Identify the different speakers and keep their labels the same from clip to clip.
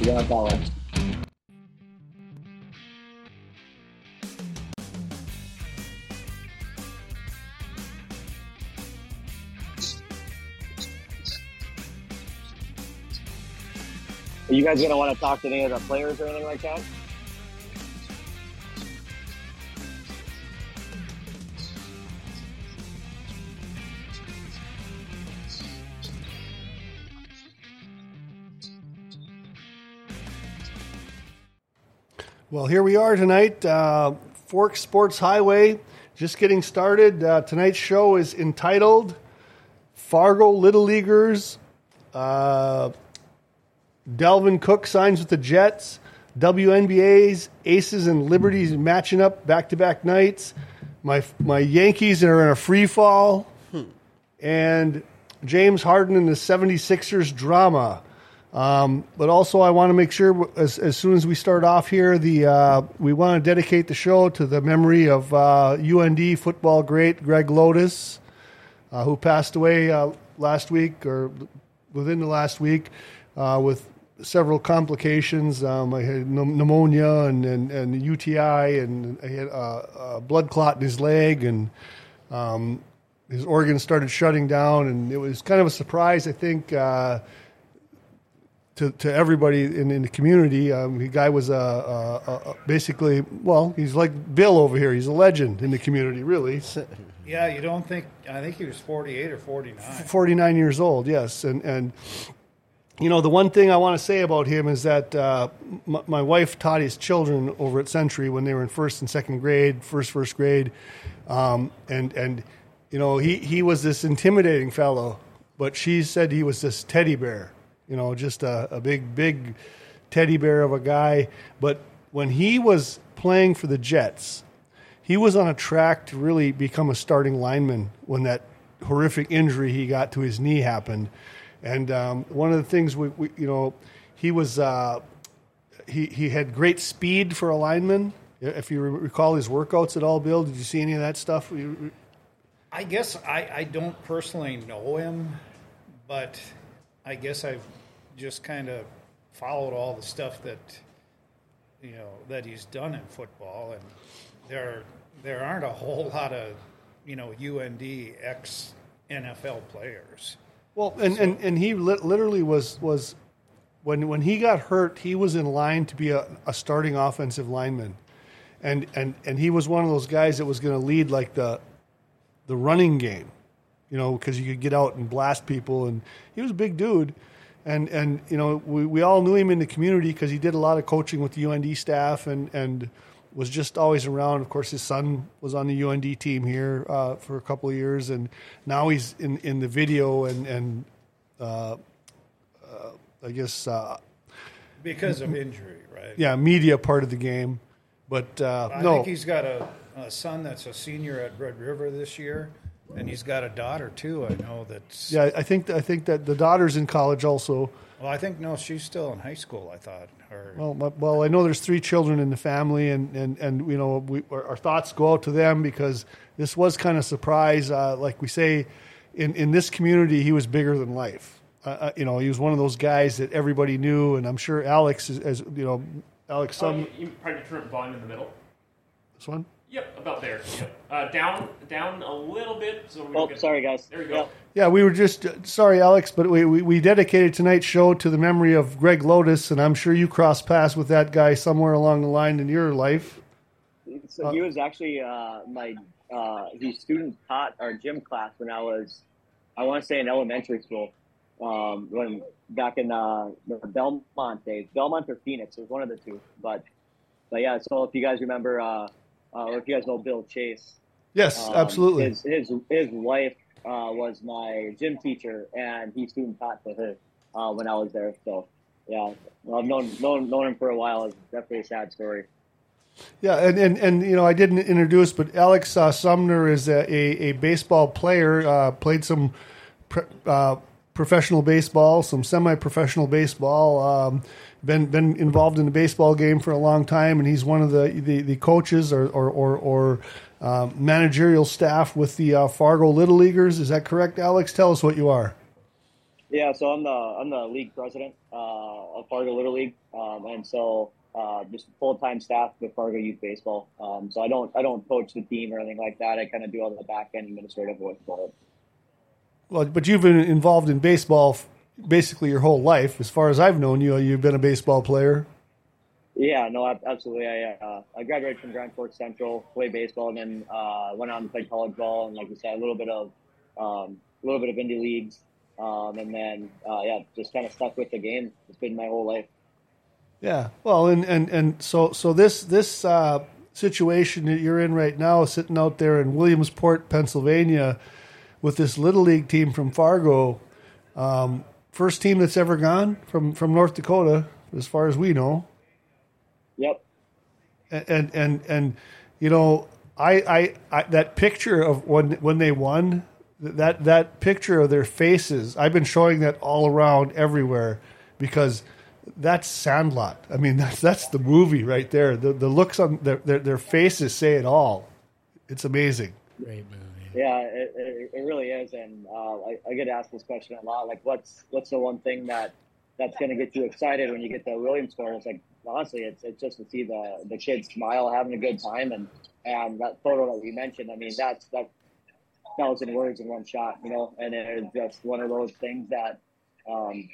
Speaker 1: Yeah, dollar. Are you guys gonna want to talk to any of the players or anything like that?
Speaker 2: Well, here we are tonight, uh, Fork Sports Highway, just getting started. Uh, tonight's show is entitled Fargo Little Leaguers. Uh, Delvin Cook signs with the Jets. WNBA's Aces and Liberties matching up back to back nights. My my Yankees are in a free fall. And James Harden and the 76ers drama. Um, but also, I want to make sure as, as soon as we start off here, the uh, we want to dedicate the show to the memory of uh, UND football great Greg Lotus, uh, who passed away uh, last week or within the last week uh, with several complications. Um, I had pneum- pneumonia and, and, and UTI, and I had uh, a blood clot in his leg, and um, his organs started shutting down. And it was kind of a surprise, I think. Uh, to, to everybody in, in the community. Um, the guy was uh, uh, uh, basically, well, he's like Bill over here. He's a legend in the community, really.
Speaker 3: Yeah, you don't think? I think he was forty-eight or forty-nine.
Speaker 2: 49 years old, yes. And, and you know, the one thing I want to say about him is that uh, m- my wife taught his children over at Century when they were in first and second grade, first, first grade. Um, and, and, you know, he, he was this intimidating fellow, but she said he was this teddy bear, you know, just a, a big, big teddy bear of a guy. But when he was playing for the Jets, he was on a track to really become a starting lineman when that horrific injury he got to his knee happened. And um, one of the things we, we you know, he was uh, he he had great speed for a lineman. If you re- recall his workouts at all, Bill, did you see any of that stuff? You-
Speaker 3: I guess I, I don't personally know him, but I guess I've just kind of followed all the stuff that you know that he's done in football, and there there aren't a whole lot of you know UND ex NFL players.
Speaker 2: Well, and, and, and he lit literally was was when when he got hurt, he was in line to be a, a starting offensive lineman, and and and he was one of those guys that was going to lead like the the running game, you know, because you could get out and blast people, and he was a big dude, and and you know we we all knew him in the community because he did a lot of coaching with the UND staff and and. Was just always around. Of course, his son was on the UND team here uh, for a couple of years, and now he's in, in the video and, and uh, I guess uh,
Speaker 3: Because of injury, right?
Speaker 2: yeah, media part of the game. But uh,
Speaker 3: I
Speaker 2: no,
Speaker 3: think he's got a, a son that's a senior at Red River this year, and he's got a daughter too. I know that's.
Speaker 2: yeah, I think I think that the daughter's in college also.
Speaker 3: Well, I think no, she's still in high school. I thought. Or,
Speaker 2: Well, my, well, I know there's three children in the family, and and and you know we, our, our thoughts go out to them because this was kind of surprise. Uh, like we say, in in this community, he was bigger than life. Uh, uh, you know, he was one of those guys that everybody knew, and I'm sure Alex is, as you know, Alex,
Speaker 1: Oh,
Speaker 2: some
Speaker 4: Oh, you, you probably turn up volume in the middle.
Speaker 2: this one.
Speaker 4: Yep, about there. Yep. Uh, down, down a little bit. So we
Speaker 1: Oh,
Speaker 4: don't get
Speaker 1: sorry guys.
Speaker 4: There we go.
Speaker 1: Yep.
Speaker 2: Yeah, we were just sorry, Alex, but we, we, we dedicated tonight's show to the memory of Greg Lotus, and I'm sure you crossed paths with that guy somewhere along the line in your life.
Speaker 1: So he was actually uh, my uh, he student taught our gym class when I was I want to say in elementary school um, when back in uh, the Belmont days Belmont or Phoenix it was one of the two but but yeah so if you guys remember uh, uh, or if you guys know Bill Chase
Speaker 2: Yes,
Speaker 1: um,
Speaker 2: absolutely.
Speaker 1: his his his wife uh, was my gym teacher and he student taught for her uh, when I was there so yeah well, I've known known known him for a while it's definitely a sad story.
Speaker 2: Yeah, and, and, and you know I didn't introduce, but Alex uh, Sumner is a, a, a baseball player. Uh, played some pre, uh, professional baseball, some semi-professional baseball. Um, been been involved in the baseball game for a long time, and he's one of the the, the coaches or or or, or um, uh, managerial staff with the uh, Fargo Little Leaguers. Is that correct, Alex? Tell us what you are.
Speaker 1: Yeah, so I'm the I'm the league president uh, of Fargo Little League, um, and so uh, just full time staff with Fargo Youth Baseball. Um, so I don't I don't coach the team or anything like that. I kind of do all the back end administrative work for it.
Speaker 2: Well, but you've been involved in baseball f- basically your whole life, as far as I've known you. You've been a baseball player.
Speaker 1: Yeah, no, ab- absolutely. I uh, I graduated from Grand Forks Central, played baseball, and then uh, went on to play college ball, and like you said, a little bit of um, a little bit of indie leagues, um, and then uh, yeah, just kind of stuck with the game. It's been my whole life.
Speaker 2: Yeah. Well, and and and so so this this uh, situation that you're in right now, sitting out there in Williamsport, Pennsylvania, with this little league team from Fargo, um, first team that's ever gone from from North Dakota, as far as we know.
Speaker 1: Yep.
Speaker 2: and and and you know I, I i that picture of when when they won that that picture of their faces i've been showing that all around everywhere because that's sandlot i mean that's that's the movie right there the the looks on their their, their faces say it all it's amazing
Speaker 5: Great movie.
Speaker 1: Yeah, it, it, it really is, and uh, I, I get asked this question a lot. Like, what's what's the one thing that that's going to get you excited when you get to Williamsport? It's like honestly, it's it's just to see the the kids smile, having a good time, and and that photo that you mentioned. I mean, that's that thousand words in one shot, you know. And it's just one of those things that um,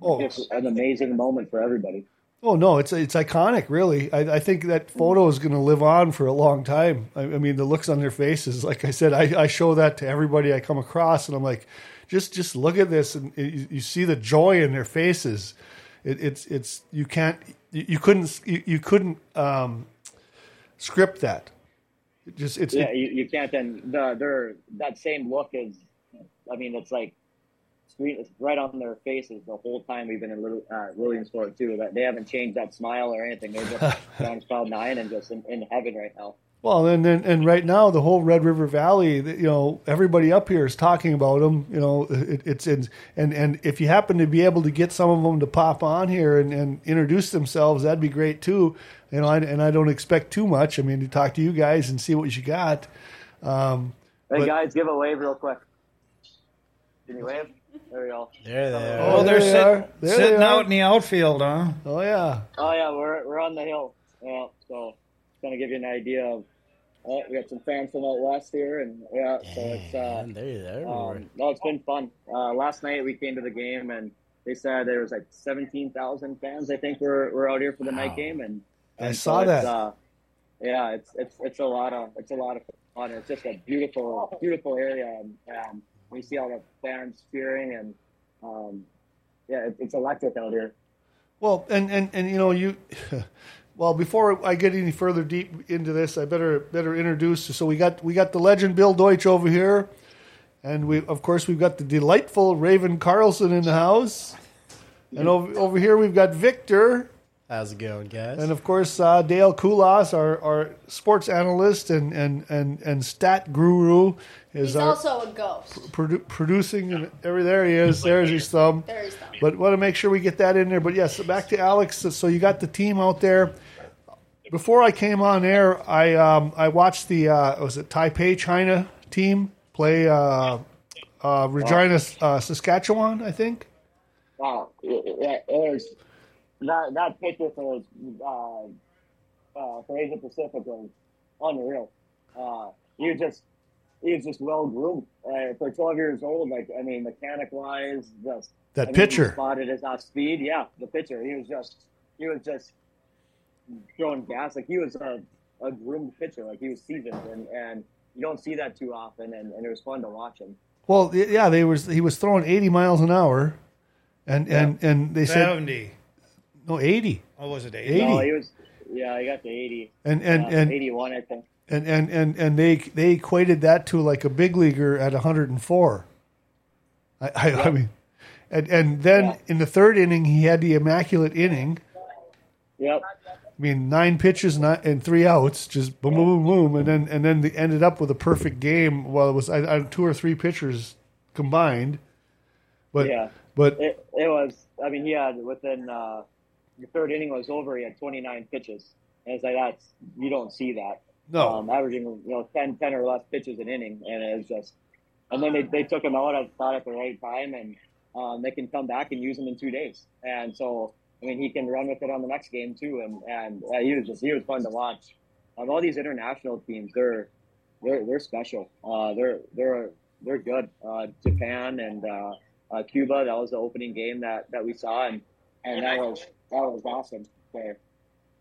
Speaker 2: oh
Speaker 1: just an amazing moment for everybody.
Speaker 2: oh no it's it's iconic really i, I think that photo is going to live on for a long time I, I mean the looks on their faces like i said I, I show that to everybody i come across and i'm like just just look at this and you, you see the joy in their faces it, it's it's you can't you, you couldn't you, you couldn't um, script that it just it's
Speaker 1: Yeah, you, you can't. And the their that same look is, I mean, it's like sweet, it's right on their faces the whole time we've been in Little, uh, Williamsport too. That they haven't changed that smile or anything. They're just on cloud nine and just in, in heaven right now.
Speaker 2: Well, and and, and right now the whole Red River Valley, th- you know, everybody up here is talking about them. You know, it, it's in and and if you happen to be able to get some of them to pop on here and, and introduce themselves, that'd be great too. You know, I, and I don't expect too much. I mean, to talk to you guys and see what you got. Um,
Speaker 1: Hey
Speaker 2: But-
Speaker 1: guys, give a wave real quick. Can you wave? There we go.
Speaker 5: There they are.
Speaker 3: Oh, they're
Speaker 2: there they
Speaker 3: sitting,
Speaker 2: are. There they
Speaker 3: sitting
Speaker 2: are.
Speaker 3: out in the outfield, huh?
Speaker 2: oh yeah,
Speaker 1: Oh yeah, we're we're on the hill. Yeah, so it's gonna give you an idea of. Oh, we got some fans from out west here, and yeah, so it's uh,
Speaker 5: Man, they're they're everywhere.
Speaker 1: Um, no, it's been fun. Uh, last night we came to the game and they said there was like seventeen thousand fans. I think were were out here for the night game, and,
Speaker 2: I
Speaker 1: and
Speaker 2: saw
Speaker 1: it's,
Speaker 2: that.
Speaker 1: Uh, yeah, it's it's it's a lot of it's a lot of fun. It's just a beautiful beautiful area, and um, we see all the fans cheering, and um, yeah, it, it's electric out here.
Speaker 2: Well, and and and you know you. Well, before I get any further deep into this, I better better introduce. So we got we got the legend Bill Deutsch over here, and we of course we've got the delightful Raven Carlson in the house, and over over here we've got Victor,
Speaker 5: How's it going, guys?
Speaker 2: and of course uh, Dale Kulas, our, our sports analyst and and and and stat guru, is
Speaker 6: He's
Speaker 2: our
Speaker 6: also a ghost.
Speaker 2: produ- producing and every there he is. There's his thumb.
Speaker 6: There is that.
Speaker 2: But want to make sure we get that in there. But yes, back to Alex. So you got the team out there. Before I came on air, I um, I watched the uh, was it Taipei China team play uh, uh, Regina uh, Saskatchewan, I think.
Speaker 1: Wow, it, it, it was that that picture for uh, uh, for Asia Pacific was unreal. Uh, you just he was just well groomed uh, for 12 years old. Like I mean, mechanic wise, just
Speaker 2: That
Speaker 1: I mean,
Speaker 2: pitcher.
Speaker 1: he spotted his off speed. Yeah, the pitcher. He was just he was just throwing gas. Like he was a, a groomed pitcher. Like he was seasoned, and and you don't see that too often. And, and it was fun to watch him.
Speaker 2: Well, y- yeah, they was he was throwing 80 miles an hour, and and and they said
Speaker 3: Seventy.
Speaker 2: no 80.
Speaker 3: Oh, was it
Speaker 2: Eighty.
Speaker 3: eighty?
Speaker 1: Oh, he was. Yeah, he got the 80,
Speaker 2: And and,
Speaker 1: uh,
Speaker 2: and
Speaker 1: 81, I think.
Speaker 2: and and and and they they equated that to like a big leaguer at 104. I, I, I mean, and and then
Speaker 1: Yeah.
Speaker 2: in the third inning he had the immaculate inning.
Speaker 1: Yep.
Speaker 2: I mean, nine pitches ni- and three outs, just boom, boom, boom, boom, and then and then they ended up with a perfect game. Well, it was I, I, two or three pitchers combined, but
Speaker 1: Yeah.
Speaker 2: but
Speaker 1: It, it was. I mean, he had within uh, the third inning was over. He had 29 pitches. And it's like that's you don't see that.
Speaker 2: no,
Speaker 1: Um, averaging you know 10, 10 or less pitches an inning, and it was just. And then they, they took him out. I thought at the right time, and um, they can come back and use him in two days. And so, I mean, he can run with it on the next game too. And and uh, he was just he was fun to watch. Of all these international teams, they're they're they're special. Uh, they're they're they're good. Uh, Japan and uh, uh, Cuba. That was the opening game that that we saw, and and that was that was awesome. So,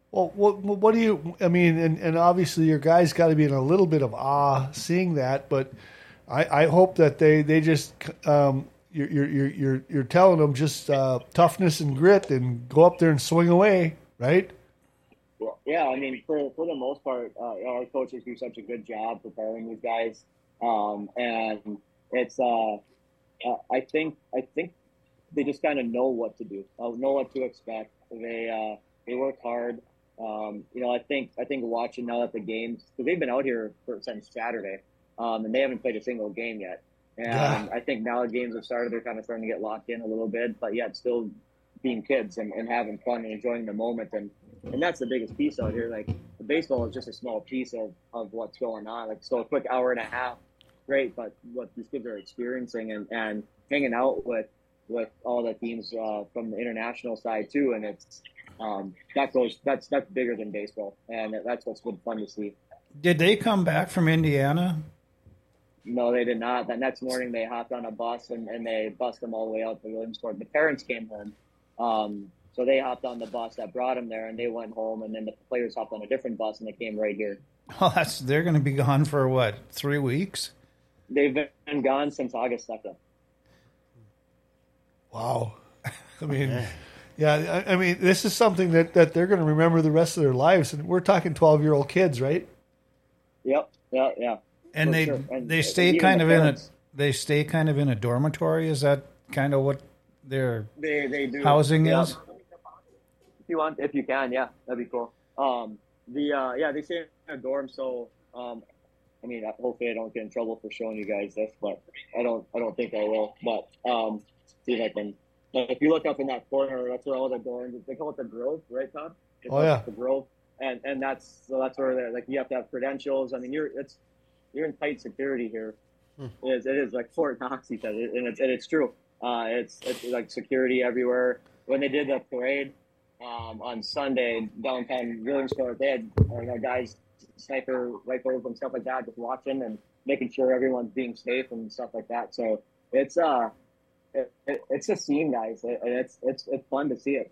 Speaker 2: Well, what, what do you? I mean, and, and obviously your guys got to be in a little bit of awe seeing that, but I, I hope that they they just um, you're, you're you're you're you're telling them just uh, toughness and grit and go up there and swing away, right?
Speaker 1: Well, yeah, I mean, for, for the most part, uh, our coaches do such a good job preparing these guys, um, and it's uh, uh, I think I think they just kind of know what to do, uh, know what to expect. They uh, they work hard. Um, you know, I think I think watching now that the games because they've been out here for, since Saturday, um, and they haven't played a single game yet. And
Speaker 2: Yeah.
Speaker 1: I think now the games have started. They're kind of starting to get locked in a little bit, but yet still being kids and, and having fun and enjoying the moment. And and that's the biggest piece out here. Like the baseball is just a small piece of, of what's going on. Like so, a quick hour and a half, great. But what these kids are experiencing and, and hanging out with with all the teams uh, from the international side too, and it's um, that goes that's that's bigger than baseball, and that's what's been fun to see.
Speaker 3: Did they come back from Indiana?
Speaker 1: No, they did not. The next morning, they hopped on a bus and, and they bussed them all the way out to Williamsport. The parents came home, um, so they hopped on the bus that brought them there, and they went home. And then the players hopped on a different bus and they came right here.
Speaker 3: Oh, that's they're going to be gone for what three weeks?
Speaker 1: They've been gone since August second.
Speaker 2: Wow. I mean, yeah, I, I mean, this is something that, that they're going to remember the rest of their lives, and we're talking twelve year old kids, right?
Speaker 1: Yep, yeah, yeah.
Speaker 3: And
Speaker 1: For
Speaker 3: they
Speaker 1: sure. And
Speaker 3: they stay
Speaker 1: even
Speaker 3: kind
Speaker 1: the
Speaker 3: of in a
Speaker 1: parents.
Speaker 3: they stay kind of in a dormitory. Is that kind of what their
Speaker 1: They they do
Speaker 3: housing
Speaker 1: Yeah.
Speaker 3: is?
Speaker 1: if you want, if you can, yeah, that'd be cool. Um, the uh, yeah, they stay in a dorm, so um, I mean, I- hopefully, I don't get in trouble for showing you guys this, but I don't, I don't think I will. But um, see if I can. But if you look up in that corner, that's where all the dorms. They call it the Grove, right, Tom? It's
Speaker 2: Oh,
Speaker 1: like
Speaker 2: yeah.
Speaker 1: the Grove, and and that's so that's where they're like you have to have credentials. I mean, you're it's you're in tight security here.
Speaker 2: Hmm.
Speaker 1: It is, it is like Fort Knox, he said, and it's, and it's true. Uh, it's, it's like security everywhere. When they did the parade um, on Sunday downtown Williamsport, they had uh, you know, guys, sniper rifles and stuff like that, just watching and making sure everyone's being safe and stuff like that. So it's uh, it, it, it's a scene, guys, and it's it's it's fun to see it.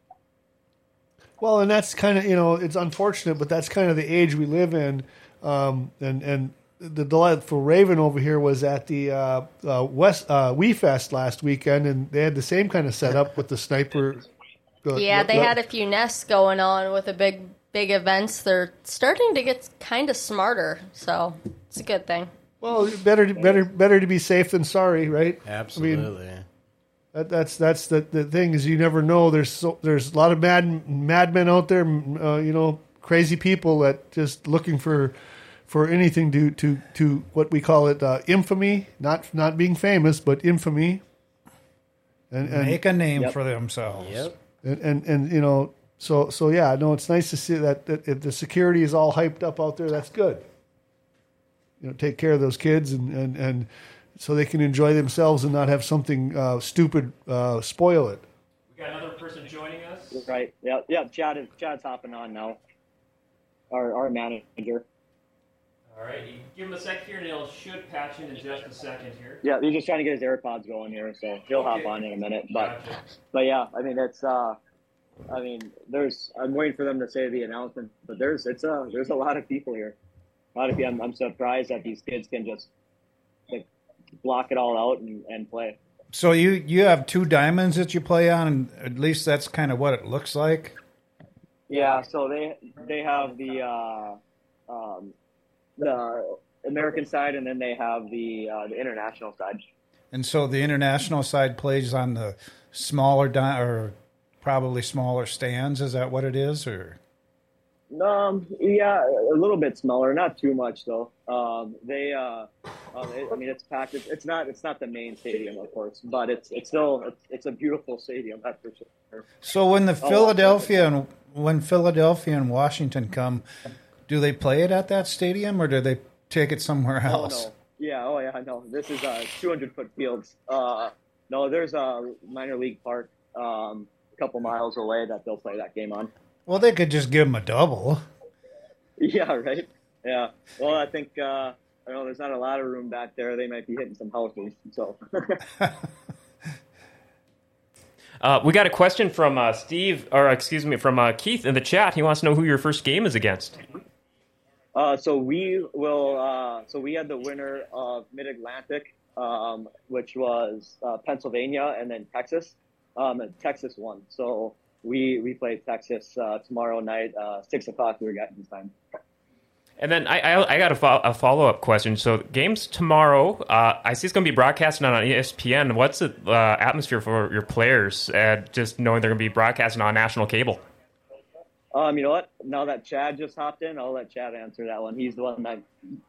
Speaker 2: Well, and that's kind of you know it's unfortunate, but that's kind of the age we live in. Um, and and the delightful Raven over here was at the uh, uh, West uh, We Fest last weekend, and they had the same kind of setup with the sniper. the-
Speaker 6: Yeah,
Speaker 2: the-
Speaker 6: they
Speaker 2: the-
Speaker 6: had a few nests going on with the big big events. They're starting to get kind of smarter, so it's a good thing.
Speaker 2: well better better better to be safe than sorry, right? I mean,
Speaker 5: Absolutely.
Speaker 2: that, that's that's the, the thing is you never know. There's so, there's a lot of mad madmen out there, uh, you know, crazy people that just looking for for anything to to to what we call it uh, infamy, not not being famous, but infamy. And and,
Speaker 3: Make a name for themselves.
Speaker 5: yep.
Speaker 2: and and and you know, so so yeah, no, it's nice to see that, that if the security is all hyped up out there. That's good. You know, take care of those kids and and and so they can enjoy themselves and not have something uh, stupid uh, spoil it.
Speaker 4: We got another person joining us.
Speaker 1: Right? Yeah, yeah. Chad is Chad's hopping on now. Our our manager.
Speaker 4: All right, you give him a sec here, and he'll should patch in in just a second here.
Speaker 1: Yeah, he's just trying to get his AirPods going here, so he'll hop
Speaker 4: Okay.
Speaker 1: on in a minute. But
Speaker 4: Gotcha.
Speaker 1: but yeah, I mean it's uh, I mean there's I'm waiting for them to say the announcement, but there's it's uh there's a lot of people here. A lot of people. I'm, I'm surprised that these kids can just like block it all out and, and play.
Speaker 3: So you you have two diamonds that you play on, and at least that's kind of what it looks like.
Speaker 1: Yeah, so they they have the uh, um, the American side, and then they have the uh, the international side.
Speaker 3: And so the international side plays on the smaller di- or probably smaller stands. Is that what it is? Or
Speaker 1: Um, yeah, a little bit smaller, not too much though. Um, they, uh, um, it, I mean, it's packed. It's, it's not, it's not the main stadium, of course, but it's, it's still, it's, it's a beautiful stadium, that's for sure.
Speaker 3: so when the Philadelphia and when Philadelphia and Washington come, do they play it at that stadium or do they take it somewhere
Speaker 1: Oh
Speaker 3: else?
Speaker 1: no, yeah, oh yeah, no. This is uh, 200 foot fields. Uh, No, there's a minor league park um, a couple miles away that they'll play that game on.
Speaker 3: Well, they could just give him a double.
Speaker 1: Yeah, right. Yeah. Well, I think uh, I know there's not a lot of room back there. They might be hitting some houses. So
Speaker 4: Uh, we got a question from uh, Steve, or excuse me, from uh, Keith in the chat. He wants to know who your first game is against.
Speaker 1: Uh, so we will. Uh, so we had the winner of Mid Atlantic, um, which was uh, Pennsylvania, and then Texas. Um, and Texas won. So we we play Texas uh, tomorrow night, uh, six o'clock. We were getting this time.
Speaker 4: And then I, I, I got a, fo- a follow up question. So games tomorrow, uh, I see it's going to be broadcasted on E ESPN. What's the uh, atmosphere for your players? Uh, just knowing they're going to be broadcasting on national cable.
Speaker 1: Um, you know what? Now that Chad just hopped in, I'll let Chad answer that one. He's the one that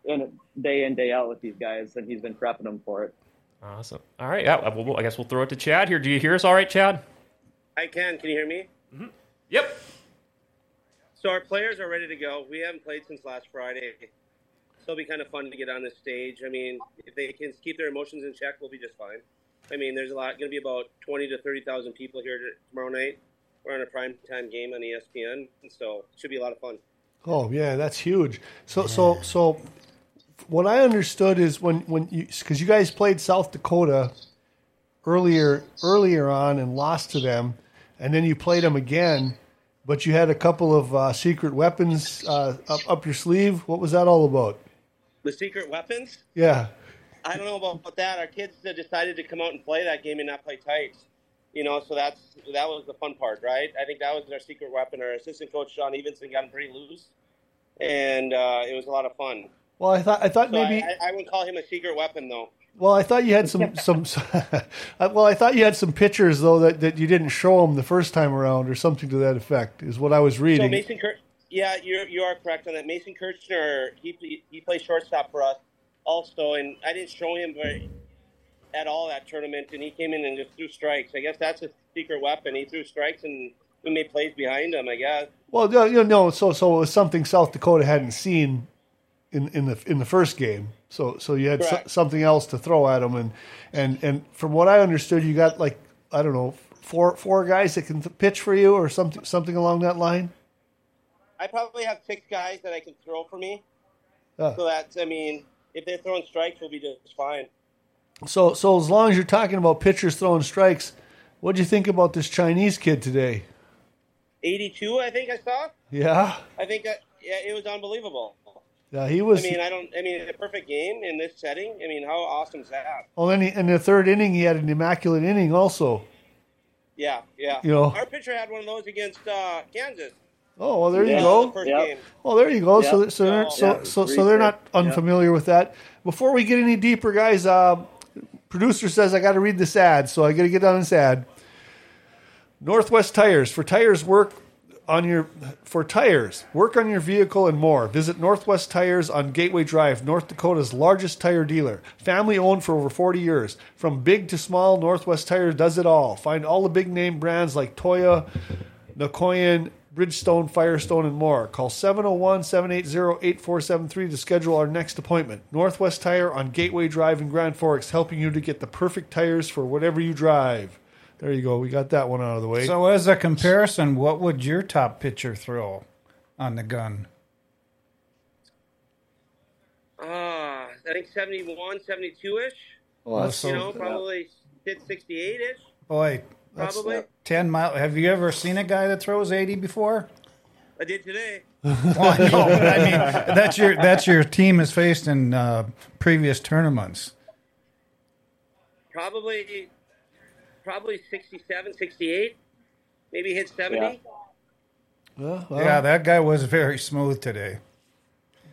Speaker 1: in it day in day out with these guys, and he's been prepping them for it.
Speaker 4: Awesome. All right. Yeah. Well, I guess we'll throw it to Chad here. Do you hear us? All right, Chad.
Speaker 7: I can. Can you hear me?
Speaker 4: Yep.
Speaker 7: So our players are ready to go. We haven't played since last Friday. So it'll be kind of fun to get on the stage. I mean, if they can keep their emotions in check, we'll be just fine. I mean, there's a lot going to be about twenty to thirty thousand people here t- tomorrow night. We're on a prime time game on E ESPN, so it should be a lot of fun.
Speaker 2: Oh yeah, that's huge. So so so, what I understood is when when you because you guys played South Dakota earlier earlier on and lost to them, and then you played them again, but you had a couple of uh, secret weapons uh, up up your sleeve. What was that all about?
Speaker 7: The secret weapons?
Speaker 2: Yeah,
Speaker 7: I don't know about, about that. Our kids uh, decided to come out and play that game and not play tights. You know, so that's that was the fun part, right? I think that was our secret weapon. Our assistant coach Sean Evenson got him pretty loose, and uh, it was a lot of fun.
Speaker 2: Well, I thought I thought
Speaker 7: So
Speaker 2: maybe.
Speaker 7: I, I, I wouldn't call him a secret weapon, though.
Speaker 2: well, I thought you had some some. well, I thought you had some pictures though that, that you didn't show them the first time around or something to that effect is what I was
Speaker 7: So
Speaker 2: reading.
Speaker 7: Mason, Kir- yeah, you you are correct on that. Mason Kirchner, he he plays shortstop for us also, and I didn't show him very, at all that tournament, and he came in and just threw strikes. I guess that's a secret weapon. He threw strikes and we made plays behind him. I guess.
Speaker 2: well, no, you know, so so it was something South Dakota hadn't seen in, in the in the first game. So so you had so,
Speaker 7: Correct.
Speaker 2: something else to throw at them, and and and from what I understood, you got like I don't know four four guys that can pitch for you or something something along that line.
Speaker 7: I probably have six guys that I can throw for me.
Speaker 2: Ah.
Speaker 7: So that's, I mean, if they're throwing strikes, we'll be just fine.
Speaker 2: So so as long as you're talking about pitchers throwing strikes, what do you think about this Chinese kid today?
Speaker 7: 82, I think I saw.
Speaker 2: Yeah.
Speaker 7: I think that, yeah, it was unbelievable.
Speaker 2: Yeah, he
Speaker 7: I
Speaker 2: was.
Speaker 7: mean, I don't. I mean, a perfect game in this setting. I mean, how awesome is that?
Speaker 2: well, then he, in the third inning, he had an immaculate inning. Also,
Speaker 7: Yeah, yeah.
Speaker 2: You know.
Speaker 7: our pitcher had one of those against uh, Kansas.
Speaker 2: oh well, there
Speaker 1: Yeah.
Speaker 2: you
Speaker 7: The
Speaker 2: go.
Speaker 7: first
Speaker 1: Yeah.
Speaker 7: game.
Speaker 2: Well, Oh, there you go. So,
Speaker 1: Yeah.
Speaker 2: so, they're, so,
Speaker 1: Yeah.
Speaker 2: so, so they're not
Speaker 1: Yeah.
Speaker 2: unfamiliar with that. Before we get any deeper, guys, uh, producer says I got to read this ad, so I got to get on this ad. Northwest Tires for tires work on your for tires work on your vehicle and more. Visit Northwest Tires on Gateway Drive, North Dakota's largest tire dealer, family owned for over 40 years. From big to small, Northwest Tires does it all. Find all the big name brands like Toya, Nicoyan, Bridgestone, Firestone, and more. Call 701 780 8473 to schedule our next appointment. Northwest Tire on Gateway Drive in Grand Forks, helping you to get the perfect tires for whatever you drive. There you go. We got that one out of the way.
Speaker 3: So, as a comparison, what would your top pitcher throw on the gun?
Speaker 7: Ah, I think 71, 72 ish.
Speaker 2: Well,
Speaker 7: You know, probably hit 68 ish.
Speaker 3: Boy, that's
Speaker 7: Probably.
Speaker 3: ten mile. Have you ever seen a guy that throws eighty before?
Speaker 7: I did today.
Speaker 3: Well, I know, but I mean, that's your that's your team has faced in uh, previous tournaments.
Speaker 7: Probably, probably 67, 68. Maybe hit 70.
Speaker 1: Yeah.
Speaker 2: yeah, well,
Speaker 3: Yeah, that guy was very smooth today.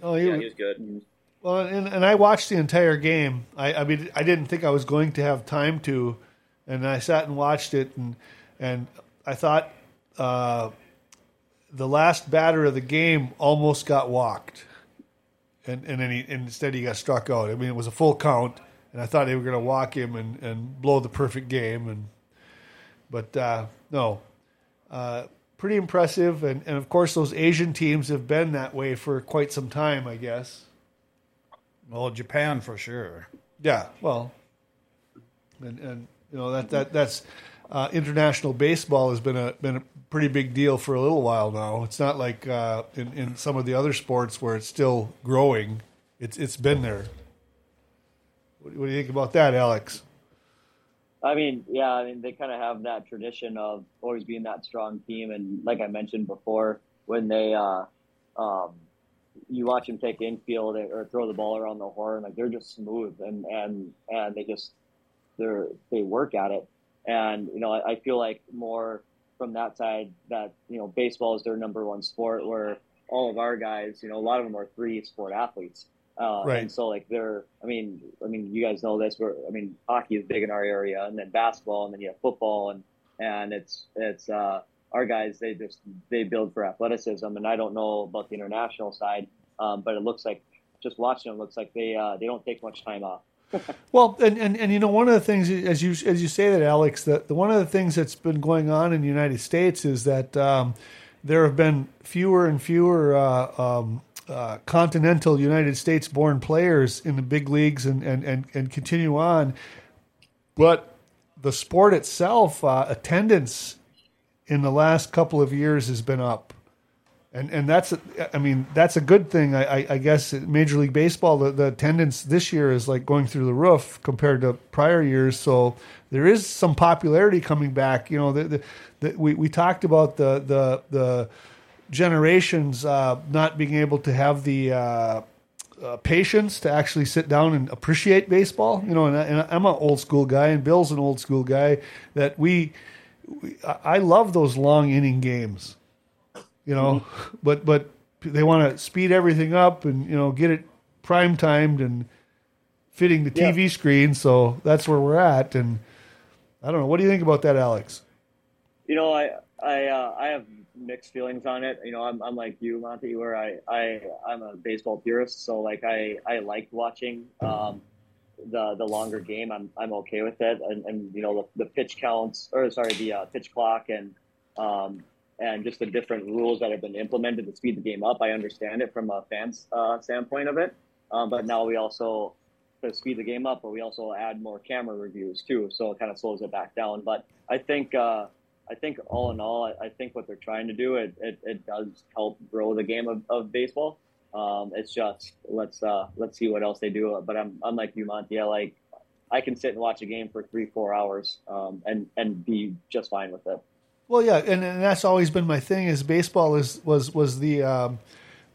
Speaker 2: no,
Speaker 7: Yeah,
Speaker 2: you-
Speaker 7: Oh, he was
Speaker 1: Mm.
Speaker 7: good.
Speaker 2: well, and, and I watched the entire game. I, I mean, I didn't think I was going to have time to, and I sat and watched it, and and I thought uh, the last batter of the game almost got walked, and and then he, and instead he got struck out. I mean, it was a full count, and I thought they were going to walk him and and blow the perfect game, and but uh, no, uh, pretty impressive, and and of course those Asian teams have been that way for quite some time, I guess.
Speaker 3: Well, Japan for sure.
Speaker 2: Yeah, well, and and You know that that that's uh, international baseball has been a been a pretty big deal for a little while now. It's not like uh, in in some of the other sports where it's still growing. It's it's been there. What, do- what do you think about that, Alex?
Speaker 1: I mean, yeah, I mean, they kind of have that tradition of always being that strong team. And like I mentioned before, when they, uh, um, you watch them take infield or throw the ball around the horn, like they're just smooth and, and, and they just, they're, they work at it. And, you know, I, I feel like more from that side that, you know, baseball is their number one sport where all of our guys, you know, a lot of them are three sport athletes. Uh,
Speaker 2: Right.
Speaker 1: And so, like, they're, I mean, I mean, you guys know this. Where I mean, hockey is big in our area, and then basketball, and then you have football, and and it's it's uh, our guys. They just they build for athleticism, and I don't know about the international side, um, but it looks like just watching them looks like they uh, they don't take much time off.
Speaker 2: Well, and, and, and you know, one of the things as you as you say that, Alex, that the one of the things that's been going on in the United States is that um, there have been fewer and fewer uh, um, uh, continental United States-born players in the big leagues, and and and, and continue on, but the sport itself uh, attendance in the last couple of years has been up and and that's I mean that's a good thing I, I, I guess Major League Baseball the, the attendance this year is like going through the roof compared to prior years so there is some popularity coming back you know the, the, the, we we talked about the the the generations uh, not being able to have the uh, uh, patience to actually sit down and appreciate baseball you know and, I, and I'm an old school guy and Bill's an old school guy that we, we I I love those long inning games you know but but they want to speed everything up and you know get it prime timed and fitting the tv screen so that's where we're at and i don't know what do you think about that alex
Speaker 1: You know, I I uh, I have mixed feelings on it. You know, I'm I'm like you, Monty, where I I I'm a baseball purist, so like I I like watching um, the the longer game. I'm I'm okay with it, and, and you know the, the pitch counts or sorry the uh, pitch clock and um, and just the different rules that have been implemented to speed the game up. I understand it from a fan's uh, standpoint of it, um, but now we also to speed the game up, but we also add more camera reviews too, so it kind of slows it back down. But I think. Uh, I think all in all, I, I think what they're trying to do it, it, it does help grow the game of, of baseball. Um, it's just let's uh, let's see what else they do. But I'm I'm like you, Monty. I like I can sit and watch a game for three four hours um, and and be just fine with it.
Speaker 2: Well, yeah, and, and that's always been my thing. Is baseball is was was the um,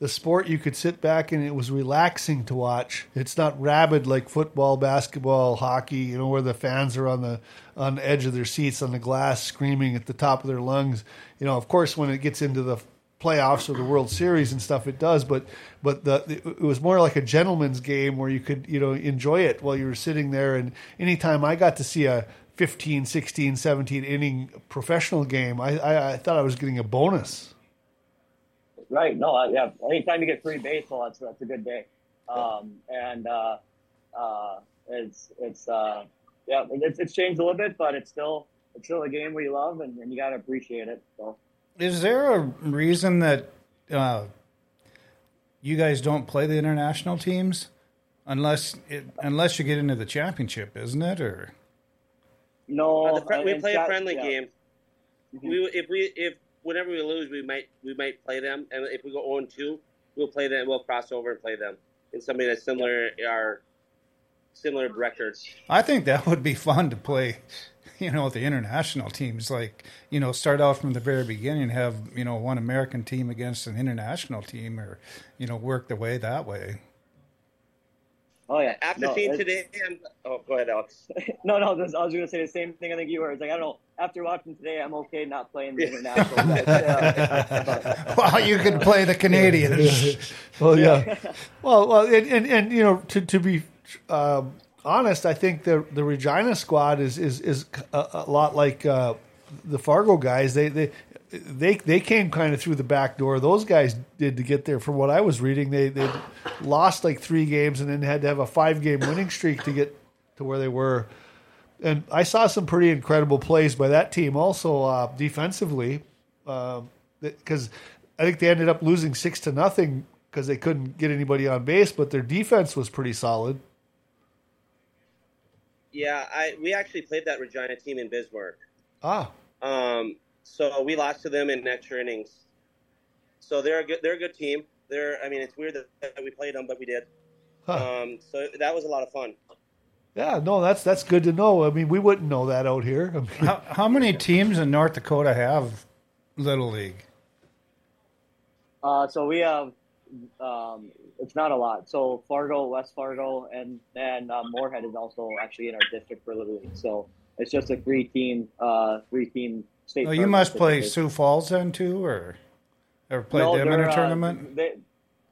Speaker 2: the sport you could sit back and it was relaxing to watch. It's not rabid like football, basketball, hockey. You know where the fans are on the on the edge of their seats on the glass, screaming at the top of their lungs. You know, of course, when it gets into the playoffs or the World Series and stuff, it does. But but the it was more like a gentleman's game where you could you know enjoy it while you were sitting there. And anytime I got to see a 15, 16, 17 inning professional game, I, I, I thought I was getting a bonus.
Speaker 1: Right. No. I, yeah. Anytime you get free baseball, that's that's a good day. Um, and uh, uh, it's it's uh, yeah, it's, it's changed a little bit, but it's still it's still a game we love, and, and you got to appreciate it. So.
Speaker 3: Is there a reason that uh, you guys don't play the international teams unless it, unless you get into the championship, isn't it? Or
Speaker 1: No,
Speaker 7: Uh, the fri- we
Speaker 1: and
Speaker 7: play a
Speaker 1: Scott-
Speaker 7: friendly
Speaker 1: yeah. Mm-hmm.
Speaker 7: game. We if we if whenever we lose, we might we might play them, and if we go on two, we'll play them. We'll cross over and play them in somebody that's similar our similar records.
Speaker 3: I think that would be fun to play. You know, with the international teams, like you know, start out from the very beginning, have you know one American team against an international team, or you know, work the way that way.
Speaker 1: Oh yeah.
Speaker 7: After
Speaker 1: No,
Speaker 7: seeing
Speaker 1: it's-
Speaker 7: today, I'm, oh, go ahead, Alex.
Speaker 1: no, no. This, I was going to say the same thing. I think you were. It's like I don't know. After watching today, I'm okay not playing the international. but, uh, but-
Speaker 3: Well, you could play the Canadians.
Speaker 2: Well, yeah. well, well, and, and, and you know, to to be um, honest, I think the the Regina squad is is is a, a lot like uh, the Fargo guys. They they. They they came kind of through the back door. Those guys did to get there. From what I was reading, they they lost like three games and then had to have a five game winning streak to get to where they were. And I saw some pretty incredible plays by that team, also uh, defensively because I think they ended up losing six to nothing because they couldn't get anybody on base, but their defense was pretty solid.
Speaker 7: Yeah, I we actually played that Regina team in Bismarck.
Speaker 2: Ah,
Speaker 7: Um, so we lost to them in extra innings. So they're a good, they're a good team. They're, I mean, it's weird that, that we played them, but we did.
Speaker 2: huh.
Speaker 7: Um, so that was a lot of fun.
Speaker 2: yeah. No, that's that's good to know. I mean, we wouldn't know that out here. I mean,
Speaker 3: How, how many teams in North Dakota have Little League?
Speaker 1: Uh, so we have, um, it's not a lot. So Fargo, West Fargo, and then uh, Moorhead is also actually in our district for Little League. So it's just a three team, uh, three team state.
Speaker 3: Oh, you
Speaker 1: tournament
Speaker 3: must play
Speaker 1: basically.
Speaker 3: Sioux Falls then too, or ever played
Speaker 1: No,
Speaker 3: them in
Speaker 1: they're,
Speaker 3: a
Speaker 1: uh,
Speaker 3: tournament?
Speaker 1: they,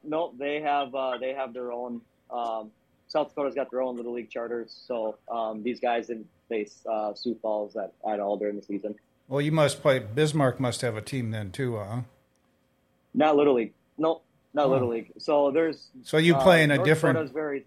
Speaker 1: no, they have uh, they have their own. Um, South Dakota's got their own little league charters, so um, these guys didn't face uh, Sioux Falls at, at all during the season.
Speaker 3: well, you must play. Bismarck must have a team then too, huh?
Speaker 1: Not little league. No, not little league. So there's
Speaker 3: So you
Speaker 1: uh,
Speaker 3: play in a
Speaker 1: North
Speaker 3: different.
Speaker 1: Dakota's very.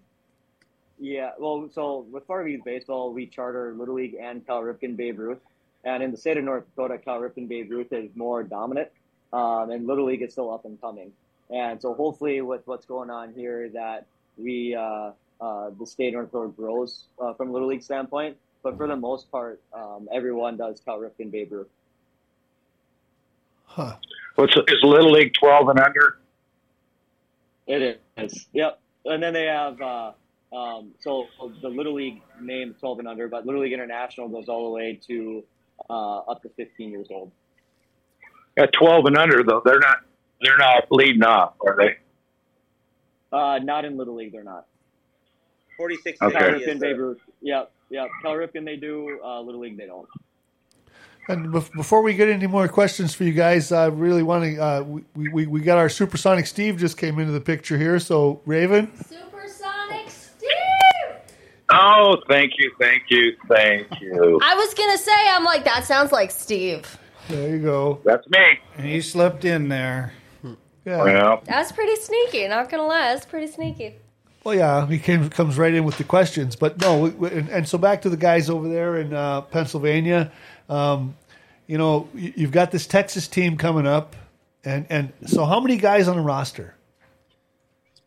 Speaker 1: Yeah, well, so with Far View baseball, we charter Little League and Cal Ripken Babe Ruth, and in the state of North Dakota, Cal Ripken Babe Ruth is more dominant, um, and Little League is still up and coming. And so hopefully, with what's going on here, that we uh, uh, the state of North Dakota grows uh, from a Little League standpoint. But for the most part, um, everyone does Cal Ripken Babe Ruth.
Speaker 2: huh.
Speaker 8: What's is Little League twelve and under?
Speaker 1: It is. Yep. And then they have uh, um, so the Little League name twelve and under, but Little League International goes all the way to uh, up to fifteen years old.
Speaker 8: At twelve and under though, they're not they're not leading off, are they?
Speaker 1: Uh, not in Little League, they're not.
Speaker 7: 46
Speaker 8: Okay.
Speaker 1: Cal
Speaker 7: okay.
Speaker 1: Ripken, Babe Ruth. Yep, yep. Cal Ripken, they do. Uh, Little League, they don't.
Speaker 2: And bef- before we get any more questions for you guys, I really want to. Uh, we, we we got our supersonic Steve just came into the picture here. So Raven,
Speaker 6: Supersonic Steve!
Speaker 8: Oh, thank you, thank you, thank you.
Speaker 6: I was gonna say, I'm like, that sounds like Steve.
Speaker 2: there you go.
Speaker 8: That's me.
Speaker 3: and he slipped in there.
Speaker 2: Yeah.
Speaker 8: Well,
Speaker 6: That's pretty sneaky, not gonna lie, that's pretty sneaky.
Speaker 2: Well, yeah, he came, comes right in with the questions. But no, we, we, and, and so back to the guys over there in uh, Pennsylvania. Um, you know, you, you've got this Texas team coming up, and and so how many guys on the roster?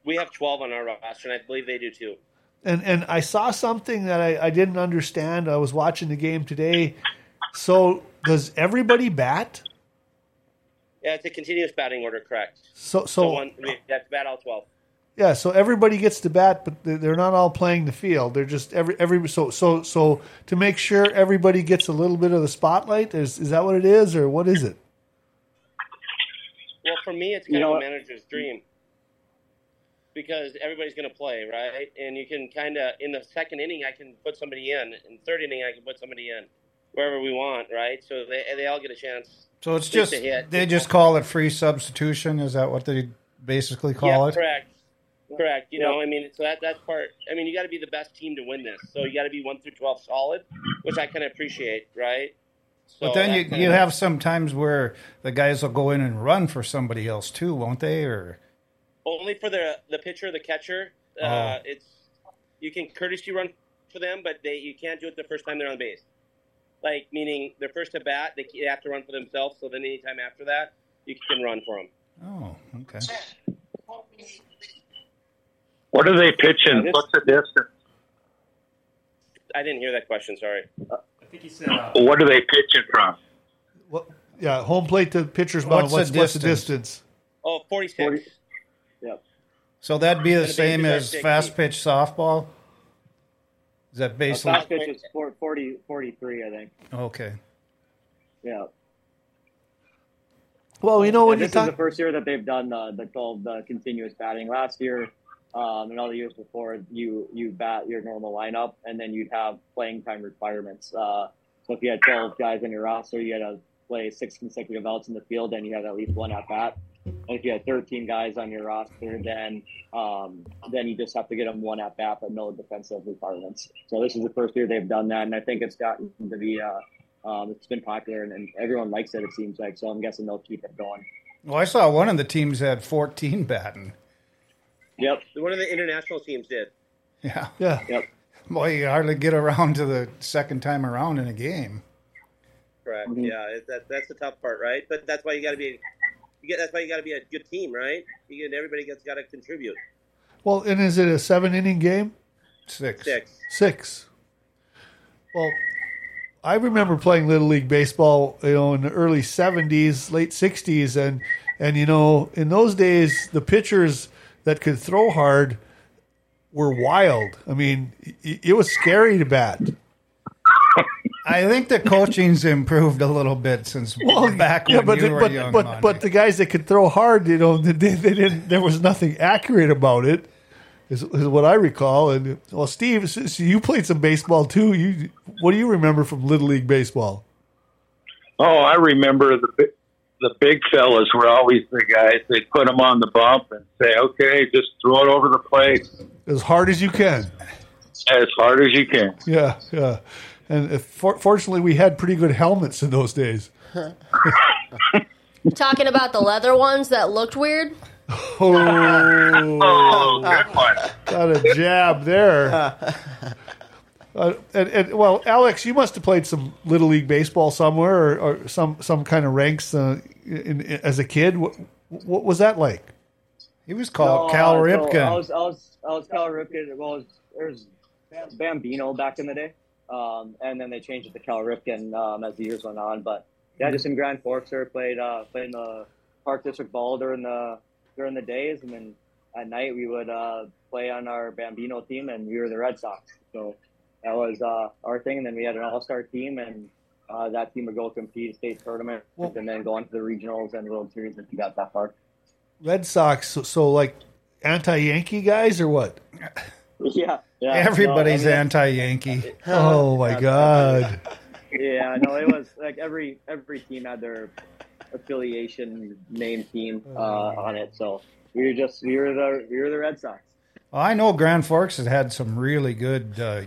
Speaker 7: We have 12 on our roster, and I believe they do too.
Speaker 2: And and I saw something that I, I didn't understand. I was watching the game today. So does everybody bat?
Speaker 7: Yeah, it's a continuous batting order, correct?
Speaker 2: So so,
Speaker 7: So one, we have to bat all 12.
Speaker 2: yeah, so everybody gets to bat, but they- they're not all playing the field. They're just every every so so so to make sure everybody gets a little bit of the spotlight. Is is that what it is, or what is it?
Speaker 7: Well, for me, it's
Speaker 1: You
Speaker 7: kind
Speaker 1: know
Speaker 7: of a
Speaker 1: what?
Speaker 7: manager's dream because everybody's going to play, right? And you can kind of in the second inning, I can put somebody in. In third inning, I can put somebody in wherever we want, right? So they they all get a chance.
Speaker 3: So it's
Speaker 7: It's
Speaker 3: just
Speaker 7: a hit.
Speaker 3: they just call it free substitution. Is that what they basically call
Speaker 7: yeah,
Speaker 3: it?
Speaker 7: correct. Correct. You
Speaker 1: Yeah.
Speaker 7: know, I mean, so that that's part. I mean, you got to be the best team to win this. So you got to be one through twelve solid, which I kind of appreciate, right? So
Speaker 3: But then
Speaker 7: that's
Speaker 3: you,
Speaker 7: kinda-
Speaker 3: you have some times where the guys will go in and run for somebody else too, won't they? Or
Speaker 7: only for the the pitcher, the catcher. Uh, It's you can courtesy run for them, but they you can't do it the first time they're on base. Like meaning their first at bat, they ca- have to run for themselves. So then anytime after that, you can run for them.
Speaker 3: oh, okay.
Speaker 8: what do they pitching?
Speaker 1: Yeah, this-
Speaker 8: What's the distance?
Speaker 7: I didn't hear that question. Sorry.
Speaker 4: I think he said. Uh,
Speaker 8: What are they pitching from?
Speaker 2: What, yeah, home plate to pitcher's mound.
Speaker 3: What's the
Speaker 2: What's, what's the
Speaker 3: distance?
Speaker 2: distance?
Speaker 7: Oh, 46.
Speaker 1: 40
Speaker 3: So that'd be the
Speaker 7: Gonna be
Speaker 3: same
Speaker 7: good
Speaker 3: as
Speaker 7: at
Speaker 3: fast
Speaker 7: 60.
Speaker 3: pitch softball. Is that
Speaker 1: Uh,
Speaker 3: basically
Speaker 1: fast pitch is four- 40, 43, I think.
Speaker 3: okay?
Speaker 1: Yeah.
Speaker 2: Well, you know
Speaker 1: Yeah,
Speaker 2: when you
Speaker 1: this is
Speaker 2: talk,
Speaker 1: the first year that they've done the, the 12 the continuous batting. Last year um, and all the years before, you you bat your normal lineup, and then you'd have playing time requirements. Uh, so if you had 12 guys on your roster, you had to play six consecutive outs in the field, and you had at least one at bat. And if you had 13 guys on your roster, then um, then you just have to get them one at bat, but no defensive requirements. So this is the first year they've done that, and I think it's gotten to be uh, um, it's been popular, and, and everyone likes it. It seems like so. I'm guessing they'll keep it going.
Speaker 3: Well, I saw one of the teams had 14 batting.
Speaker 1: Yep.
Speaker 7: One of the international teams did.
Speaker 3: Yeah,
Speaker 2: yeah,
Speaker 3: boy, you hardly get around to the second time around in a game.
Speaker 7: Correct.
Speaker 8: Mm-hmm.
Speaker 1: Mhm.
Speaker 7: Yeah, it- that, that's the tough part, right? But that's why you got to be. You get, that's why you got to be a good team, right? You get, everybody gets got to contribute.
Speaker 2: well, and is it a seven inning game?
Speaker 3: Six.
Speaker 7: Six.
Speaker 2: Six. Well, I remember playing little league baseball, you know, in the early '70s, late '60s, and and you know, in those days, the pitchers that could throw hard were wild. I mean, it, it was scary to bat.
Speaker 3: I think the coaching's improved a little bit since back when
Speaker 2: but
Speaker 3: you
Speaker 2: the,
Speaker 3: were
Speaker 2: but,
Speaker 3: young.
Speaker 2: but
Speaker 3: Monty.
Speaker 2: but the guys that could throw hard, you know, they, they they didn't. There was nothing accurate about it, is, is what I recall. And well, Steve, since you played some baseball too, you what do you remember from little league baseball?
Speaker 8: Oh, I remember the bi- the big fellas were always the guys. They'd put them on the bump and say, "Okay, just throw it over the plate
Speaker 2: As hard as you can.
Speaker 8: as hard as you can."
Speaker 2: Yeah, yeah. And if, for, fortunately, we had pretty good helmets in those days.
Speaker 6: Talking about the leather ones that looked weird.
Speaker 2: Oh,
Speaker 8: good one.
Speaker 2: got a jab there. Uh, and, and well, Alex, you must have played some little league baseball somewhere, or, or some some kind of ranks uh, in, in, as a kid. What, what was that like?
Speaker 3: he was called
Speaker 1: No,
Speaker 3: Cal
Speaker 1: uh, so I
Speaker 3: Ripken.
Speaker 1: was, I was, I was Cal Ripken. Well, there was Bambino back in the day, um, and then they changed it to Cal Ripken um, as the years went on. But yeah, just in Grand Forks, there played uh, played in the Park District Ball during the during the days, and then at night we would uh, play on our Bambino team, and we were the Red Sox. So that was uh, our thing. And then we had an All Star team, and uh, that team would go compete at state tournament, and then go on to the regionals and World Series if you got that far.
Speaker 2: Red Sox, so, so like anti-Yankee guys or what?
Speaker 1: Yeah, yeah. No, I
Speaker 3: Everybody's
Speaker 1: mean,
Speaker 3: anti-Yankee.
Speaker 2: Oh my God!
Speaker 1: Yeah, no, it was like every every team had their affiliation name team uh,
Speaker 2: Mm-hmm.
Speaker 1: on it. So we were just we were the we were the Red Sox.
Speaker 3: Well, I know Grand Forks has had some really good uh,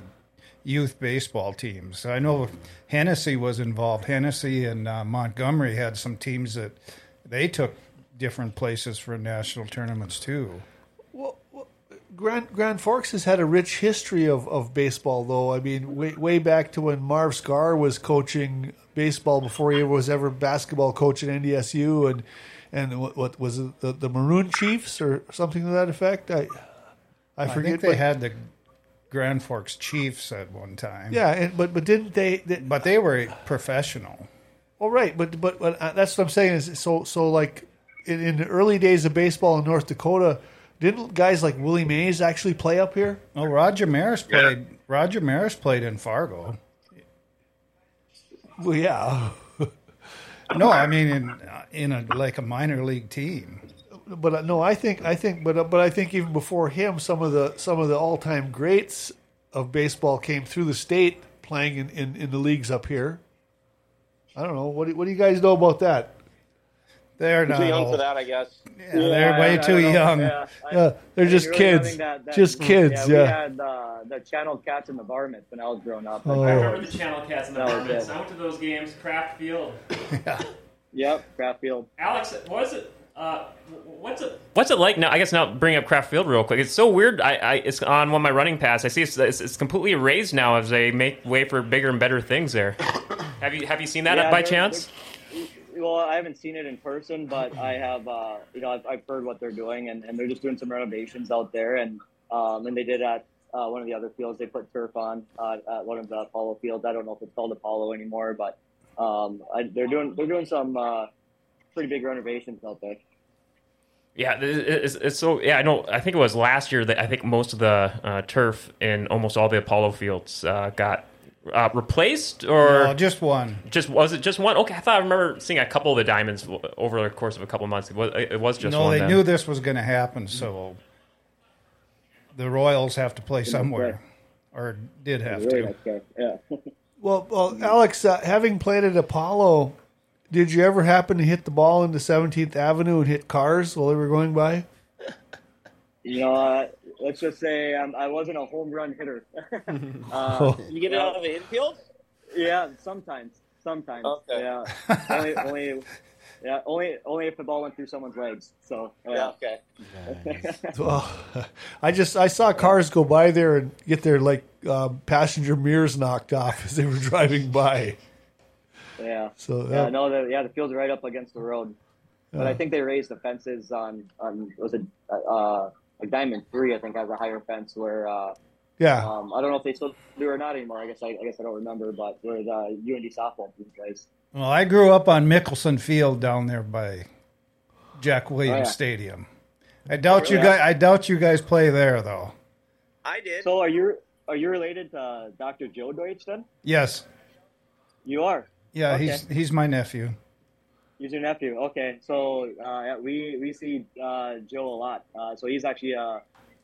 Speaker 3: youth baseball teams. I know Hennessy was involved. Hennessy and uh, Montgomery had some teams that they took different places for national tournaments too.
Speaker 2: Grand Grand Forks has had a rich history of, of baseball, though. I mean, way, way back to when Marv Scar was coaching baseball before he was ever basketball coach at NDSU, and and what, what was it, the the Maroon Chiefs or something to that effect? I I
Speaker 3: I,
Speaker 2: forget.
Speaker 3: think they
Speaker 2: but-
Speaker 3: had the Grand Forks Chiefs at one time.
Speaker 2: yeah, and, but but didn't they? they
Speaker 3: but they were professional.
Speaker 2: Well, right, but but, but uh, that's what I'm saying is so so like in, in the early days of baseball in North Dakota, didn't guys like Willie Mays actually play up here?
Speaker 3: Oh, Roger Maris played. Roger Maris played in Fargo.
Speaker 2: Well, yeah,
Speaker 3: No, I mean in in a like a minor league team.
Speaker 2: but uh, no, I think I think but uh, but I think even before him, some of the some of the all time greats of baseball came through the state playing in, in, in the leagues up here. I don't know what do, what do you guys know about that?
Speaker 3: They're not
Speaker 7: Too young
Speaker 3: old.
Speaker 7: for that, I guess.
Speaker 3: Yeah, they're way
Speaker 1: I- I
Speaker 3: too
Speaker 1: don't know.
Speaker 3: young.
Speaker 1: Yeah, I-
Speaker 2: Yeah, Uh, they're
Speaker 1: I
Speaker 2: just
Speaker 1: really
Speaker 2: kids.
Speaker 1: having that- that-
Speaker 2: Just kids,
Speaker 1: We
Speaker 2: yeah.
Speaker 1: had uh, the channel cats and the varmints when I was growing up.
Speaker 2: Oh.
Speaker 4: I remember the Channel Cats and the
Speaker 1: Oh, okay.
Speaker 4: Varmints. I went to those games, Craft Field.
Speaker 1: Yep, Craft Field.
Speaker 4: Alex, what is it? Uh, what's it? What's it like now? I guess now bring up Craft Field real quick. It's so weird. I, I it's on one of my running paths. I see it's, it's, it's completely erased now as they make way for bigger and better things there. have you have you seen that
Speaker 1: Yeah,
Speaker 4: by
Speaker 1: they're-
Speaker 4: chance?
Speaker 1: Well, I haven't seen it in person, but I have, uh, you know, I've, I've heard what they're doing, and, and they're just doing some renovations out there, and um, and they did at uh, one of the other fields, they put turf on uh, at one of the Apollo fields. I don't know if it's called Apollo anymore, but um, I, they're doing they're doing some uh, pretty big renovations out there.
Speaker 4: Yeah, it- it- it's, it's so. Yeah, I know. I think it was last year that I think most of the uh, turf in almost all the Apollo fields uh, got uh, replaced, or
Speaker 3: No, just one.
Speaker 4: just was it just one? Okay, I thought I remember seeing a couple of the diamonds w- over the course of a couple of months. It was, it was just
Speaker 3: no,
Speaker 4: one
Speaker 3: they
Speaker 4: then.
Speaker 3: knew this was going to happen, so the Royals have to play somewhere, or did have to.
Speaker 1: Really nice guy. Yeah.
Speaker 2: Well, well, Alex, uh, having played at Apollo, did you ever happen to hit the ball into Seventeenth Avenue and hit cars while they were going by?
Speaker 1: You know, uh, let's just say um, I wasn't a home run hitter. uh,
Speaker 7: You get it out of the infield?
Speaker 1: Yeah, sometimes. Sometimes.
Speaker 7: Okay.
Speaker 1: Yeah. only, only, yeah, only, only if the ball went through someone's legs. So yeah.
Speaker 7: Yeah. Okay.
Speaker 2: Well, I just I saw cars go by there and get their like um, passenger mirrors knocked off as they were driving by.
Speaker 1: yeah.
Speaker 2: So
Speaker 1: Yeah,
Speaker 2: uh,
Speaker 1: no, the, yeah, the field's right up against the road, but I
Speaker 2: Yeah.
Speaker 1: think they raised the fences on on was it uh, uh, like Diamond Three? I think has a higher fence where uh,
Speaker 2: Yeah.
Speaker 1: Um, I don't know if they still do or not anymore. I guess I, I guess I don't remember, but where the UND softball team plays.
Speaker 3: Well, I grew up on Mickelson Field down there by Jack Williams
Speaker 1: Oh, yeah.
Speaker 3: Stadium. I doubt you
Speaker 1: Really?
Speaker 3: guys. I doubt you guys play there though.
Speaker 1: I did. So are you are you related to uh, Dr. Joe Deutsch then?
Speaker 3: Yes.
Speaker 1: You are.
Speaker 3: Yeah,
Speaker 1: Okay.
Speaker 3: he's he's my nephew.
Speaker 1: He's your nephew. Okay, so uh, yeah, we we see uh, Joe a lot. Uh, so he's actually uh,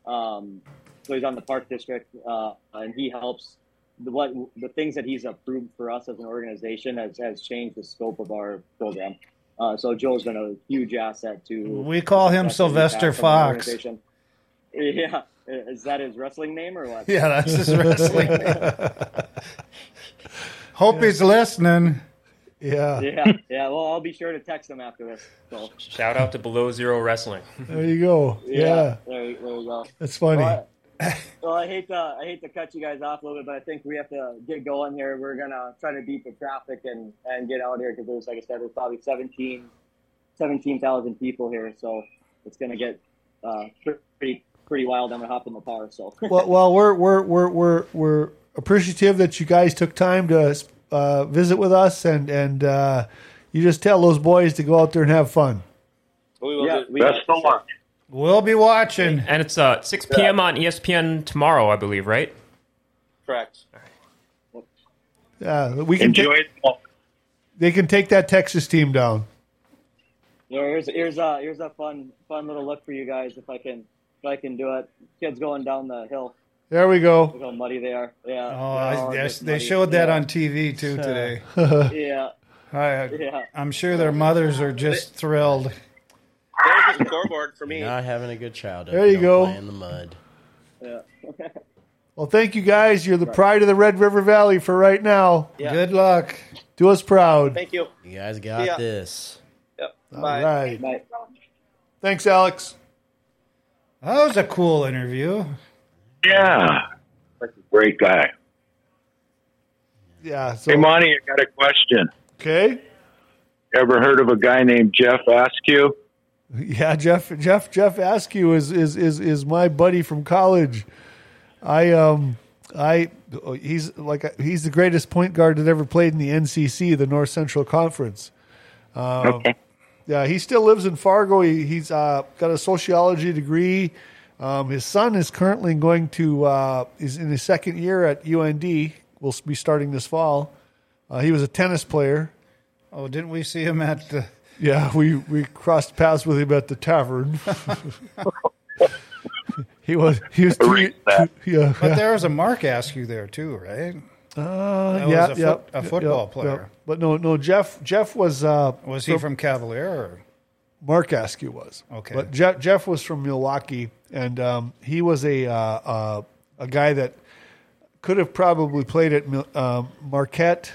Speaker 1: um, so he's on the park district, uh, and he helps. The, what the things that he's approved for us as an organization has, has changed the scope of our program. Uh, so Joe's been a huge asset to.
Speaker 3: We call him
Speaker 1: that we've had
Speaker 3: Sylvester
Speaker 1: from our
Speaker 3: Fox.
Speaker 1: organization. Yeah, is that his wrestling name or what?
Speaker 3: Yeah, that's his wrestling. Hope he's listening.
Speaker 2: Yeah.
Speaker 1: yeah, yeah. Well, I'll be sure to text him after this. So.
Speaker 4: Shout out to Below Zero Wrestling.
Speaker 2: There you go. Yeah.
Speaker 1: There, you- there you go.
Speaker 2: That's funny.
Speaker 1: Well, I, well, I hate to I hate to cut you guys off a little bit, but I think we have to get going here. We're gonna try to beat the traffic and and get out here because there's like I said, there's probably 17 17,000 people here, so it's gonna get uh, pretty pretty wild. I'm gonna hop in the car. So
Speaker 2: well, well, we're we're we're we're we're appreciative that you guys took time to uh, visit with us, and and uh, you just tell those boys to go out there and have fun.
Speaker 1: yeah, we
Speaker 8: Best of luck.
Speaker 3: We'll be watching.
Speaker 4: And it's uh, 6 p.m. on ESPN tomorrow, I believe, right?
Speaker 7: Correct.
Speaker 2: Yeah, we can.
Speaker 8: Enjoy
Speaker 2: Take,
Speaker 8: it. all.
Speaker 2: they can take that Texas team down.
Speaker 1: Yeah, here's here's a here's a fun fun little look for you guys if I can if I can do it. Kids going down the hill.
Speaker 2: There we go.
Speaker 1: Look how muddy they are. Yeah.
Speaker 3: Oh,
Speaker 1: They're all
Speaker 3: I, yes,
Speaker 1: just
Speaker 3: they
Speaker 1: muddy.
Speaker 3: showed that
Speaker 1: Yeah.
Speaker 3: on TV too today.
Speaker 1: Yeah.
Speaker 3: I,
Speaker 1: Yeah.
Speaker 3: I'm sure their mothers are just thrilled.
Speaker 7: There's a scoreboard for me.
Speaker 5: Not having a good childhood.
Speaker 2: There you
Speaker 5: Don't
Speaker 2: go.
Speaker 5: Play in the mud.
Speaker 2: Well, thank you guys. You're the pride of the Red River Valley for right now.
Speaker 7: Yeah.
Speaker 3: Good luck.
Speaker 2: Do us proud.
Speaker 7: Thank you.
Speaker 5: You guys got
Speaker 7: Yeah.
Speaker 5: this.
Speaker 7: Yep.
Speaker 4: Uh,
Speaker 2: All
Speaker 7: Bye.
Speaker 2: right.
Speaker 1: Bye.
Speaker 2: Thanks, Alex.
Speaker 3: That was a cool interview.
Speaker 8: Yeah. Great guy.
Speaker 2: Yeah. So,
Speaker 8: Hey, Monty, I got a question.
Speaker 2: okay.
Speaker 8: Ever heard of a guy named Jeff Askew?
Speaker 2: Yeah, Jeff Jeff Jeff Askew is is is is my buddy from college. I um I he's like he's the greatest point guard that ever played in the NCC, the North Central Conference. Um,
Speaker 8: okay.
Speaker 2: Yeah, he still lives in Fargo. He, he's uh, got a sociology degree. Um, his son is currently going to uh, is in his second year at UND. Will be starting this fall. Uh, he was a tennis player.
Speaker 3: Oh, didn't we see him at the?
Speaker 2: Yeah, we, we crossed paths with him at the tavern. he was he was two,
Speaker 8: Erase that.
Speaker 2: two- yeah
Speaker 3: But there was a Mark Askew there too, right?
Speaker 2: uh,
Speaker 3: was
Speaker 2: yeah,
Speaker 3: a foot-
Speaker 2: yeah,
Speaker 3: a
Speaker 2: yeah,
Speaker 3: football
Speaker 2: yeah,
Speaker 3: player.
Speaker 2: yeah. But no no Jeff Jeff was uh,
Speaker 3: Was he from Cavalier? Or?
Speaker 2: Mark Askew was
Speaker 3: Okay.
Speaker 2: But Jeff Jeff was from Milwaukee, and um, he was a uh, uh, a guy that could have probably played at Mil- um, Marquette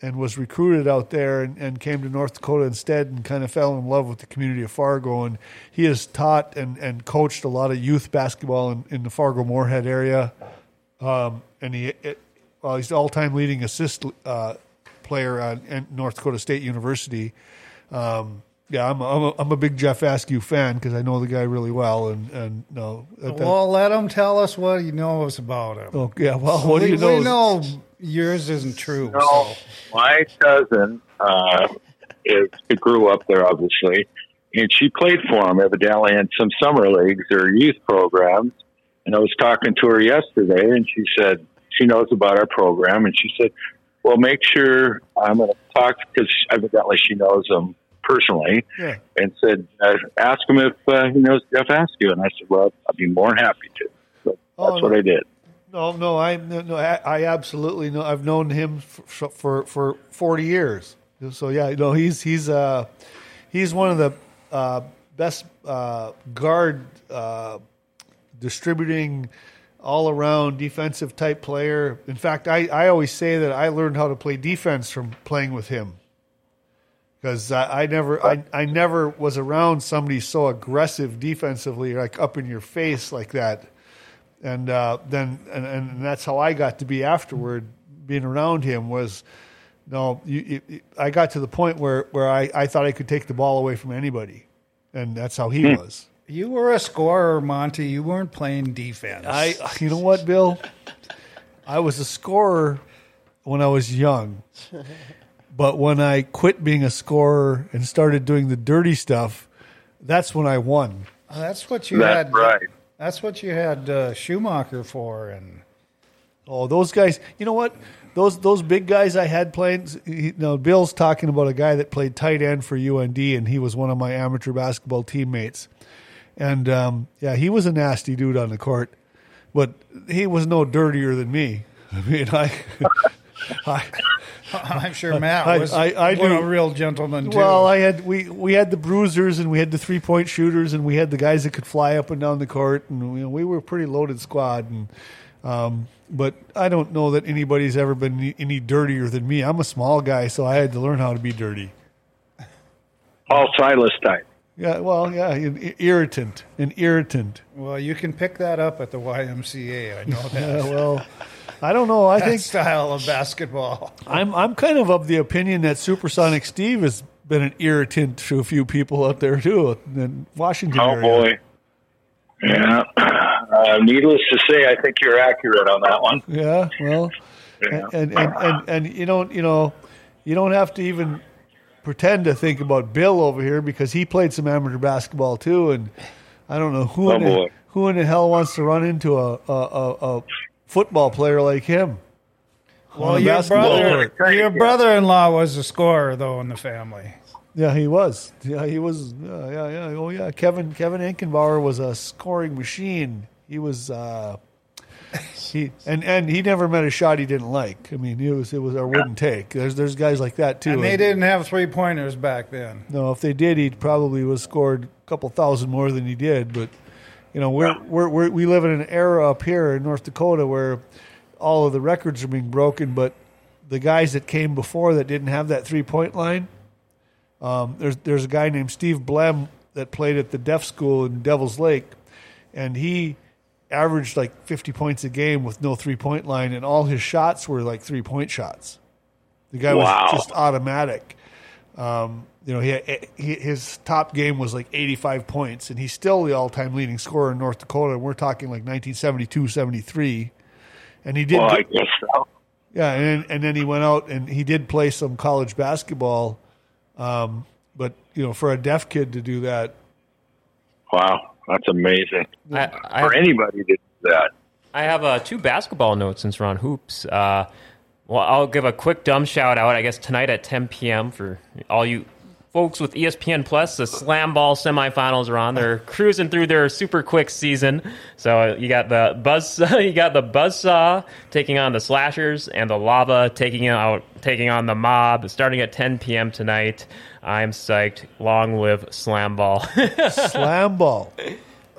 Speaker 2: and was recruited out there and, and came to North Dakota instead and kind of fell in love with the community of Fargo. And he has taught and, and coached a lot of youth basketball in, in the Fargo Moorhead area. Um, and he, it, well, he's all time leading assist uh, player on, at North Dakota State University. Um, yeah, I'm a, I'm, a, I'm a big Jeff Askew fan because I know the guy really well, and and no, that- that-
Speaker 3: Well, let him tell us what he knows about him.
Speaker 2: oh yeah, well, what
Speaker 3: we,
Speaker 2: do you
Speaker 3: we
Speaker 2: know?
Speaker 3: know yours isn't true.
Speaker 8: No, my cousin uh, is grew up there, obviously, and she played for him evidently in some summer leagues or youth programs. And I was talking to her yesterday, and she said she knows about our program, and she said, "Well, make sure I'm going to talk because evidently she knows him personally."
Speaker 2: Yeah.
Speaker 8: And said, uh, "Ask him if uh, he knows Jeff Askew." And I said, "Well, I'd be more than happy to." So
Speaker 2: Oh,
Speaker 8: that's what I did.
Speaker 2: No, no, I no, no, I, I absolutely know. I've known him for for, for forty years. So yeah, no, he's he's uh he's one of the uh, best uh, guard uh, distributing all around defensive type player. In fact, I, I always say that I learned how to play defense from playing with him because I, I never I, I never was around somebody so aggressive defensively, like up in your face like that and uh, then and, and that's how I got to be afterward. Being around him was no. You, you- you, I
Speaker 3: Hmm.
Speaker 8: Hmm.
Speaker 2: got to the point where where I, I thought I could take the ball away from anybody, and that's how he was.
Speaker 3: You were a scorer, Monty. You weren't playing defense.
Speaker 2: I, you know what, Bill? I was a scorer when I was young, but when I quit being a scorer and started doing the dirty stuff, that's when I won.
Speaker 3: Uh, that's what you
Speaker 8: That's
Speaker 3: had.
Speaker 8: right.
Speaker 3: That's what you had uh, Schumacher for, and
Speaker 2: Oh, those guys! You know what? Those those big guys I had playing. You know, Bill's talking about a guy that played tight end for UND, and he was one of my amateur basketball teammates. And um, yeah, he was a nasty dude on the court, but he was no dirtier than me. I mean, I, I
Speaker 3: I'm sure Matt
Speaker 2: I-
Speaker 3: was
Speaker 2: I- I
Speaker 3: one
Speaker 2: do-
Speaker 3: a real gentleman too.
Speaker 2: well, I had we we had the bruisers and we had the three point shooters and we had the guys that could fly up and down the court and you know, we were a pretty loaded squad and um, but I don't know that anybody's ever been any- any dirtier than me. I'm a small guy, so I had to learn how to be dirty.
Speaker 8: Paul Silas type.
Speaker 2: Yeah, well, yeah, an i- irritant, an irritant.
Speaker 3: well, you can pick that up at the YMCA. I know
Speaker 2: Uh,
Speaker 3: that.
Speaker 2: well, I don't know. I
Speaker 3: that
Speaker 2: think
Speaker 3: style of basketball.
Speaker 2: I'm I'm kind of of the opinion that Supersonic Steve has been an irritant to a few people out there too in Washington
Speaker 8: Oh
Speaker 2: area.
Speaker 8: boy. Yeah. Uh, needless to say, I think you're accurate on that one.
Speaker 2: Yeah, well,
Speaker 8: Yeah.
Speaker 2: and, and, and, and you don't you know you don't have to even pretend to think about Bill over here because he played some amateur basketball too, and I don't know who
Speaker 8: Oh,
Speaker 2: in the,
Speaker 8: boy.
Speaker 2: who in the hell wants to run into a a, a, a football player like him. on
Speaker 3: Well,
Speaker 2: a
Speaker 3: your
Speaker 2: basketball
Speaker 3: brother,
Speaker 8: court.
Speaker 3: your brother-in-law was a scorer though in the family.
Speaker 2: Yeah, he was. Yeah, he was. Yeah, yeah, yeah. Oh, yeah. Kevin Kevin Enkenbauer was a scoring machine. He was. Uh, he and and he never met a shot he didn't like. I mean, it was it was or wouldn't take. There's there's guys like that too.
Speaker 3: And they didn't have three-pointers back then.
Speaker 2: No, if they did, he probably was scored a couple thousand more than he did. But you know, we're, we're, we're we live in an era up here in North Dakota where all of the records are being broken, but the guys that came before that didn't have that three point line. Um, there's there's a guy named Steve Blem that played at the deaf school in Devil's Lake, and he averaged like 50 points a game with no three point line, and all his shots were like three point shots. The guy
Speaker 8: Wow.
Speaker 2: was just automatic Um, you know, he, he his top game was like 85 points, and he's still the all-time leading scorer in North Dakota. And we're talking like 1972, 73, and he did,
Speaker 8: Well, I guess so.
Speaker 2: yeah, and and then he went out and he did play some college basketball, um, but you know, for a deaf kid to do that,
Speaker 8: Wow, that's amazing.
Speaker 4: I, I,
Speaker 8: For anybody to do that.
Speaker 4: I have uh, two basketball notes since we're on hoops. Uh, well, I'll give a quick dumb shout out, I guess, tonight at 10 p.m. for all you folks with E ESPN Plus. The Slam Ball semifinals are on. They're cruising through their super quick season. So uh, you got the buzz, you got the buzzsaw taking on the Slashers, and the Lava taking out taking on the Mob. Starting at 10 p.m. tonight. I'm psyched. Long live Slam Ball.
Speaker 2: slam ball.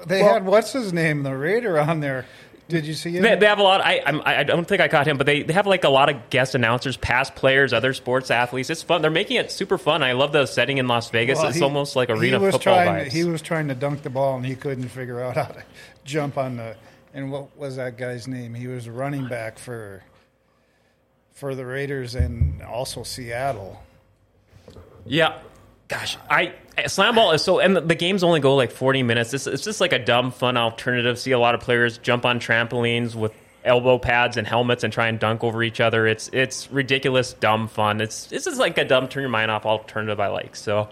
Speaker 3: They had what's his name, the Raider, on there. Did you see
Speaker 4: They,
Speaker 3: it?
Speaker 4: they have a lot. I I'm, I don't think I caught him, but they, they have like a lot of guest announcers, past players, other sports athletes. It's fun. They're making it super fun. I love the setting in Las Vegas.
Speaker 3: Well,
Speaker 4: it's
Speaker 3: he-
Speaker 4: almost like
Speaker 3: he
Speaker 4: arena
Speaker 3: was
Speaker 4: football
Speaker 3: trying,
Speaker 4: vibes.
Speaker 3: He was trying to dunk the ball and he couldn't figure out how to jump on the. And what was that guy's name? He was a running back for for the Raiders and also Seattle.
Speaker 4: yeah. Gosh, I eh, slam ball is so, and the, the games only go like forty minutes. It's, it's just like a dumb, fun alternative. See a lot of players jump on trampolines with elbow pads and helmets and try and dunk over each other. It's it's ridiculous, dumb fun. It's this is like a dumb, turn your mind off alternative I like. So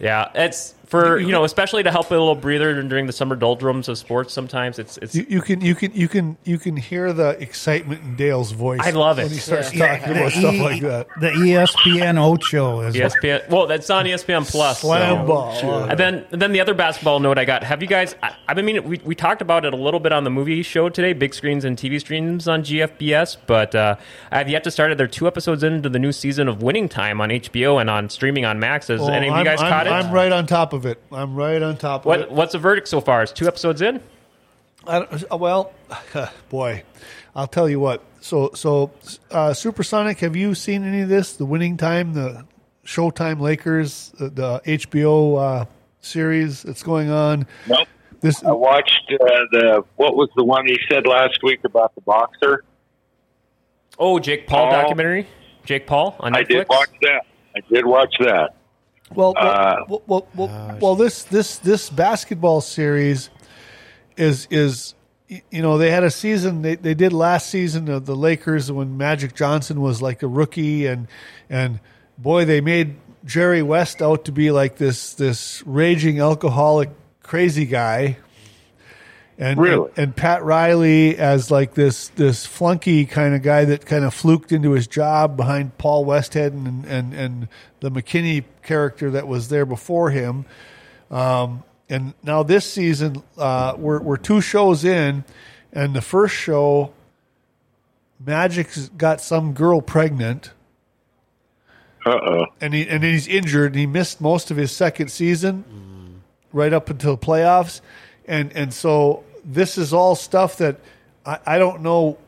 Speaker 4: Yeah, it's for you know, especially to help a little breather during the summer doldrums of sports. Sometimes it's it's.
Speaker 2: You, you can you can you can you can hear the excitement in Dale's voice.
Speaker 4: I love it.
Speaker 2: when he starts talking about stuff like that.
Speaker 3: E The E ESPN Ocho is
Speaker 4: ESPN. Well, that's on E ESPN Plus.
Speaker 2: Slam
Speaker 4: so.
Speaker 2: ball.
Speaker 4: And then, and then the other basketball note I got. Have you guys? I, I've been meaning. We, we talked about it a little bit on the movie show today, big screens and TV streams on GFBS. But uh, I've yet to start it. They're two episodes into the new season of Winning Time on HBO and on streaming on Max. Has
Speaker 2: Oh,
Speaker 4: any of
Speaker 2: I'm-
Speaker 4: you guys
Speaker 2: I'm,
Speaker 4: caught it?
Speaker 2: I'm right on top of it. I'm right on top of it.
Speaker 4: what, what's the verdict so far? It's two episodes in.
Speaker 2: I don't, uh, well, boy, I'll tell you what. So, so uh, Supersonic, have you seen any of this? The Winning Time, the Showtime Lakers, uh, the HBO uh, series that's going on.
Speaker 8: Nope.
Speaker 2: This,
Speaker 8: I watched uh, the what was the one he said last week about the boxer.
Speaker 4: Oh, Jake Paul
Speaker 8: Paul.
Speaker 4: documentary. Jake Paul on Netflix.
Speaker 8: I did watch that. I did watch that.
Speaker 2: Well, well,
Speaker 8: Uh,
Speaker 2: well, well, well, well, this this this basketball series is is y- you know they had a season they, they did last season of the Lakers when Magic Johnson was like a rookie and and boy they made Jerry West out to be like this this raging alcoholic crazy guy and
Speaker 8: Really?
Speaker 2: and, Pat Riley as like this this flunky kind of guy that kind of fluked into his job behind Paul Westhead and and and the McKinney character that was there before him. Um, and now this season, uh, we're we're two shows in, and the first show, Magic's got some girl pregnant
Speaker 8: Uh oh.
Speaker 2: and he and he's injured and he missed most of his second season right up until playoffs and and so this is all stuff that I, I don't know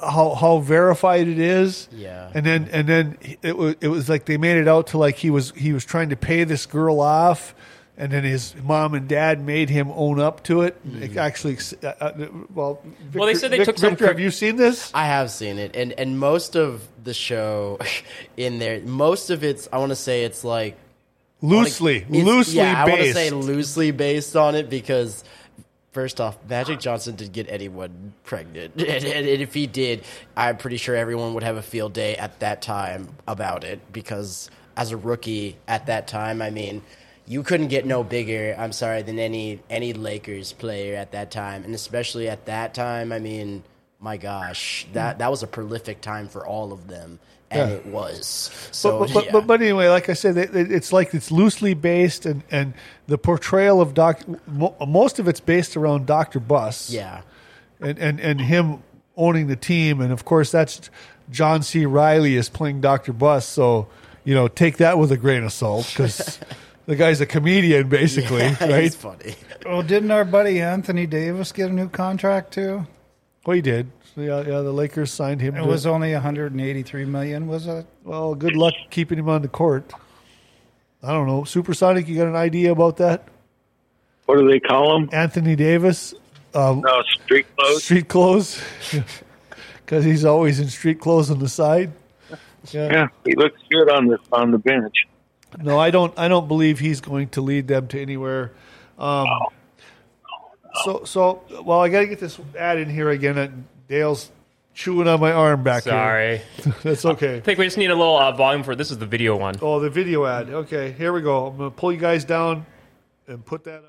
Speaker 2: how how verified it is
Speaker 5: Yeah.
Speaker 2: and then and then it was it was like they made it out to like he was he was trying to pay this girl off and then his mom and dad made him own up to it. It Actually, uh, uh, well, Victor,
Speaker 4: Mm-hmm. Well, they said they
Speaker 2: Vic-
Speaker 4: took some
Speaker 2: Victor,
Speaker 4: cri-
Speaker 2: have you seen this?
Speaker 5: I have seen it, and and most of the show in there, most of it's I want to say it's like
Speaker 2: Loosely,
Speaker 5: It's-
Speaker 2: loosely
Speaker 5: yeah, I want to
Speaker 2: based.
Speaker 5: say loosely based on it because first off, Magic Johnson did get anyone pregnant, and, and, and if he did, I'm pretty sure everyone would have a field day at that time about it because as a rookie at that time, I mean. You couldn't get no bigger, I'm sorry, than any any Lakers player at that time, and especially at that time, I mean, my gosh, that that was a prolific time for all of them, and
Speaker 2: Yeah.
Speaker 5: it was. So,
Speaker 2: but, but,
Speaker 5: yeah.
Speaker 2: but, but anyway, like I said, it, it- it's like it's loosely based, and, and the portrayal of doc, mo- most of it's based around Doctor Bus,
Speaker 5: yeah,
Speaker 2: and, and and him owning the team, and of course that's John C. Riley is playing Doctor Bus, so you know take that with a grain of salt because the guy's a comedian basically,
Speaker 5: it's
Speaker 2: right?
Speaker 5: funny.
Speaker 3: Oh, didn't our buddy Anthony Davis get a new contract too?
Speaker 2: Well, he did. So, yeah, yeah, the Lakers signed him.
Speaker 3: It
Speaker 2: to-
Speaker 3: was only 183 million, was it?
Speaker 2: well, good luck keeping him on the court. I don't know, Supersonic. You got an idea about that?
Speaker 8: What do they call them?
Speaker 2: Anthony Davis, um,
Speaker 8: No, street clothes.
Speaker 2: street clothes, because he's always in street clothes on the side.
Speaker 8: Yeah, he looks good on the on the bench.
Speaker 2: No, I don't. I don't believe he's going to lead them to anywhere. Um, so, so well, I got to get this ad in here again. Uh, Dale's chewing on my arm back
Speaker 4: Sorry.
Speaker 2: here. That's okay.
Speaker 4: I think we just need a little uh, volume for this is the video one.
Speaker 2: Oh, the video ad. Okay, here we go. I'm gonna pull you guys down and put that up.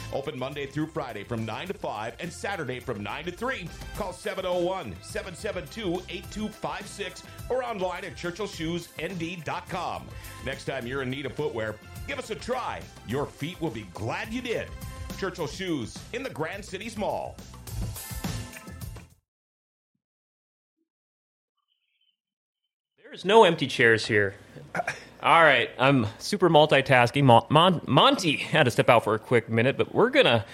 Speaker 9: Open Monday through Friday from 9 to 5 and Saturday from 9 to 3. Call 701 772 8256 or online at churchillshoesnd.com. Next time you're in need of footwear, give us a try. Your feet will be glad you did. Churchill Shoes in the Grand Cities Mall.
Speaker 4: There's no empty chairs here. All right, I'm super multitasking. Mon- Mon- Monty had to step out for a quick minute, but we're gonna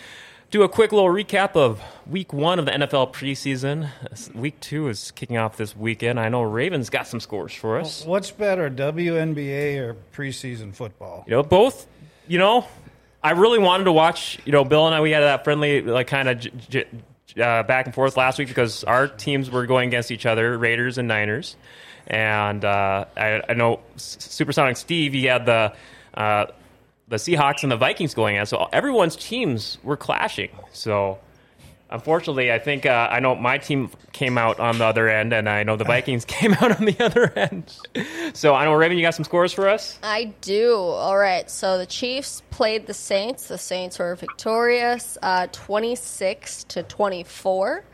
Speaker 4: do a quick little recap of Week One of the NFL preseason. This- Week Two is kicking off this weekend. I know Ravens got some scores for us.
Speaker 3: What's better, WNBA or preseason football?
Speaker 4: You know, both. You know, I really wanted to watch. You know, Bill and I we had that friendly like kind of j- j- j- uh, back and forth last week because our teams were going against each other, Raiders and Niners. And uh, I, I know S- Supersonic Steve, he had the uh, the Seahawks and the Vikings going at, so everyone's teams were clashing. So. Unfortunately, I think uh, I know my team came out on the other end, and I know the Vikings came out on the other end. So I know Raven, you got some scores for us.
Speaker 6: I do. All right. So the Chiefs played the Saints. The Saints were victorious, uh, 26 to 24.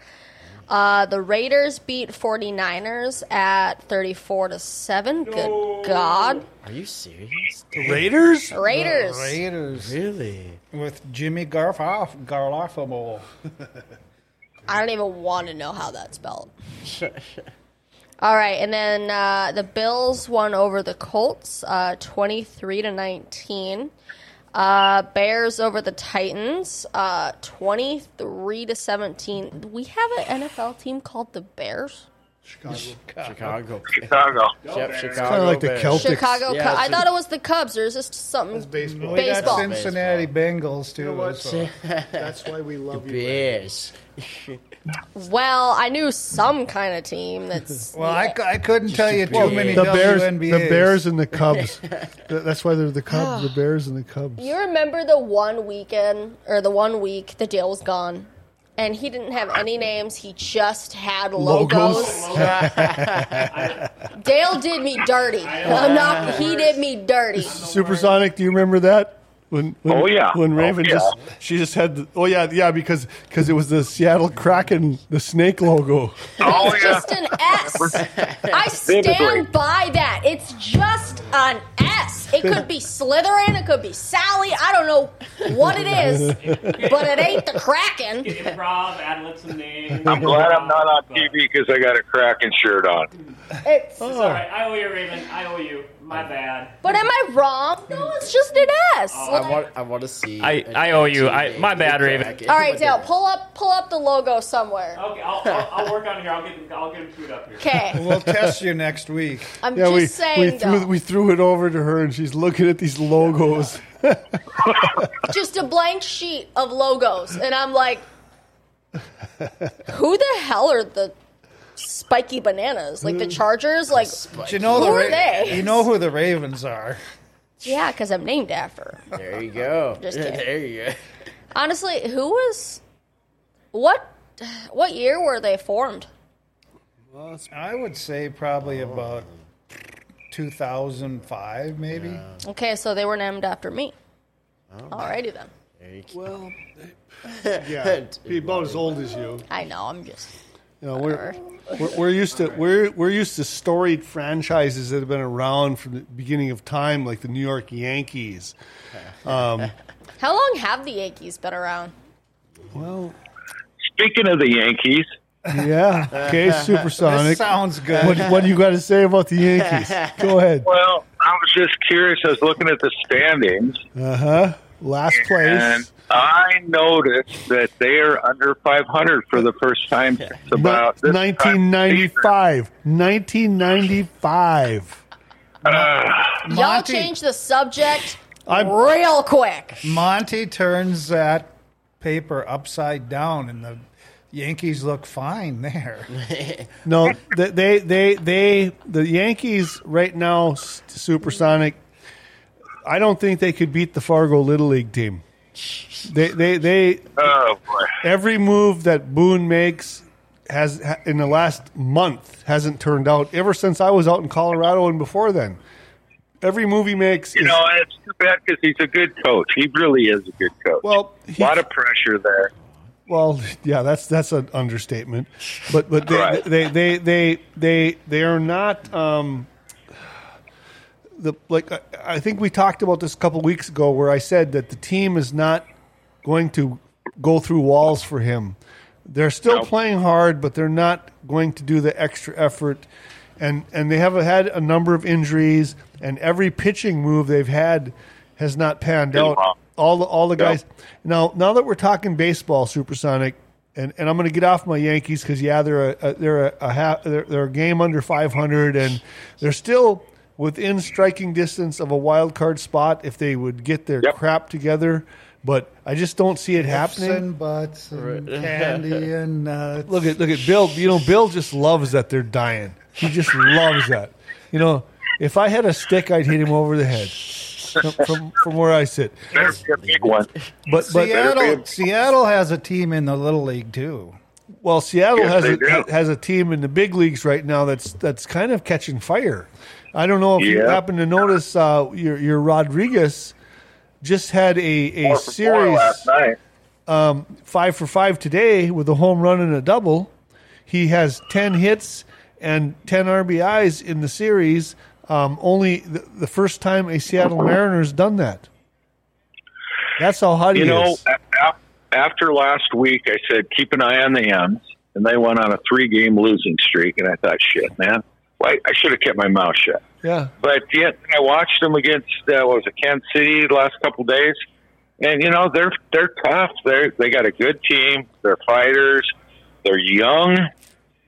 Speaker 6: Uh, the Raiders beat 49ers at 34 to 7. Good God.
Speaker 5: Are you serious?
Speaker 2: Raiders.
Speaker 6: Raiders.
Speaker 3: Raiders
Speaker 5: Really?
Speaker 3: with Jimmy Garfoff, Garofalo.
Speaker 6: I don't even want to know how that's spelled. All right, and then uh, the Bills won over the Colts, uh, twenty-three to nineteen. Uh, Bears over the Titans, uh, twenty-three to seventeen. We have an NFL team called the Bears.
Speaker 2: Chicago.
Speaker 5: Chicago.
Speaker 8: Chicago.
Speaker 5: Yep, Chicago.
Speaker 2: Kind of like the
Speaker 5: Bears.
Speaker 2: Celtics.
Speaker 6: Chicago.
Speaker 5: Yeah,
Speaker 6: Cubs. I
Speaker 5: it's-
Speaker 6: thought it was the Cubs. There's just something.
Speaker 2: That's baseball.
Speaker 3: We got
Speaker 6: Baseball.
Speaker 3: Cincinnati Bengals too.
Speaker 2: You know what?
Speaker 3: so-
Speaker 2: That's why we love you. Brad.
Speaker 5: Bears.
Speaker 6: Well, I knew some kind of team that's.
Speaker 3: Well, I, cou- I couldn't tell you too
Speaker 5: Well,
Speaker 3: many
Speaker 2: The Bears,
Speaker 3: WNBAs.
Speaker 2: the Bears, and the Cubs. Th- That's why they're the Cubs. The Bears and the Cubs.
Speaker 6: You remember the one weekend or the one week the deal was gone, and he didn't have any names. He just had logos. Dale did me dirty. I'm not. He did me dirty.
Speaker 2: Supersonic. Do you remember that? When, when,
Speaker 8: Oh, yeah.
Speaker 2: When Raven
Speaker 8: Oh, yeah.
Speaker 2: just she just had. The, oh yeah, yeah. Because because it was the Seattle Kraken, the snake logo.
Speaker 8: Oh,
Speaker 6: It's
Speaker 8: yeah.
Speaker 6: just an S. I
Speaker 8: Vividly.
Speaker 6: stand by that. It's just an S. It could be Slytherin. It could be Sally. I don't know what it is, but it ain't the Kraken.
Speaker 4: Improv, ad lib some names.
Speaker 8: I'm glad I'm not on TV because I got a Kraken shirt on.
Speaker 6: It's,
Speaker 4: Sorry, I owe you, Raven. I owe you. My bad. Oh,
Speaker 6: but am I wrong? No, it's just an S.
Speaker 5: I want. I want to see.
Speaker 4: I-
Speaker 5: a-
Speaker 4: I owe you.
Speaker 5: a
Speaker 4: I-
Speaker 5: team
Speaker 4: my
Speaker 5: with
Speaker 4: bad,
Speaker 5: the
Speaker 4: Raven.
Speaker 5: Kraken.
Speaker 6: All right, Dale,
Speaker 5: With the-
Speaker 6: pull up pull up the logo somewhere.
Speaker 4: Okay, I'll, I'll, I'll work on here. I'll get I'll get him queued up here.
Speaker 6: Okay,
Speaker 3: We'll test you next week.
Speaker 6: I'm
Speaker 2: Yeah,
Speaker 6: just
Speaker 2: we
Speaker 6: saying
Speaker 2: we threw
Speaker 6: though.
Speaker 2: we threw it over to her, and she's looking at these logos.
Speaker 6: just a blank sheet of logos, and I'm like, who the hell are the spiky bananas?
Speaker 2: Hmm.
Speaker 6: Like the Chargers? Like
Speaker 3: But you know
Speaker 6: Who
Speaker 3: the
Speaker 6: are they?
Speaker 3: You know who the Ravens are.
Speaker 6: yeah, because I'm named after. her.
Speaker 5: There you go.
Speaker 6: Just kidding.
Speaker 5: there you go.
Speaker 6: Honestly, who was what? What year were they formed?
Speaker 3: I would say probably about 2005, maybe.
Speaker 6: Okay, so they were named after me.
Speaker 5: Oh,
Speaker 6: Alrighty then.
Speaker 2: Well, yeah, be about as old as you.
Speaker 6: I know. I'm just.
Speaker 2: You know, we're, we're we're used to we're we're used to storied franchises that have been around from the beginning of time, like the New York Yankees. Um,
Speaker 6: How long have the Yankees been around?
Speaker 2: Well,
Speaker 8: Speaking of the Yankees,
Speaker 2: yeah. Okay,
Speaker 3: That
Speaker 2: supersonic.
Speaker 3: sounds good.
Speaker 2: What, what do you got to say about the Yankees? Go ahead.
Speaker 8: well, I was just curious. I was looking at the standings,
Speaker 2: Uh huh. Last
Speaker 8: and uh,
Speaker 2: place.
Speaker 8: I noticed that they are under 500 for the first time since about this time of the season.
Speaker 2: 1995. 1995. Uh,
Speaker 6: Y'all
Speaker 3: Monty-
Speaker 6: change the subject
Speaker 2: I'm-
Speaker 6: real quick.
Speaker 3: Monty turns that paper upside down, and the Yankees look fine there.
Speaker 2: No, they, they, they, they, the Yankees right now, s- supersonic. I don't think they could beat the Fargo Little League team. They, they, they.
Speaker 8: Oh boy!
Speaker 2: Every move that Boone makes has ha- in the last month hasn't turned out. Ever since I was out in Colorado and before then, every move he makes.
Speaker 8: You
Speaker 2: is,
Speaker 8: know, it's too bad because he's a good coach. He really is a good coach.
Speaker 2: well,
Speaker 8: a
Speaker 2: he,
Speaker 8: lot of pressure there.
Speaker 2: Well, yeah, that's that's an understatement, but but they
Speaker 8: Right.
Speaker 2: they, they they they they are not um, the like I, I think we talked about this a couple weeks ago where I said that the team is not going to go through walls for him. They're still
Speaker 8: No.
Speaker 2: playing hard, but they're not going to do the extra effort, and and they have had a number of injuries, and every pitching move they've had has not panned
Speaker 8: Been
Speaker 2: out.
Speaker 8: wrong.
Speaker 2: All the all the
Speaker 8: No.
Speaker 2: guys. Now now that we're talking baseball, supersonic, and, and I'm going to get off my Yankees because yeah, they're a, a they're a, a ha- they're, they're a game under 500, and they're still within striking distance of a wild card spot if they would get their
Speaker 8: Yep.
Speaker 2: crap together. But I just don't see it
Speaker 3: Ifs
Speaker 2: happening.
Speaker 3: and butts and candy and nuts.
Speaker 2: Look at look at Bill. You know, Bill just loves that they're dying. He just loves that. You know, if I had a stick, I'd hit him over the head from from, from where I sit.
Speaker 8: Better be a big one.
Speaker 2: But but
Speaker 3: Seattle, Seattle has a team in the Little League too.
Speaker 2: Well, Seattle
Speaker 8: Yes,
Speaker 2: has
Speaker 8: they
Speaker 2: a,
Speaker 8: do.
Speaker 2: has a team in the big leagues right now that's that's kind of catching fire. I don't know if you
Speaker 8: Yeah.
Speaker 2: happen to notice uh, your your Rodriguez just had a, a
Speaker 8: Four for four
Speaker 2: series um,
Speaker 8: last night.
Speaker 2: five for five today with a home run and a double. He has ten hits and ten RBIs in the series. Um, only the, the first time a Seattle Mariner's done that. That's how hot
Speaker 8: You
Speaker 2: he
Speaker 8: know,
Speaker 2: is.
Speaker 8: a- af- after last week, I said keep an eye on the M's. and they went on a three game losing streak. And I thought, shit, man, why I should have kept my mouth shut.
Speaker 2: Yeah.
Speaker 8: But yet I watched them against uh, what was it Kansas City the last couple days, and you know they're they're tough. They they got a good team. They're fighters. They're young,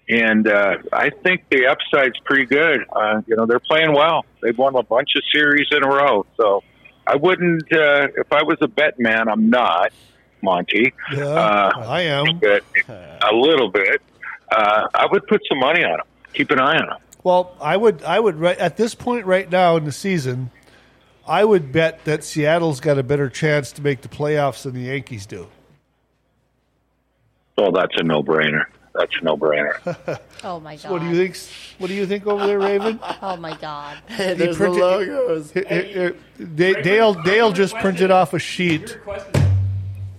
Speaker 8: and uh, I think the upside's pretty good. Uh, you know they're playing well. They've won a bunch of series in a row. So I wouldn't uh, if I was a bet man. I'm not Monty.
Speaker 2: Yeah,
Speaker 8: Uh,
Speaker 2: I am.
Speaker 8: but a little bit. Uh, I would put some money on them. Keep an eye on them.
Speaker 2: Well, I would, I would right at this point right now in the season, I would bet that Seattle's got a better chance to make the playoffs than the Yankees do.
Speaker 8: Oh, that's a no brainer. That's a no brainer.
Speaker 6: Oh my god.
Speaker 2: What do you think? What do you think over there, Raven?
Speaker 6: Oh my god.
Speaker 5: There's the
Speaker 2: printed-
Speaker 5: logos.
Speaker 2: Here- here- here, Da- Dale, Dale just printed off a sheet.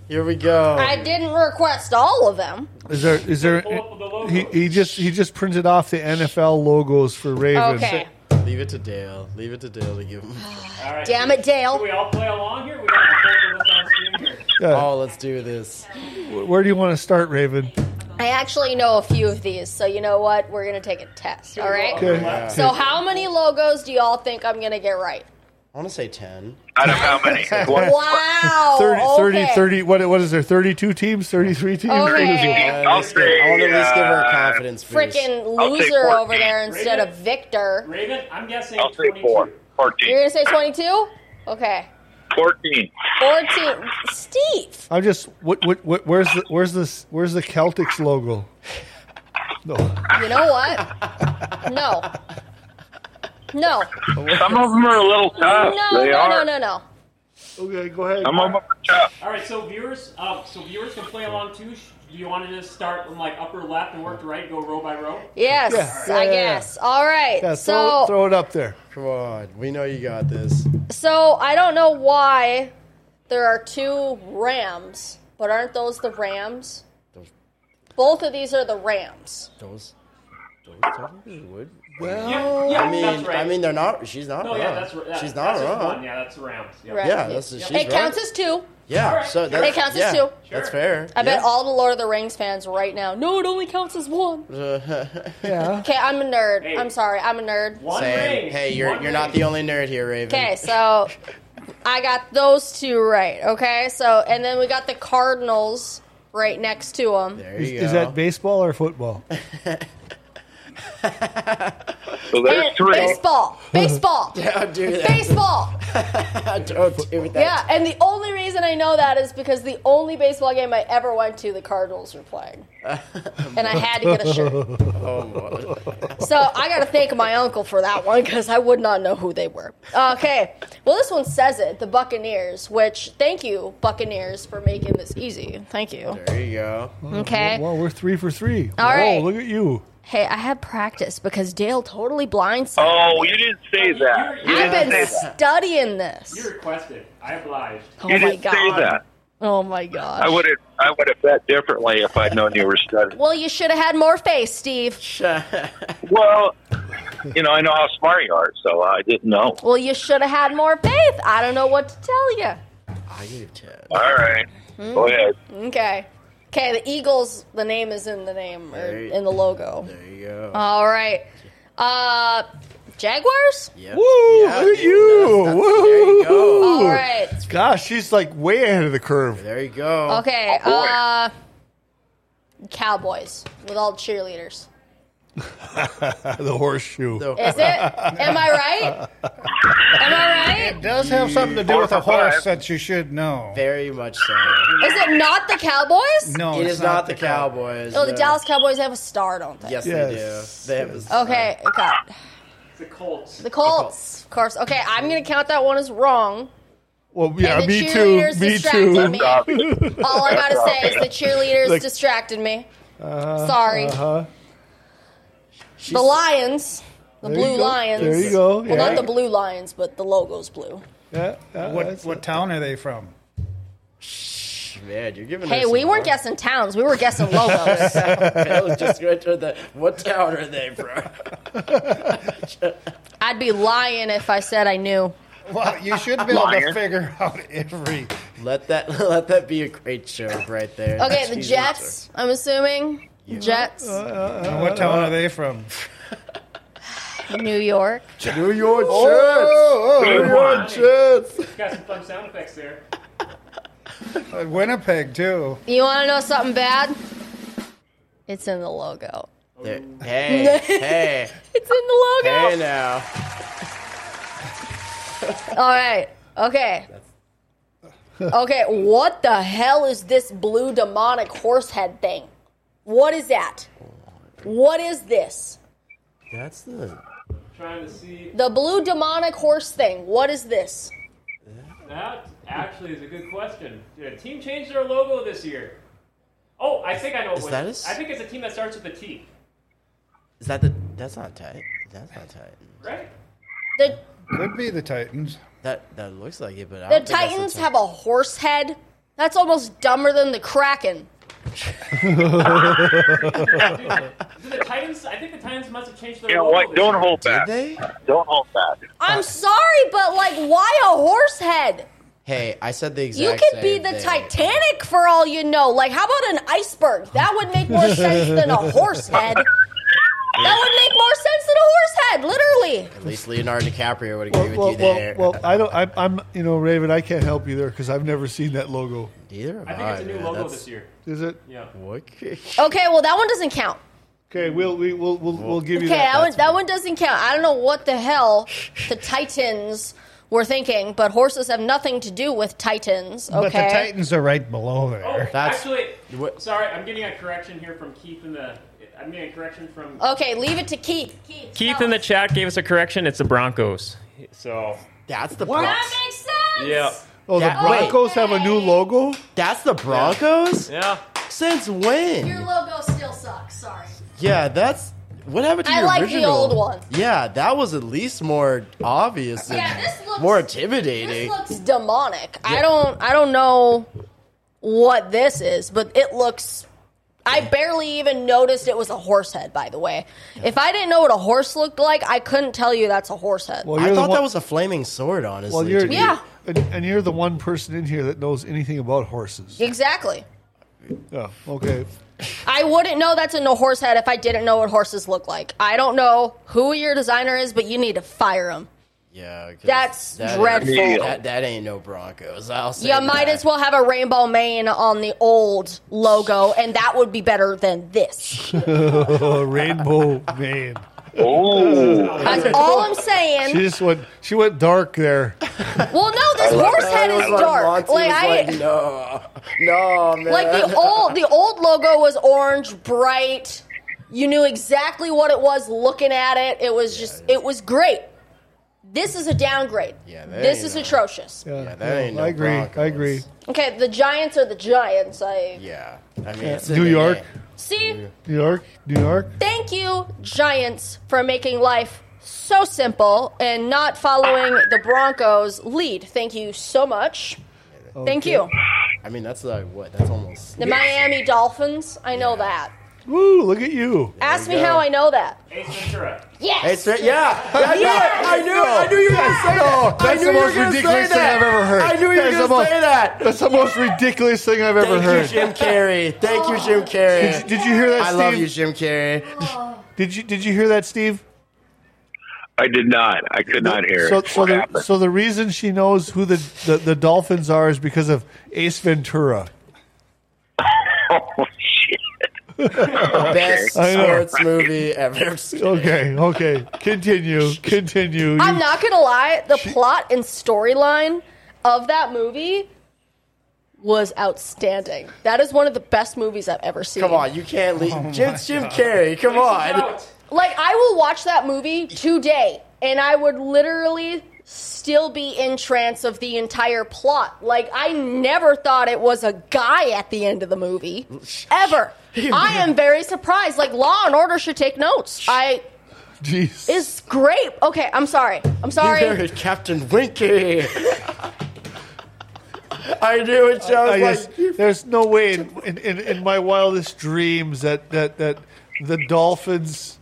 Speaker 5: Here we go.
Speaker 4: Oh.
Speaker 6: I didn't request all of them.
Speaker 2: Is there? Is there? He, he just he just printed off the NFL logos for Ravens.
Speaker 6: Okay.
Speaker 5: Leave it to Dale. Leave it to Dale to give him.
Speaker 6: Damn it, Dale.
Speaker 4: we all play along here? We got
Speaker 2: Yeah.
Speaker 5: Oh, let's do this.
Speaker 2: Where do you want to start, Raven?
Speaker 6: I actually know a few of these, so you know what? We're gonna take a test. All right.
Speaker 2: Okay.
Speaker 6: So how many logos do y'all think I'm gonna get right?
Speaker 5: I want to say 10.
Speaker 8: Out of how many? What-
Speaker 6: Wow.
Speaker 2: 30, 30,
Speaker 6: okay.
Speaker 2: 30 what, what is there? 32 teams? 33 teams?
Speaker 6: Okay.
Speaker 5: I want to
Speaker 8: say,
Speaker 5: at least give her a
Speaker 8: uh,
Speaker 5: confidence boost.
Speaker 6: Freaking
Speaker 8: I'll take
Speaker 6: loser
Speaker 8: 14.
Speaker 6: over there instead of Victor.
Speaker 4: Raven, I'm guessing
Speaker 8: I'll say four. 14.
Speaker 6: You're gonna say 22? Okay.
Speaker 8: 14.
Speaker 6: 14. Steve.
Speaker 2: I'm just, what, what, what, where's the, where's the, where's the Celtics logo? No.
Speaker 6: You know what? No. No.
Speaker 8: Some of them are a little
Speaker 6: No.
Speaker 8: tough.
Speaker 6: No.
Speaker 8: they are.
Speaker 6: No. No. No.
Speaker 2: Okay, go ahead.
Speaker 8: Some of them are tough.
Speaker 4: All right, so viewers, uh, so viewers can play along too. Sh- Do you want to just start from like upper left and work to right, go row by row?
Speaker 6: Yes.
Speaker 2: Yeah.
Speaker 6: I
Speaker 2: Yeah, yeah, yeah.
Speaker 6: guess. All right.
Speaker 2: Yeah, throw,
Speaker 6: so
Speaker 2: throw it up there.
Speaker 5: Come on. We know you got this.
Speaker 6: So I don't know why there are two Rams, but aren't those the Rams?
Speaker 5: Those-
Speaker 6: Both of these are the Rams.
Speaker 5: Those. Those technically would.
Speaker 4: Yeah, yeah
Speaker 5: I mean,
Speaker 4: that's right.
Speaker 5: I mean, they're not. She's not
Speaker 4: no,
Speaker 5: wrong.
Speaker 4: yeah, that's right. That,
Speaker 5: she's not
Speaker 4: that's just
Speaker 5: wrong.
Speaker 4: one. Yeah, that's rounds. Yeah.
Speaker 6: Right.
Speaker 5: Yeah, that's she's
Speaker 6: it counts
Speaker 5: right.
Speaker 6: as two.
Speaker 5: Yeah,
Speaker 4: Alright,
Speaker 5: so
Speaker 4: sure.
Speaker 5: that's,
Speaker 6: It counts as
Speaker 5: yeah,
Speaker 6: two.
Speaker 5: That's
Speaker 4: Sure.
Speaker 5: fair.
Speaker 6: I bet all the Lord of the Rings fans right now. No, it only counts as one.
Speaker 2: Yeah.
Speaker 6: Okay, I'm a nerd.
Speaker 4: Hey.
Speaker 6: I'm sorry, I'm a nerd.
Speaker 4: One
Speaker 5: Sam,
Speaker 4: ring.
Speaker 5: hey, you're
Speaker 4: One
Speaker 5: you're not
Speaker 4: ring.
Speaker 5: the only nerd here, Raven.
Speaker 6: Okay, so I got those two right. Okay, so and then we got the Cardinals right next to them.
Speaker 5: There
Speaker 2: Is,
Speaker 5: you go.
Speaker 2: is that baseball or football?
Speaker 8: So there's three.
Speaker 6: Baseball, baseball,
Speaker 5: Don't do that.
Speaker 6: baseball.
Speaker 5: Don't do that.
Speaker 6: Yeah, and the only reason I know that is because the only baseball game I ever went to, the Cardinals were playing, and I had to get a shirt. So I got to thank my uncle for that one because I would not know who they were. Okay, well this one says it, the Buccaneers. Which thank you, Buccaneers, for making this easy. Thank you.
Speaker 5: There you go.
Speaker 6: Okay.
Speaker 2: Oh, Well, we're three for three.
Speaker 6: All
Speaker 2: Wow,
Speaker 6: right.
Speaker 2: look at you.
Speaker 6: Hey, I had practice because Dale totally blindsided.
Speaker 8: Oh, you didn't say that. You
Speaker 6: I've
Speaker 8: didn't
Speaker 6: been
Speaker 8: say that.
Speaker 6: studying this.
Speaker 4: You requested. I obliged.
Speaker 6: Oh
Speaker 8: You
Speaker 6: my
Speaker 8: didn't say
Speaker 6: god.
Speaker 8: that.
Speaker 6: Oh my god.
Speaker 8: I would have. I would have bet differently if I'd known you were studying.
Speaker 6: Well, you should have had more face, Steve.
Speaker 8: Well, you know, I know how smart you are, so I didn't know.
Speaker 6: Well, you should have had more faith. I don't know what to tell you.
Speaker 5: I gave ten.
Speaker 8: All right.
Speaker 6: Hmm?
Speaker 8: Go ahead.
Speaker 6: Okay. Okay, the Eagles, the name is in the name or
Speaker 5: Right.
Speaker 6: in the logo.
Speaker 5: There you go.
Speaker 6: All right. Uh Jaguars?
Speaker 5: yeah.
Speaker 2: Woo, look
Speaker 5: Yeah,
Speaker 2: at
Speaker 5: dude,
Speaker 2: you.
Speaker 5: that's- that's- there
Speaker 2: Woo.
Speaker 5: you go.
Speaker 6: All right.
Speaker 2: Gosh, she's like way ahead of the curve.
Speaker 5: There you go.
Speaker 6: Okay.
Speaker 8: Oh, boy.
Speaker 6: uh Cowboys with all cheerleaders.
Speaker 2: The horseshoe.
Speaker 5: So-
Speaker 6: Is it? Am I right? Am I right?
Speaker 3: does have something to do with a
Speaker 8: Four for
Speaker 3: horse
Speaker 8: five.
Speaker 3: that you should know.
Speaker 5: Very much so.
Speaker 6: Is it not the Cowboys?
Speaker 3: No,
Speaker 5: it
Speaker 3: it's
Speaker 5: is not, the Cowboys.
Speaker 6: Oh, the
Speaker 5: no.
Speaker 6: Dallas Cowboys have a star, don't they?
Speaker 5: Yes,
Speaker 2: Yes.
Speaker 5: they do. They have a
Speaker 6: Okay, God.
Speaker 4: It's the Colts.
Speaker 6: The Colts, of course. Okay, I'm gonna count that one as wrong.
Speaker 2: Well, yeah,
Speaker 6: And the
Speaker 2: me too.
Speaker 6: cheerleaders
Speaker 2: Me
Speaker 6: distracted
Speaker 2: too.
Speaker 6: me. All I gotta say is the cheerleaders
Speaker 2: Like-
Speaker 6: distracted me. Sorry.
Speaker 2: Uh-huh.
Speaker 6: The Lions, the
Speaker 2: There you
Speaker 6: Blue
Speaker 2: go.
Speaker 6: Lions.
Speaker 2: There you go.
Speaker 6: Well,
Speaker 2: Yeah.
Speaker 6: not the Blue Lions, but the logo's blue.
Speaker 2: Yeah, yeah,
Speaker 3: What
Speaker 2: that's
Speaker 3: what town are they from?
Speaker 5: Man, you're giving.
Speaker 6: Hey,
Speaker 5: us
Speaker 6: we
Speaker 5: some
Speaker 6: weren't
Speaker 5: more.
Speaker 6: guessing towns. We were guessing logos.
Speaker 5: I was just going to the what town are they from?
Speaker 6: I'd be lying if I said I knew.
Speaker 3: Well, you should be able to
Speaker 8: Liar.
Speaker 3: figure out every.
Speaker 5: Let that let that be a great joke right there.
Speaker 6: Okay,
Speaker 5: That's
Speaker 6: the
Speaker 5: easy
Speaker 6: Jets, I'm assuming. Jets,
Speaker 2: uh,
Speaker 3: And Uh, what town are they from?
Speaker 6: New York.
Speaker 2: New York Jets.
Speaker 5: Oh,
Speaker 3: Oh,
Speaker 2: New York Jets.
Speaker 4: Got some fun sound effects there.
Speaker 3: Uh, Winnipeg too.
Speaker 6: You want to know something bad? It's in the logo.
Speaker 5: There- Hey, hey,
Speaker 6: It's in the logo.
Speaker 5: hey now.
Speaker 6: All right. Okay. Okay. What the hell is this blue demonic horse head thing? What is that? What is this?
Speaker 5: That's the.
Speaker 4: Trying to see
Speaker 6: The blue demonic horse thing. What is this?
Speaker 4: that actually is a good question. The team changed their logo this year. Oh, I think I know.
Speaker 5: Is
Speaker 4: what
Speaker 5: that
Speaker 4: it
Speaker 5: a s-
Speaker 4: I think it's a team that starts with a T,
Speaker 5: Is that the? That's not tight. That's not tight.
Speaker 4: right?
Speaker 6: The
Speaker 3: Could be the Titans.
Speaker 5: That that looks like it, but I
Speaker 6: the
Speaker 5: don't think that's
Speaker 6: Titans
Speaker 5: the
Speaker 6: have a horse head. That's almost dumber than the Kraken.
Speaker 4: So the Titans. I think the Titans must have changed their
Speaker 8: You know
Speaker 4: logo.
Speaker 8: what?
Speaker 4: this
Speaker 8: Don't
Speaker 4: year.
Speaker 8: hold back.
Speaker 5: They?
Speaker 8: Don't hold back.
Speaker 6: I'm sorry, but like, why a horse head?
Speaker 5: Hey, I said the exact.
Speaker 6: You could be
Speaker 5: same
Speaker 6: the
Speaker 5: thing.
Speaker 6: Titanic for all you know. Like, how about an iceberg? That would make more sense than a horse head. That would make more sense than a horse head, literally.
Speaker 5: At least Leonardo DiCaprio would agree
Speaker 2: Well,
Speaker 5: with
Speaker 2: well,
Speaker 5: you there.
Speaker 2: well, well, I don't. I, I'm, you know, Raven. I can't help you there because I've never seen that logo.
Speaker 5: Neither of
Speaker 4: I think it's a new logo this year.
Speaker 2: Is it?
Speaker 4: Yeah.
Speaker 5: What?
Speaker 6: Okay, well, that one doesn't count.
Speaker 2: Okay, we'll we, we'll, we'll we'll give you
Speaker 6: Okay, that
Speaker 2: that.
Speaker 6: one, that one doesn't count. I don't know what the hell the Titans were thinking, but horses have nothing to do with Titans, okay?
Speaker 3: But the Titans are right below
Speaker 4: Oh,
Speaker 3: there.
Speaker 5: That's-
Speaker 4: actually,
Speaker 5: what-
Speaker 4: sorry, I'm getting a correction here from Keith in the. I'm getting a correction from
Speaker 6: Okay, leave it to Keith. Keith,
Speaker 4: Keith
Speaker 6: tell
Speaker 4: in the
Speaker 6: us.
Speaker 4: chat gave us a correction. It's the Broncos. So
Speaker 5: That's the
Speaker 6: That
Speaker 5: Bronx.
Speaker 6: makes sense.
Speaker 4: yeah,
Speaker 2: oh, the
Speaker 5: that-
Speaker 2: Broncos have a new logo.
Speaker 5: That's the Broncos.
Speaker 4: yeah.
Speaker 5: Since when?
Speaker 6: Your logo still sucks. Sorry.
Speaker 5: Yeah, that's what happened to
Speaker 6: I
Speaker 5: your
Speaker 6: like the
Speaker 5: original?
Speaker 6: old one.
Speaker 5: Yeah, that was at least more obvious and
Speaker 6: Yeah, this looks-
Speaker 5: more
Speaker 6: This
Speaker 5: intimidating.
Speaker 6: looks demonic. I don't I don't know what this is, but it looks I barely even noticed it was a horse head, by the way. If I didn't know what a horse looked like, I couldn't tell you that's a horse head.
Speaker 2: Well,
Speaker 5: I
Speaker 2: you're the
Speaker 5: thought
Speaker 2: one-
Speaker 5: that was a flaming sword, honestly.
Speaker 2: Well, you're
Speaker 5: to me.
Speaker 6: Yeah.
Speaker 2: and, and you're the one person in here that knows anything about horses.
Speaker 6: exactly.
Speaker 2: Yeah. Okay.
Speaker 6: I wouldn't know that's a no horse head if I didn't know what horses look like. I don't know who your designer is, but you need to fire him.
Speaker 5: Yeah, 'cause
Speaker 6: That's
Speaker 5: that
Speaker 6: dreadful.
Speaker 5: ain't- that, that ain't no Broncos. I'll say
Speaker 6: You might
Speaker 5: that.
Speaker 6: as well have a rainbow mane on the old logo, and that would be better than this.
Speaker 2: Oh, rainbow man.
Speaker 8: Oh,
Speaker 6: That's all I'm saying.
Speaker 2: She just went. She went dark there.
Speaker 6: Well, no, this
Speaker 5: Like,
Speaker 6: horse head
Speaker 5: I was
Speaker 6: is
Speaker 5: like,
Speaker 6: dark.
Speaker 5: Uh, Monty
Speaker 6: Like
Speaker 5: was
Speaker 6: I,
Speaker 5: like, no, no, man.
Speaker 6: like the old, the old logo was orange, bright. You knew exactly what it was looking at it. It was just, it was great. This is a downgrade.
Speaker 5: Yeah, there
Speaker 6: this
Speaker 5: you
Speaker 6: is
Speaker 5: go.
Speaker 6: atrocious.
Speaker 5: Yeah, that ain't no
Speaker 2: I agree. I
Speaker 5: Broncos.
Speaker 2: agree.
Speaker 6: Okay, the Giants are the Giants. I
Speaker 5: Yeah, I mean, it's
Speaker 2: New
Speaker 5: in the
Speaker 2: York,
Speaker 5: name.
Speaker 6: see.
Speaker 2: New York, New York.
Speaker 6: Thank you, Giants, for making life so simple and not following the Broncos' lead. Thank you so much. Thank you.
Speaker 5: I mean, that's like what? That's almost.
Speaker 6: The Miami Dolphins. I know that.
Speaker 2: Woo! Look at you.
Speaker 6: Ask me
Speaker 5: you go.
Speaker 6: how I know that.
Speaker 4: Ace Ventura.
Speaker 6: Yes.
Speaker 5: Hey, straight, yeah, I knew, it, I knew, it, I knew you were gonna say
Speaker 2: Oh,
Speaker 5: that. I
Speaker 2: that's
Speaker 5: knew
Speaker 2: the
Speaker 5: you were
Speaker 2: most
Speaker 5: gonna say
Speaker 2: ridiculous thing
Speaker 5: that.
Speaker 2: I've ever heard.
Speaker 5: I knew you
Speaker 2: That is
Speaker 5: were
Speaker 2: the
Speaker 5: gonna
Speaker 2: most-
Speaker 5: say that.
Speaker 2: That's the most ridiculous thing I've ever
Speaker 5: Thank
Speaker 2: heard.
Speaker 5: you, Jim Carrey. Thank you, Jim Carrey.
Speaker 2: Did you hear that,
Speaker 5: I
Speaker 2: Steve?
Speaker 5: love you, Jim Carrey.
Speaker 6: Oh.
Speaker 2: Did you Did you hear that, Steve?
Speaker 8: I did not. I could not hear.
Speaker 2: So,
Speaker 8: it.
Speaker 2: so
Speaker 8: What
Speaker 2: the
Speaker 8: happened?
Speaker 2: so the reason she knows who the, the, the dolphins are is because of Ace Ventura.
Speaker 8: Oh, shit.
Speaker 5: Best
Speaker 2: I know.
Speaker 5: sports movie ever.
Speaker 2: Okay, okay. Continue, continue. You-
Speaker 6: I'm not gonna lie. The plot and storyline of that movie was outstanding. That is one of the best movies I've ever seen.
Speaker 5: Come on, you can't
Speaker 2: Oh
Speaker 5: leave. Jim, Jim Carrey, come on.
Speaker 4: Out.
Speaker 6: Like I will watch that movie today, and I would literally still be in trance of the entire plot. Like I never thought it was a guy at the end of the movie ever. I am very surprised. Like Law and Order should take notes. I
Speaker 2: Jeez.
Speaker 6: is great. Okay, I'm sorry. I'm sorry.
Speaker 5: You're Captain Winky. I knew it, Joe.
Speaker 2: I
Speaker 5: I was
Speaker 2: just,
Speaker 5: like,
Speaker 2: there's no way in, in, in, in my wildest dreams that, that, that the dolphins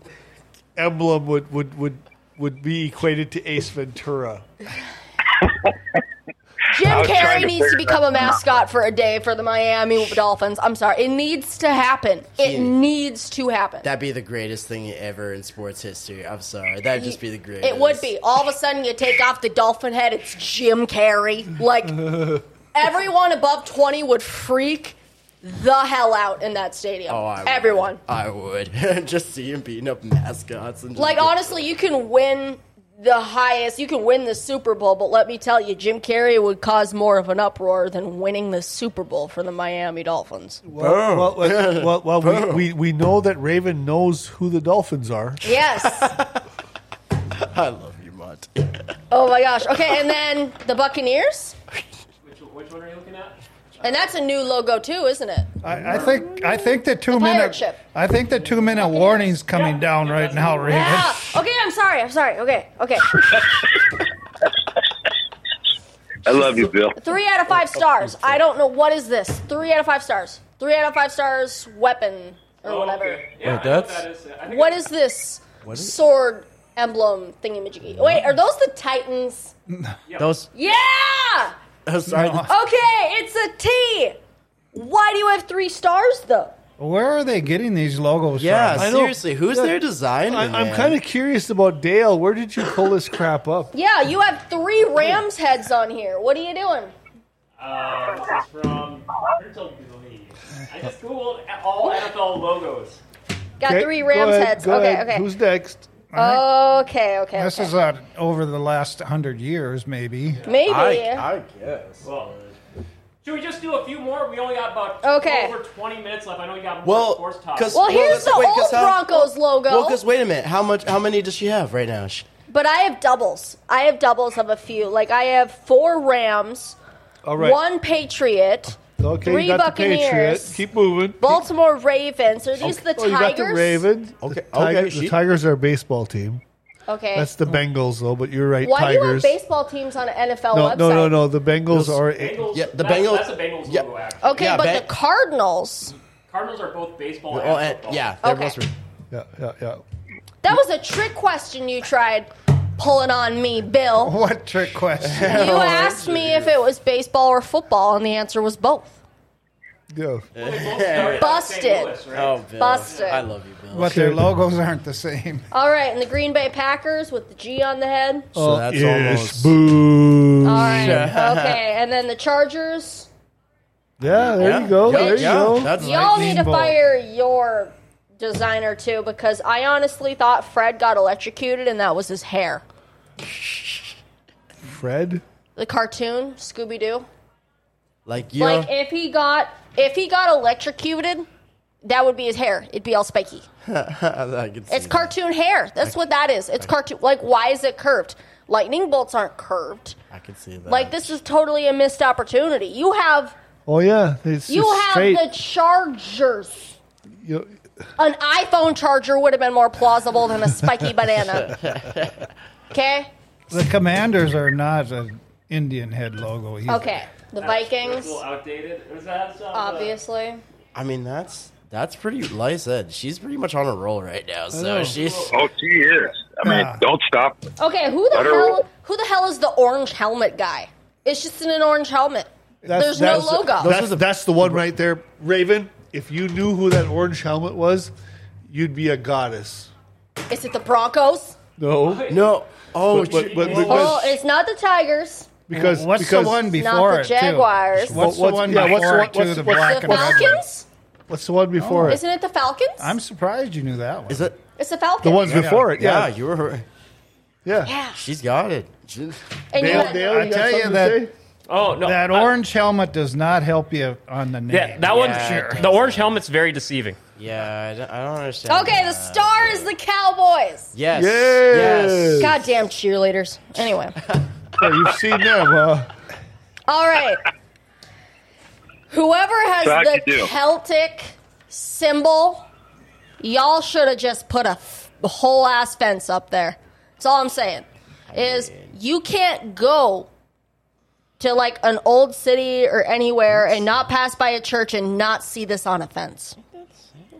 Speaker 2: emblem would, would, would, would be equated to Ace Ventura.
Speaker 6: Jim
Speaker 8: I was
Speaker 6: Carrey
Speaker 8: trying to
Speaker 6: needs to
Speaker 8: figure
Speaker 6: become
Speaker 8: that
Speaker 6: a mascot for a day for the Miami Dolphins. I'm sorry. It needs to happen. It
Speaker 5: He-
Speaker 6: needs to happen.
Speaker 5: That'd be the greatest thing ever in sports history. I'm sorry. That'd just be the greatest.
Speaker 6: It would be. All of a sudden, you take off the dolphin head. It's Jim Carrey. Like everyone above twenty would freak the hell out in that stadium.
Speaker 5: Oh, I would.
Speaker 6: everyone.
Speaker 5: I would. just see him beating up mascots and just
Speaker 6: Like
Speaker 5: get-
Speaker 6: honestly, you can win the highest. You can win the Super Bowl, but let me tell you, Jim Carrey would cause more of an uproar than winning the Super Bowl for the Miami Dolphins.
Speaker 2: Well, well, well, well, we, we, we know that Raven knows who the Dolphins are.
Speaker 6: Yes.
Speaker 5: I love you, Mont.
Speaker 6: Oh my gosh. Okay, and then the Buccaneers,
Speaker 4: Which, which one are you looking at?
Speaker 6: and that's a new logo too, isn't it?
Speaker 3: I, I think I think the two
Speaker 6: pirate
Speaker 3: minute
Speaker 6: ship.
Speaker 3: I think the two minute warning's coming down right now, Raven.
Speaker 6: Yeah. Okay, I'm sorry. I'm sorry. Okay. Okay.
Speaker 8: I love you, Bill.
Speaker 6: Three out of five stars. I don't know what is this. Three out of five stars. Three out of five stars. Weapon or
Speaker 4: Oh,
Speaker 6: whatever.
Speaker 4: Yeah,
Speaker 5: Wait, that's-
Speaker 6: What is this sword emblem thingamajiggy? Wait, are those the Titans?
Speaker 5: Those.
Speaker 6: Yeah.
Speaker 5: I'm sorry.
Speaker 3: No.
Speaker 6: Okay, it's a T. Why do you have three stars though?
Speaker 3: Where are they getting these logos
Speaker 5: Yeah,
Speaker 3: from?
Speaker 2: know.
Speaker 5: seriously. Who's their designer?
Speaker 2: I, I'm kind of curious about Dale. Where did you pull this crap up?
Speaker 6: Yeah, you have three Rams heads on here. What are you doing?
Speaker 4: Uh, this is from Virtual League. I just googled all NFL logos.
Speaker 6: Got
Speaker 2: Okay,
Speaker 6: three
Speaker 2: go
Speaker 6: Rams
Speaker 2: ahead,
Speaker 6: heads.
Speaker 2: go
Speaker 6: Okay,
Speaker 2: ahead.
Speaker 6: okay.
Speaker 2: Who's next?
Speaker 6: Okay, okay.
Speaker 3: This
Speaker 6: okay.
Speaker 3: is uh, over the last hundred years, maybe.
Speaker 6: Maybe.
Speaker 5: I, I guess.
Speaker 4: Well, should we just do a few more? We only got about
Speaker 6: Okay.
Speaker 4: over 20 minutes left. I know we got more
Speaker 5: Well,
Speaker 4: sports
Speaker 5: because
Speaker 4: topics.
Speaker 6: Well, here's the old Broncos logo.
Speaker 5: uh, Well, because wait a minute, how much? How many does she have right now? She,
Speaker 6: But I have doubles. I have doubles of a few. Like I have four Rams,
Speaker 2: All right.
Speaker 6: one Patriot,
Speaker 2: okay,
Speaker 6: three
Speaker 2: you got
Speaker 6: Buccaneers.
Speaker 2: the Patriots. Keep moving.
Speaker 6: Baltimore Ravens. Are these the
Speaker 2: oh, you got the
Speaker 6: Tigers?
Speaker 2: Ravens.
Speaker 5: Okay,
Speaker 2: The, Tiger-
Speaker 5: okay,
Speaker 2: the
Speaker 5: she-
Speaker 2: Tigers are a baseball team.
Speaker 6: Okay.
Speaker 2: That's the Bengals, though. But you're right,
Speaker 6: Why
Speaker 2: Tigers.
Speaker 6: do you have baseball teams on an NFL
Speaker 2: no,
Speaker 6: website?
Speaker 2: no, no, no. The Bengals
Speaker 5: Those-
Speaker 2: are.
Speaker 4: Bengals,
Speaker 5: Yeah, the
Speaker 4: that's,
Speaker 5: Bengals-
Speaker 4: That's a Bengals
Speaker 5: yeah.
Speaker 4: logo, actually.
Speaker 6: Okay,
Speaker 5: Yeah,
Speaker 6: but
Speaker 5: ba-
Speaker 6: the Cardinals.
Speaker 4: Cardinals are both baseball
Speaker 5: oh,
Speaker 4: and
Speaker 5: and,
Speaker 4: football.
Speaker 5: yeah, they're
Speaker 6: Okay.
Speaker 5: both-
Speaker 2: Yeah, yeah, yeah.
Speaker 6: That was a trick question you tried pulling on me, Bill.
Speaker 3: What trick
Speaker 2: Oh,
Speaker 3: question?
Speaker 6: You asked me if it was baseball or football, and the answer was both.
Speaker 2: yeah.
Speaker 4: They both started out in St.
Speaker 6: Busted.
Speaker 4: Louis, right?
Speaker 5: Oh, Bill,
Speaker 6: Busted.
Speaker 5: I love you, Bill.
Speaker 3: but their logos aren't the same.
Speaker 6: All right, and the Green Bay Packers with the G on the head.
Speaker 2: Oh,
Speaker 5: So Oh, that's
Speaker 2: Ish,
Speaker 5: almost.
Speaker 2: boo.
Speaker 6: All right. Okay, and then the Chargers.
Speaker 2: Yeah, there
Speaker 5: Yeah,
Speaker 2: you go.
Speaker 5: yeah,
Speaker 2: there you
Speaker 5: yeah,
Speaker 2: go.
Speaker 5: That's
Speaker 6: Y'all
Speaker 5: right.
Speaker 6: need to
Speaker 3: Bolt.
Speaker 6: fire your designer too because I honestly thought Fred got electrocuted and that was his hair.
Speaker 2: Fred.
Speaker 6: The cartoon Scooby Doo.
Speaker 5: like you.
Speaker 6: Like if he got if he got electrocuted, that would be his hair. It'd be all spiky.
Speaker 5: I can see
Speaker 6: It's cartoon hair. That's what that is. It's cartoon. Like why is it curved? Lightning bolts aren't curved.
Speaker 5: that. I can see that.
Speaker 6: Like this is totally a missed opportunity. You have
Speaker 2: Oh yeah, it's
Speaker 6: you
Speaker 2: just
Speaker 6: have
Speaker 2: straight.
Speaker 6: the Chargers.
Speaker 2: you-
Speaker 6: an iPhone charger would have been more plausible than a spiky banana. Okay?
Speaker 3: The Commanders are not an Indian head logo either.
Speaker 6: Okay. The Vikings,
Speaker 4: A little outdated. Was that some, uh,
Speaker 6: obviously.
Speaker 5: I mean, that's that's pretty. Like I said, she's pretty much on a roll right now. So
Speaker 2: know.
Speaker 5: she's.
Speaker 8: Oh, she is. I mean,
Speaker 2: Ah.
Speaker 3: Yeah.
Speaker 8: don't stop.
Speaker 6: Okay, who the
Speaker 8: Let her roll.
Speaker 6: hell who the hell is the orange helmet guy? It's just in an orange helmet. There's no
Speaker 2: that's-
Speaker 6: logo.
Speaker 2: That's, that's the one right there, Raven. If you knew who that orange helmet was, you'd be a goddess.
Speaker 6: Is it the Broncos?
Speaker 2: No,
Speaker 5: No. Oh,
Speaker 2: but, but,
Speaker 5: she-
Speaker 2: but
Speaker 6: Oh,
Speaker 2: because
Speaker 6: it's not the Tigers.
Speaker 2: because
Speaker 3: What's
Speaker 2: because,
Speaker 3: the one before
Speaker 6: the
Speaker 3: it, too?
Speaker 6: Jaguars.
Speaker 3: What's,
Speaker 2: What's-
Speaker 3: the one
Speaker 2: yeah, what's the
Speaker 3: before
Speaker 2: one-
Speaker 3: it, too?
Speaker 2: what's-
Speaker 3: the
Speaker 2: what's
Speaker 3: black
Speaker 6: The
Speaker 3: and red one?
Speaker 6: Falcons?
Speaker 2: What's the one before it?
Speaker 6: Isn't Oh, it the Falcons?
Speaker 3: I'm surprised you knew that one.
Speaker 5: is it?
Speaker 6: it's the Falcons.
Speaker 2: The ones
Speaker 3: Yeah.
Speaker 2: before it.
Speaker 5: Yeah,
Speaker 2: Yeah,
Speaker 5: you were.
Speaker 2: yeah.
Speaker 6: yeah.
Speaker 5: She's got it. She-
Speaker 6: And you
Speaker 2: Dale,
Speaker 6: had-
Speaker 2: Dale,
Speaker 3: I
Speaker 2: you got
Speaker 3: tell you
Speaker 2: something
Speaker 3: that-
Speaker 2: to say?
Speaker 4: Oh, no.
Speaker 3: that
Speaker 4: I-
Speaker 3: orange helmet does not help you on the name.
Speaker 4: Yeah, that one.
Speaker 5: Yeah, it
Speaker 4: The orange helmet's very deceiving.
Speaker 5: Yeah, I don't, I don't understand.
Speaker 6: Okay, the
Speaker 5: that.
Speaker 6: star is the Cowboys.
Speaker 2: Yes.
Speaker 5: Yes. Yes.
Speaker 6: Goddamn cheerleaders. Anyway.
Speaker 2: Yeah, you've seen them. Uh,
Speaker 6: All right. Whoever has
Speaker 8: So how'd
Speaker 6: the
Speaker 8: you do?
Speaker 6: Celtic symbol, y'all should have just put a f- whole ass fence up there. That's all I'm saying. Is you can't go to like an old city or anywhere and not pass by a church and not see this on a fence.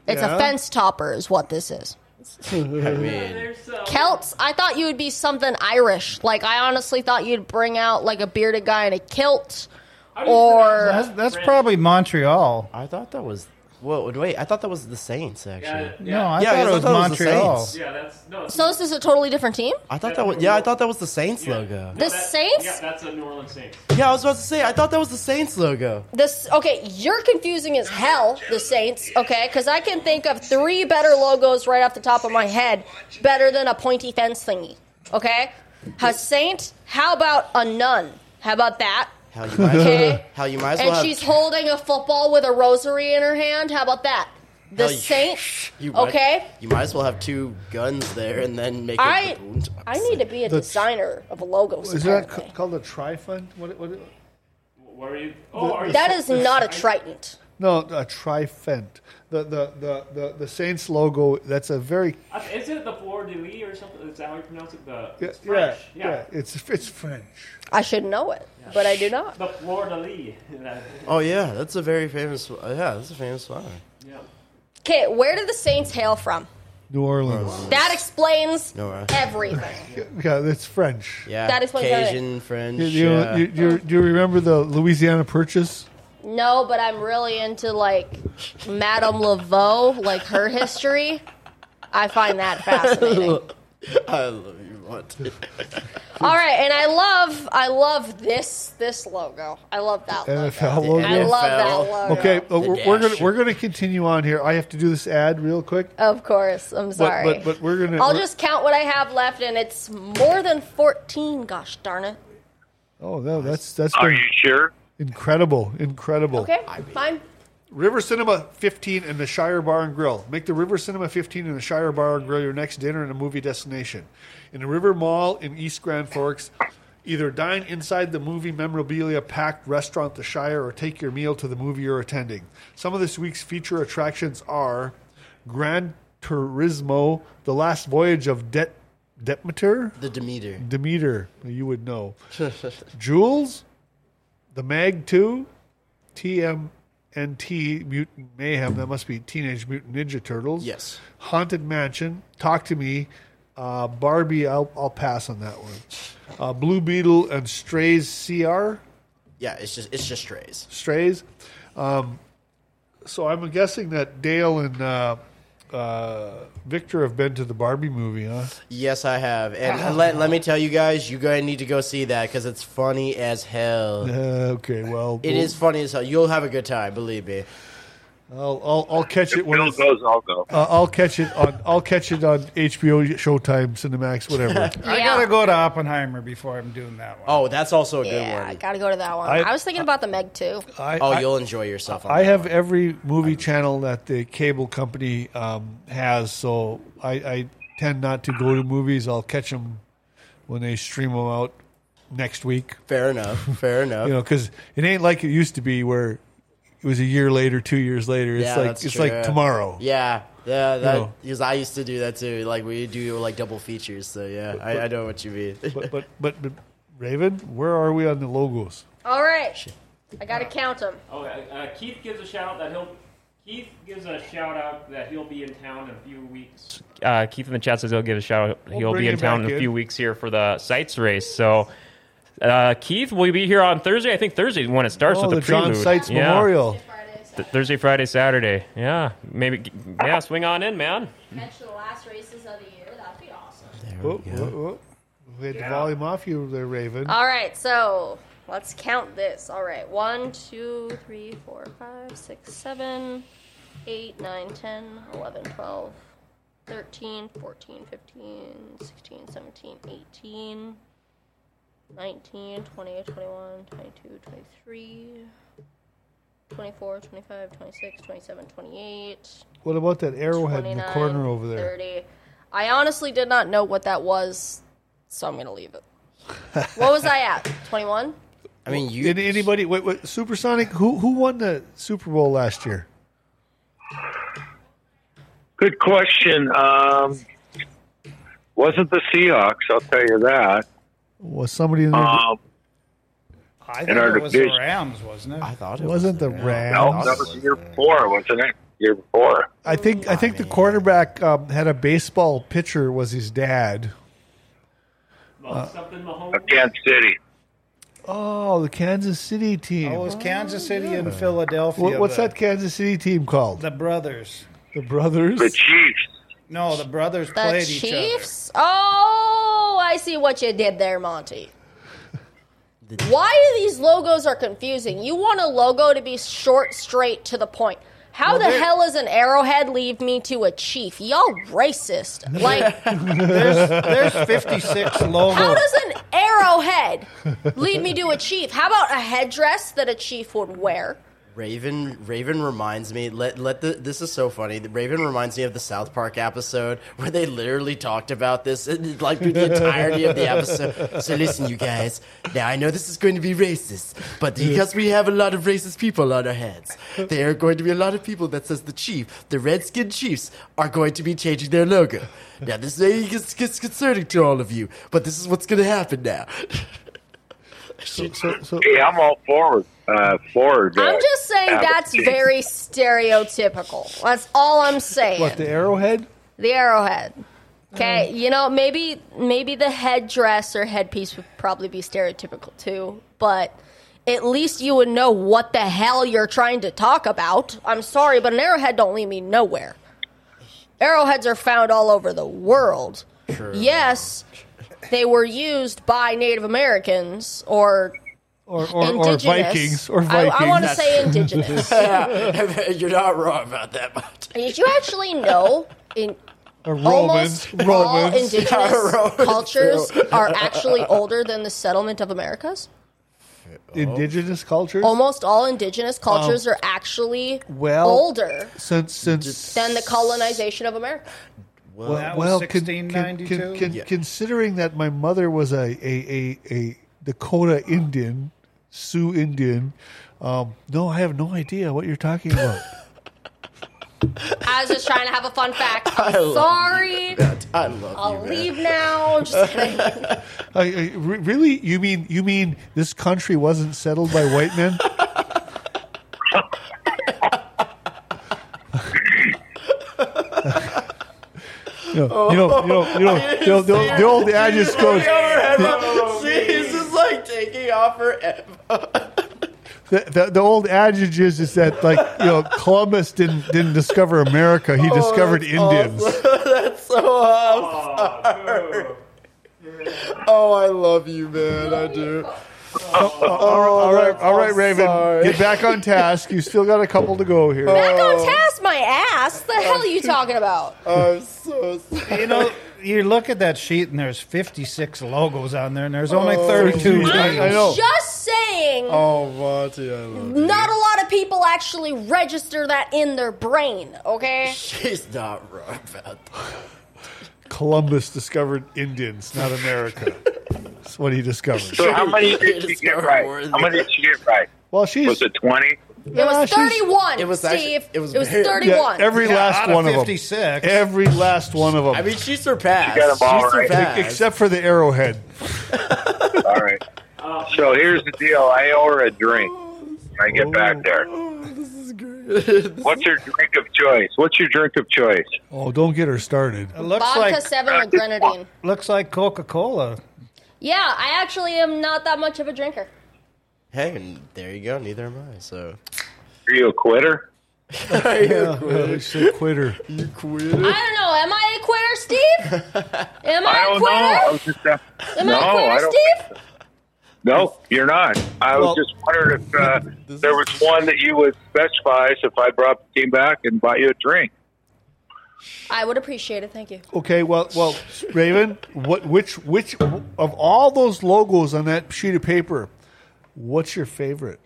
Speaker 6: It's
Speaker 2: Yeah.
Speaker 6: a fence topper, is what this is. Celtians.
Speaker 5: I mean,
Speaker 6: Celts? I thought you would be something Irish. Like I honestly thought you'd bring out like a bearded guy in a kilt, or
Speaker 10: That's, that's probably Montreal.
Speaker 5: I thought that was. Whoa, wait! I thought that was the Saints actually.
Speaker 10: No, I
Speaker 5: Yeah,
Speaker 10: thought
Speaker 5: I
Speaker 10: it was
Speaker 5: thought it was the
Speaker 10: Montreal.
Speaker 5: Saints.
Speaker 4: Yeah, that's no.
Speaker 6: so this is a totally different team.
Speaker 5: I thought that was yeah. I thought that was the Saints logo.
Speaker 6: The Saints.
Speaker 4: that's a New Orleans Saints.
Speaker 5: Yeah, I was about to say. I thought that was the Saints logo.
Speaker 6: This okay? You're confusing as hell. The Saints. Okay, because I can think of three better logos right off the top of my head, better than a pointy fence thingy. Okay, a saint. How about a nun? How about that?
Speaker 5: How you might as well,
Speaker 6: Okay.
Speaker 5: how you might as well
Speaker 6: And
Speaker 5: have-
Speaker 6: she's holding a football with a rosary in her hand. How about that? The
Speaker 5: Hell, you-
Speaker 6: Saints.
Speaker 5: you might-
Speaker 6: okay.
Speaker 5: you might as well have two guns there and then make
Speaker 6: I
Speaker 5: it. the Boondocks.
Speaker 6: I need to be a
Speaker 2: The-
Speaker 6: designer of logos.
Speaker 2: Is that
Speaker 6: apparently.
Speaker 2: ca- called a trifund? What, what,
Speaker 4: What are you? Oh, are you?
Speaker 6: that is not a trident.
Speaker 2: no, a trifent. The, the, the, the, the Saints logo, that's a very.
Speaker 4: Is it the Fleur de Lis or something? Is that how you pronounce it? The it's
Speaker 2: yeah,
Speaker 4: French.
Speaker 2: yeah, It's, it's French.
Speaker 6: I should know it, but I do not.
Speaker 4: The Fleur de Lis.
Speaker 5: Oh yeah, that's a very famous. Yeah, that's a famous flower.
Speaker 4: yeah.
Speaker 6: Okay, where do the Saints hail from?
Speaker 2: New Orleans.
Speaker 6: That explains
Speaker 5: No, uh,
Speaker 6: everything.
Speaker 2: Yeah, it's French.
Speaker 5: yeah,
Speaker 6: That explains
Speaker 5: Cajun French.
Speaker 2: You- you-
Speaker 5: yeah.
Speaker 2: you- you- do you remember the Louisiana Purchase?
Speaker 6: No, but I'm really into like Madame Laveau, like her history. I find that fascinating.
Speaker 5: I love you, Monty.
Speaker 6: All right, and I love I love this this logo. I love that logo.
Speaker 2: NFL logo.
Speaker 6: I love that
Speaker 5: NFL.
Speaker 6: logo.
Speaker 2: Okay, uh,
Speaker 5: The
Speaker 2: we're, we're
Speaker 5: dash.
Speaker 2: gonna we're gonna continue on here. I have to do this ad real quick,
Speaker 6: Of course. I'm
Speaker 2: but
Speaker 6: sorry.
Speaker 2: but, but we're gonna.
Speaker 6: I'll
Speaker 2: we're-
Speaker 6: just count what I have left, and it's more than 14. Gosh darn it.
Speaker 2: oh no, that's that's
Speaker 8: Are
Speaker 2: been
Speaker 8: you sure?
Speaker 2: incredible, incredible.
Speaker 6: Okay, fine.
Speaker 2: River Cinema 15 and the Shire Bar and Grill. Make the River Cinema 15 and the Shire Bar and Grill your next dinner and a movie destination. In the River Mall in East Grand Forks, either dine inside the movie memorabilia packed restaurant The Shire or take your meal to the movie you're attending. Some of this week's feature attractions are Gran Turismo, The Last Voyage of Det Detmeter?
Speaker 5: The Demeter.
Speaker 2: Demeter, you would know. Jules, the Mag 2, TMNT Mutant Mayhem. That must be Teenage Mutant Ninja Turtles.
Speaker 5: Yes.
Speaker 2: Haunted Mansion, Talk to Me, uh, Barbie. I'll, I'll pass on that one. Uh, Blue Beetle and Strays CR.
Speaker 5: Yeah, it's just it's just strays.
Speaker 2: Strays. Um, so I'm guessing that Dale and uh, uh, Victor have been to the Barbie movie, huh?
Speaker 5: Yes, I have, and let, let me tell you guys, you guys need to go see that because it's funny as hell.
Speaker 2: Uh, okay, well,
Speaker 5: It is funny as hell. You'll have a good time, believe me.
Speaker 2: I'll, I'll, I'll catch it
Speaker 8: If
Speaker 2: when
Speaker 8: Bill
Speaker 2: it's,
Speaker 8: goes, I'll go.
Speaker 2: Uh, I'll catch it on I'll catch it on HBO, Showtime, Cinemax, whatever.
Speaker 10: I
Speaker 6: Yeah.
Speaker 10: gotta go to Oppenheimer before I'm doing that one.
Speaker 5: Oh, that's also a good
Speaker 6: Yeah, I
Speaker 5: one.
Speaker 6: gotta go to that one.
Speaker 2: I-
Speaker 6: I, was thinking about the Meg too.
Speaker 2: I,
Speaker 5: oh,
Speaker 2: I-
Speaker 5: you'll enjoy yourself. On
Speaker 2: I
Speaker 5: that
Speaker 2: have
Speaker 5: one.
Speaker 2: every movie channel that the cable company um, has, so I, I tend not to go to movies. I'll catch them when they stream them out next week.
Speaker 5: fair enough. Fair enough.
Speaker 2: You know, because it ain't like it used to be where it was a year later, two years later. It's
Speaker 5: Yeah,
Speaker 2: like
Speaker 5: that's
Speaker 2: it's
Speaker 5: true.
Speaker 2: like tomorrow.
Speaker 5: Yeah, yeah, that
Speaker 2: know.
Speaker 5: because I used to do that too. Like we do like double features, so yeah, I, I know what you mean.
Speaker 2: But, but but but Raven, where are we on the logos?
Speaker 6: All right, I gotta count them.
Speaker 4: Oh, uh, Keith gives a shout out that he'll. Keith gives a shout out that he'll be in town in a few weeks. Uh, Keith in the chat says he'll give a shout out.
Speaker 2: We'll
Speaker 4: he'll
Speaker 2: bring
Speaker 4: be in
Speaker 2: him
Speaker 4: town
Speaker 2: back
Speaker 4: in a
Speaker 2: in.
Speaker 4: few weeks here for the sites race. So, uh, Keith will be here on Thursday. I think Thursday is when it starts
Speaker 2: Oh,
Speaker 4: with
Speaker 2: the
Speaker 4: the, prelude.
Speaker 2: John Sites
Speaker 4: Yeah.
Speaker 2: Memorial.
Speaker 4: Th- Thursday, Friday, Saturday. Yeah, maybe. g- Yeah, swing on in, man.
Speaker 6: Mention the last races of the year. That'd be awesome.
Speaker 2: Oh, oh, oh. We had the volume off you there, Raven.
Speaker 6: All right, so let's count this. All right, one, two, three, four, five, six, seven, eight, nine, ten, eleven, twelve, thirteen, fourteen, fifteen, sixteen, seventeen, eighteen, nineteen, twenty, twenty-one, twenty-two, twenty-three, twenty-four, twenty-five, twenty-six, twenty-seven, twenty-eight.
Speaker 2: What about that arrowhead in the
Speaker 6: 29,
Speaker 2: corner over there?
Speaker 6: 30. I honestly did not know what that was, so I'm going to leave it. what was I at? 21?
Speaker 5: I mean, you
Speaker 2: Did anybody? Wait, wait, Supersonic. Who who won the Super Bowl last year?
Speaker 8: Good question. Um, wasn't the Seahawks? I'll tell you that.
Speaker 2: Was somebody in the?
Speaker 3: Uh,
Speaker 8: Um,
Speaker 10: I
Speaker 8: in
Speaker 10: think
Speaker 8: our
Speaker 10: it was the
Speaker 8: division.
Speaker 10: Rams, wasn't it?
Speaker 5: I thought it
Speaker 2: wasn't the
Speaker 5: was
Speaker 2: Rams?
Speaker 8: no, that was the year before, wasn't it? year before.
Speaker 2: I think I think the quarterback um, had a baseball pitcher was his dad. Uh,
Speaker 8: Of Kansas City.
Speaker 2: Oh, the Kansas City team.
Speaker 3: Oh, it was Kansas City and Philadelphia.
Speaker 2: What, what's
Speaker 3: but
Speaker 2: that Kansas City team called?
Speaker 3: The brothers.
Speaker 2: The Brothers.
Speaker 8: The Chiefs.
Speaker 3: No, the brothers
Speaker 6: The
Speaker 3: played each other.
Speaker 6: Chiefs? Oh, I see what you did there, Monty. Why these logos are confusing? You want a logo to be short, straight, to the point. How the
Speaker 3: they-
Speaker 6: hell is an arrowhead leave me to a chief? Y'all racist. Like,
Speaker 3: There's, there's 56
Speaker 6: how
Speaker 3: logos.
Speaker 6: does an arrowhead lead me to a chief? How about a headdress that a chief would wear?
Speaker 5: Raven Raven reminds me let let the this is so funny. Raven reminds me of the South Park episode where they literally talked about this and, like through the entirety of the episode. So listen you guys, now I know this is going to be racist, but because we have a lot of racist people on our hands, there are going to be a lot of people that says the chief, the redskin chiefs are going to be changing their logo. Now this may gets, gets concerning to all of you, but this is what's going to happen now.
Speaker 2: So, so, so-
Speaker 8: Hey, I'm all forward. Uh, forward. uh,
Speaker 6: I'm just saying
Speaker 8: advocate.
Speaker 6: that's very stereotypical. That's all I'm saying.
Speaker 2: what the Arrowhead?
Speaker 6: The arrowhead. Okay,
Speaker 2: Mm.
Speaker 6: you know maybe maybe the headdress or headpiece would probably be stereotypical too, but at least you would know what the hell you're trying to talk about. I'm sorry, but an arrowhead don't lead me nowhere. Arrowheads are found all over the world. Yes, they were used by Native Americans or
Speaker 2: Or, or, or
Speaker 6: indigenous.
Speaker 2: Vikings? Or
Speaker 6: I-
Speaker 2: Vikings?
Speaker 6: I want to say indigenous.
Speaker 5: You're not wrong about that much.
Speaker 6: Did you actually know in
Speaker 2: or
Speaker 6: almost
Speaker 2: Romans?
Speaker 6: all
Speaker 2: Romans?
Speaker 6: indigenous cultures are actually older than the settlement of Americas.
Speaker 2: indigenous cultures?
Speaker 6: Almost all indigenous cultures are actually
Speaker 2: well-
Speaker 6: older
Speaker 2: Since since
Speaker 6: than the colonization of America.
Speaker 3: That was
Speaker 2: well, con- con- con-
Speaker 3: 1692?
Speaker 2: con- considering that my mother was a a, a, a Dakota Indian, Sioux Indian, um, no, I have no idea what you're talking about.
Speaker 6: I was just trying to have a fun fact. I'm sorry.
Speaker 5: I love
Speaker 6: I'll
Speaker 5: you. man.
Speaker 6: leave now. Just kidding.
Speaker 2: I, I- re- really, you mean you mean this country wasn't settled by white men? You know, you know, you know, you know, the, old- the old- the old adage goes,
Speaker 5: She's just like taking off her.
Speaker 2: the, the, the old adage is, is that like you know Columbus didn't didn't discover America
Speaker 5: Oh,
Speaker 2: he discovered Indians
Speaker 5: So oh, oh, I love you, man. I do.
Speaker 2: Oh, all right all right
Speaker 5: I'm
Speaker 2: Raven
Speaker 5: sorry.
Speaker 2: get back on task you still got a couple to go here
Speaker 6: Back on task, my ass. The hell are you talking about?
Speaker 5: I'm so sorry.
Speaker 3: You know, you look at that sheet and there's 56 logos on there, and there's only 32.
Speaker 2: geez. I- I
Speaker 6: I'm
Speaker 2: know.
Speaker 6: just saying.
Speaker 5: Oh, Monty, I love you.
Speaker 6: Not a lot of people actually register that in their brain, okay?
Speaker 5: She's not wrong about that.
Speaker 2: Columbus discovered Indians not America that's what he discovered
Speaker 8: So how many did she
Speaker 5: It's
Speaker 8: get
Speaker 5: not
Speaker 8: right?
Speaker 5: worth
Speaker 8: How many did she get right?
Speaker 2: well she's
Speaker 8: Was it twenty?
Speaker 6: It was 31.
Speaker 5: it was
Speaker 6: Steve.
Speaker 5: actually- it
Speaker 6: it
Speaker 5: was
Speaker 6: was,
Speaker 5: very-
Speaker 6: 31.
Speaker 2: yeah, every
Speaker 3: Yeah,
Speaker 2: last
Speaker 3: out of
Speaker 2: one of them
Speaker 3: 56.
Speaker 2: every last one of them
Speaker 5: I mean, she surpassed.
Speaker 8: She got 'em all right.
Speaker 5: surpassed.
Speaker 2: except for the arrowhead
Speaker 8: All right. So here's the deal. I owe her a drink. when I get
Speaker 2: Oh,
Speaker 8: back there. What's your drink of choice? What's your drink of choice?
Speaker 2: oh don't get her started
Speaker 3: It looks
Speaker 6: Vodka
Speaker 3: like
Speaker 6: 7 with grenadine.
Speaker 3: looks like Coca Cola.
Speaker 6: Yeah, I actually am not that much of a drinker.
Speaker 5: Hey, and there you go. Neither am I. So
Speaker 8: Are you a quitter?
Speaker 2: Uh, she's a quitter
Speaker 5: you quit.
Speaker 6: I don't know. Am I a quitter, Steve? Am I,
Speaker 8: I
Speaker 6: a
Speaker 8: don't know. I
Speaker 6: quitter?
Speaker 8: was just uh,
Speaker 6: Am
Speaker 8: no,
Speaker 6: I a
Speaker 8: I
Speaker 6: quitter,
Speaker 8: don't.
Speaker 6: Steve?
Speaker 8: No, you're not. I
Speaker 2: Well-
Speaker 8: was just wondering if uh, there was one that you would specify so if I brought came back and bought you a drink.
Speaker 6: I would appreciate it. Thank you.
Speaker 2: Okay, well, well, Raven, what, which, which of all those logos on that sheet of paper, what's your favorite?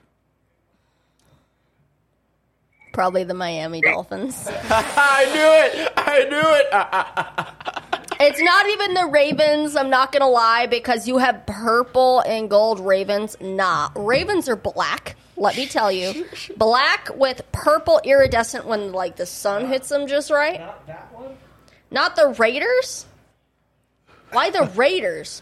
Speaker 6: Probably the Miami Dolphins.
Speaker 5: I knew it. I knew it. I,
Speaker 6: It's not even the Ravens, I'm not going to lie, because you have purple and gold Ravens. Nah, Ravens are black, let me tell you. Black with purple iridescent when like the sun hits them just right. Not that one? Not the Raiders? Why the Raiders?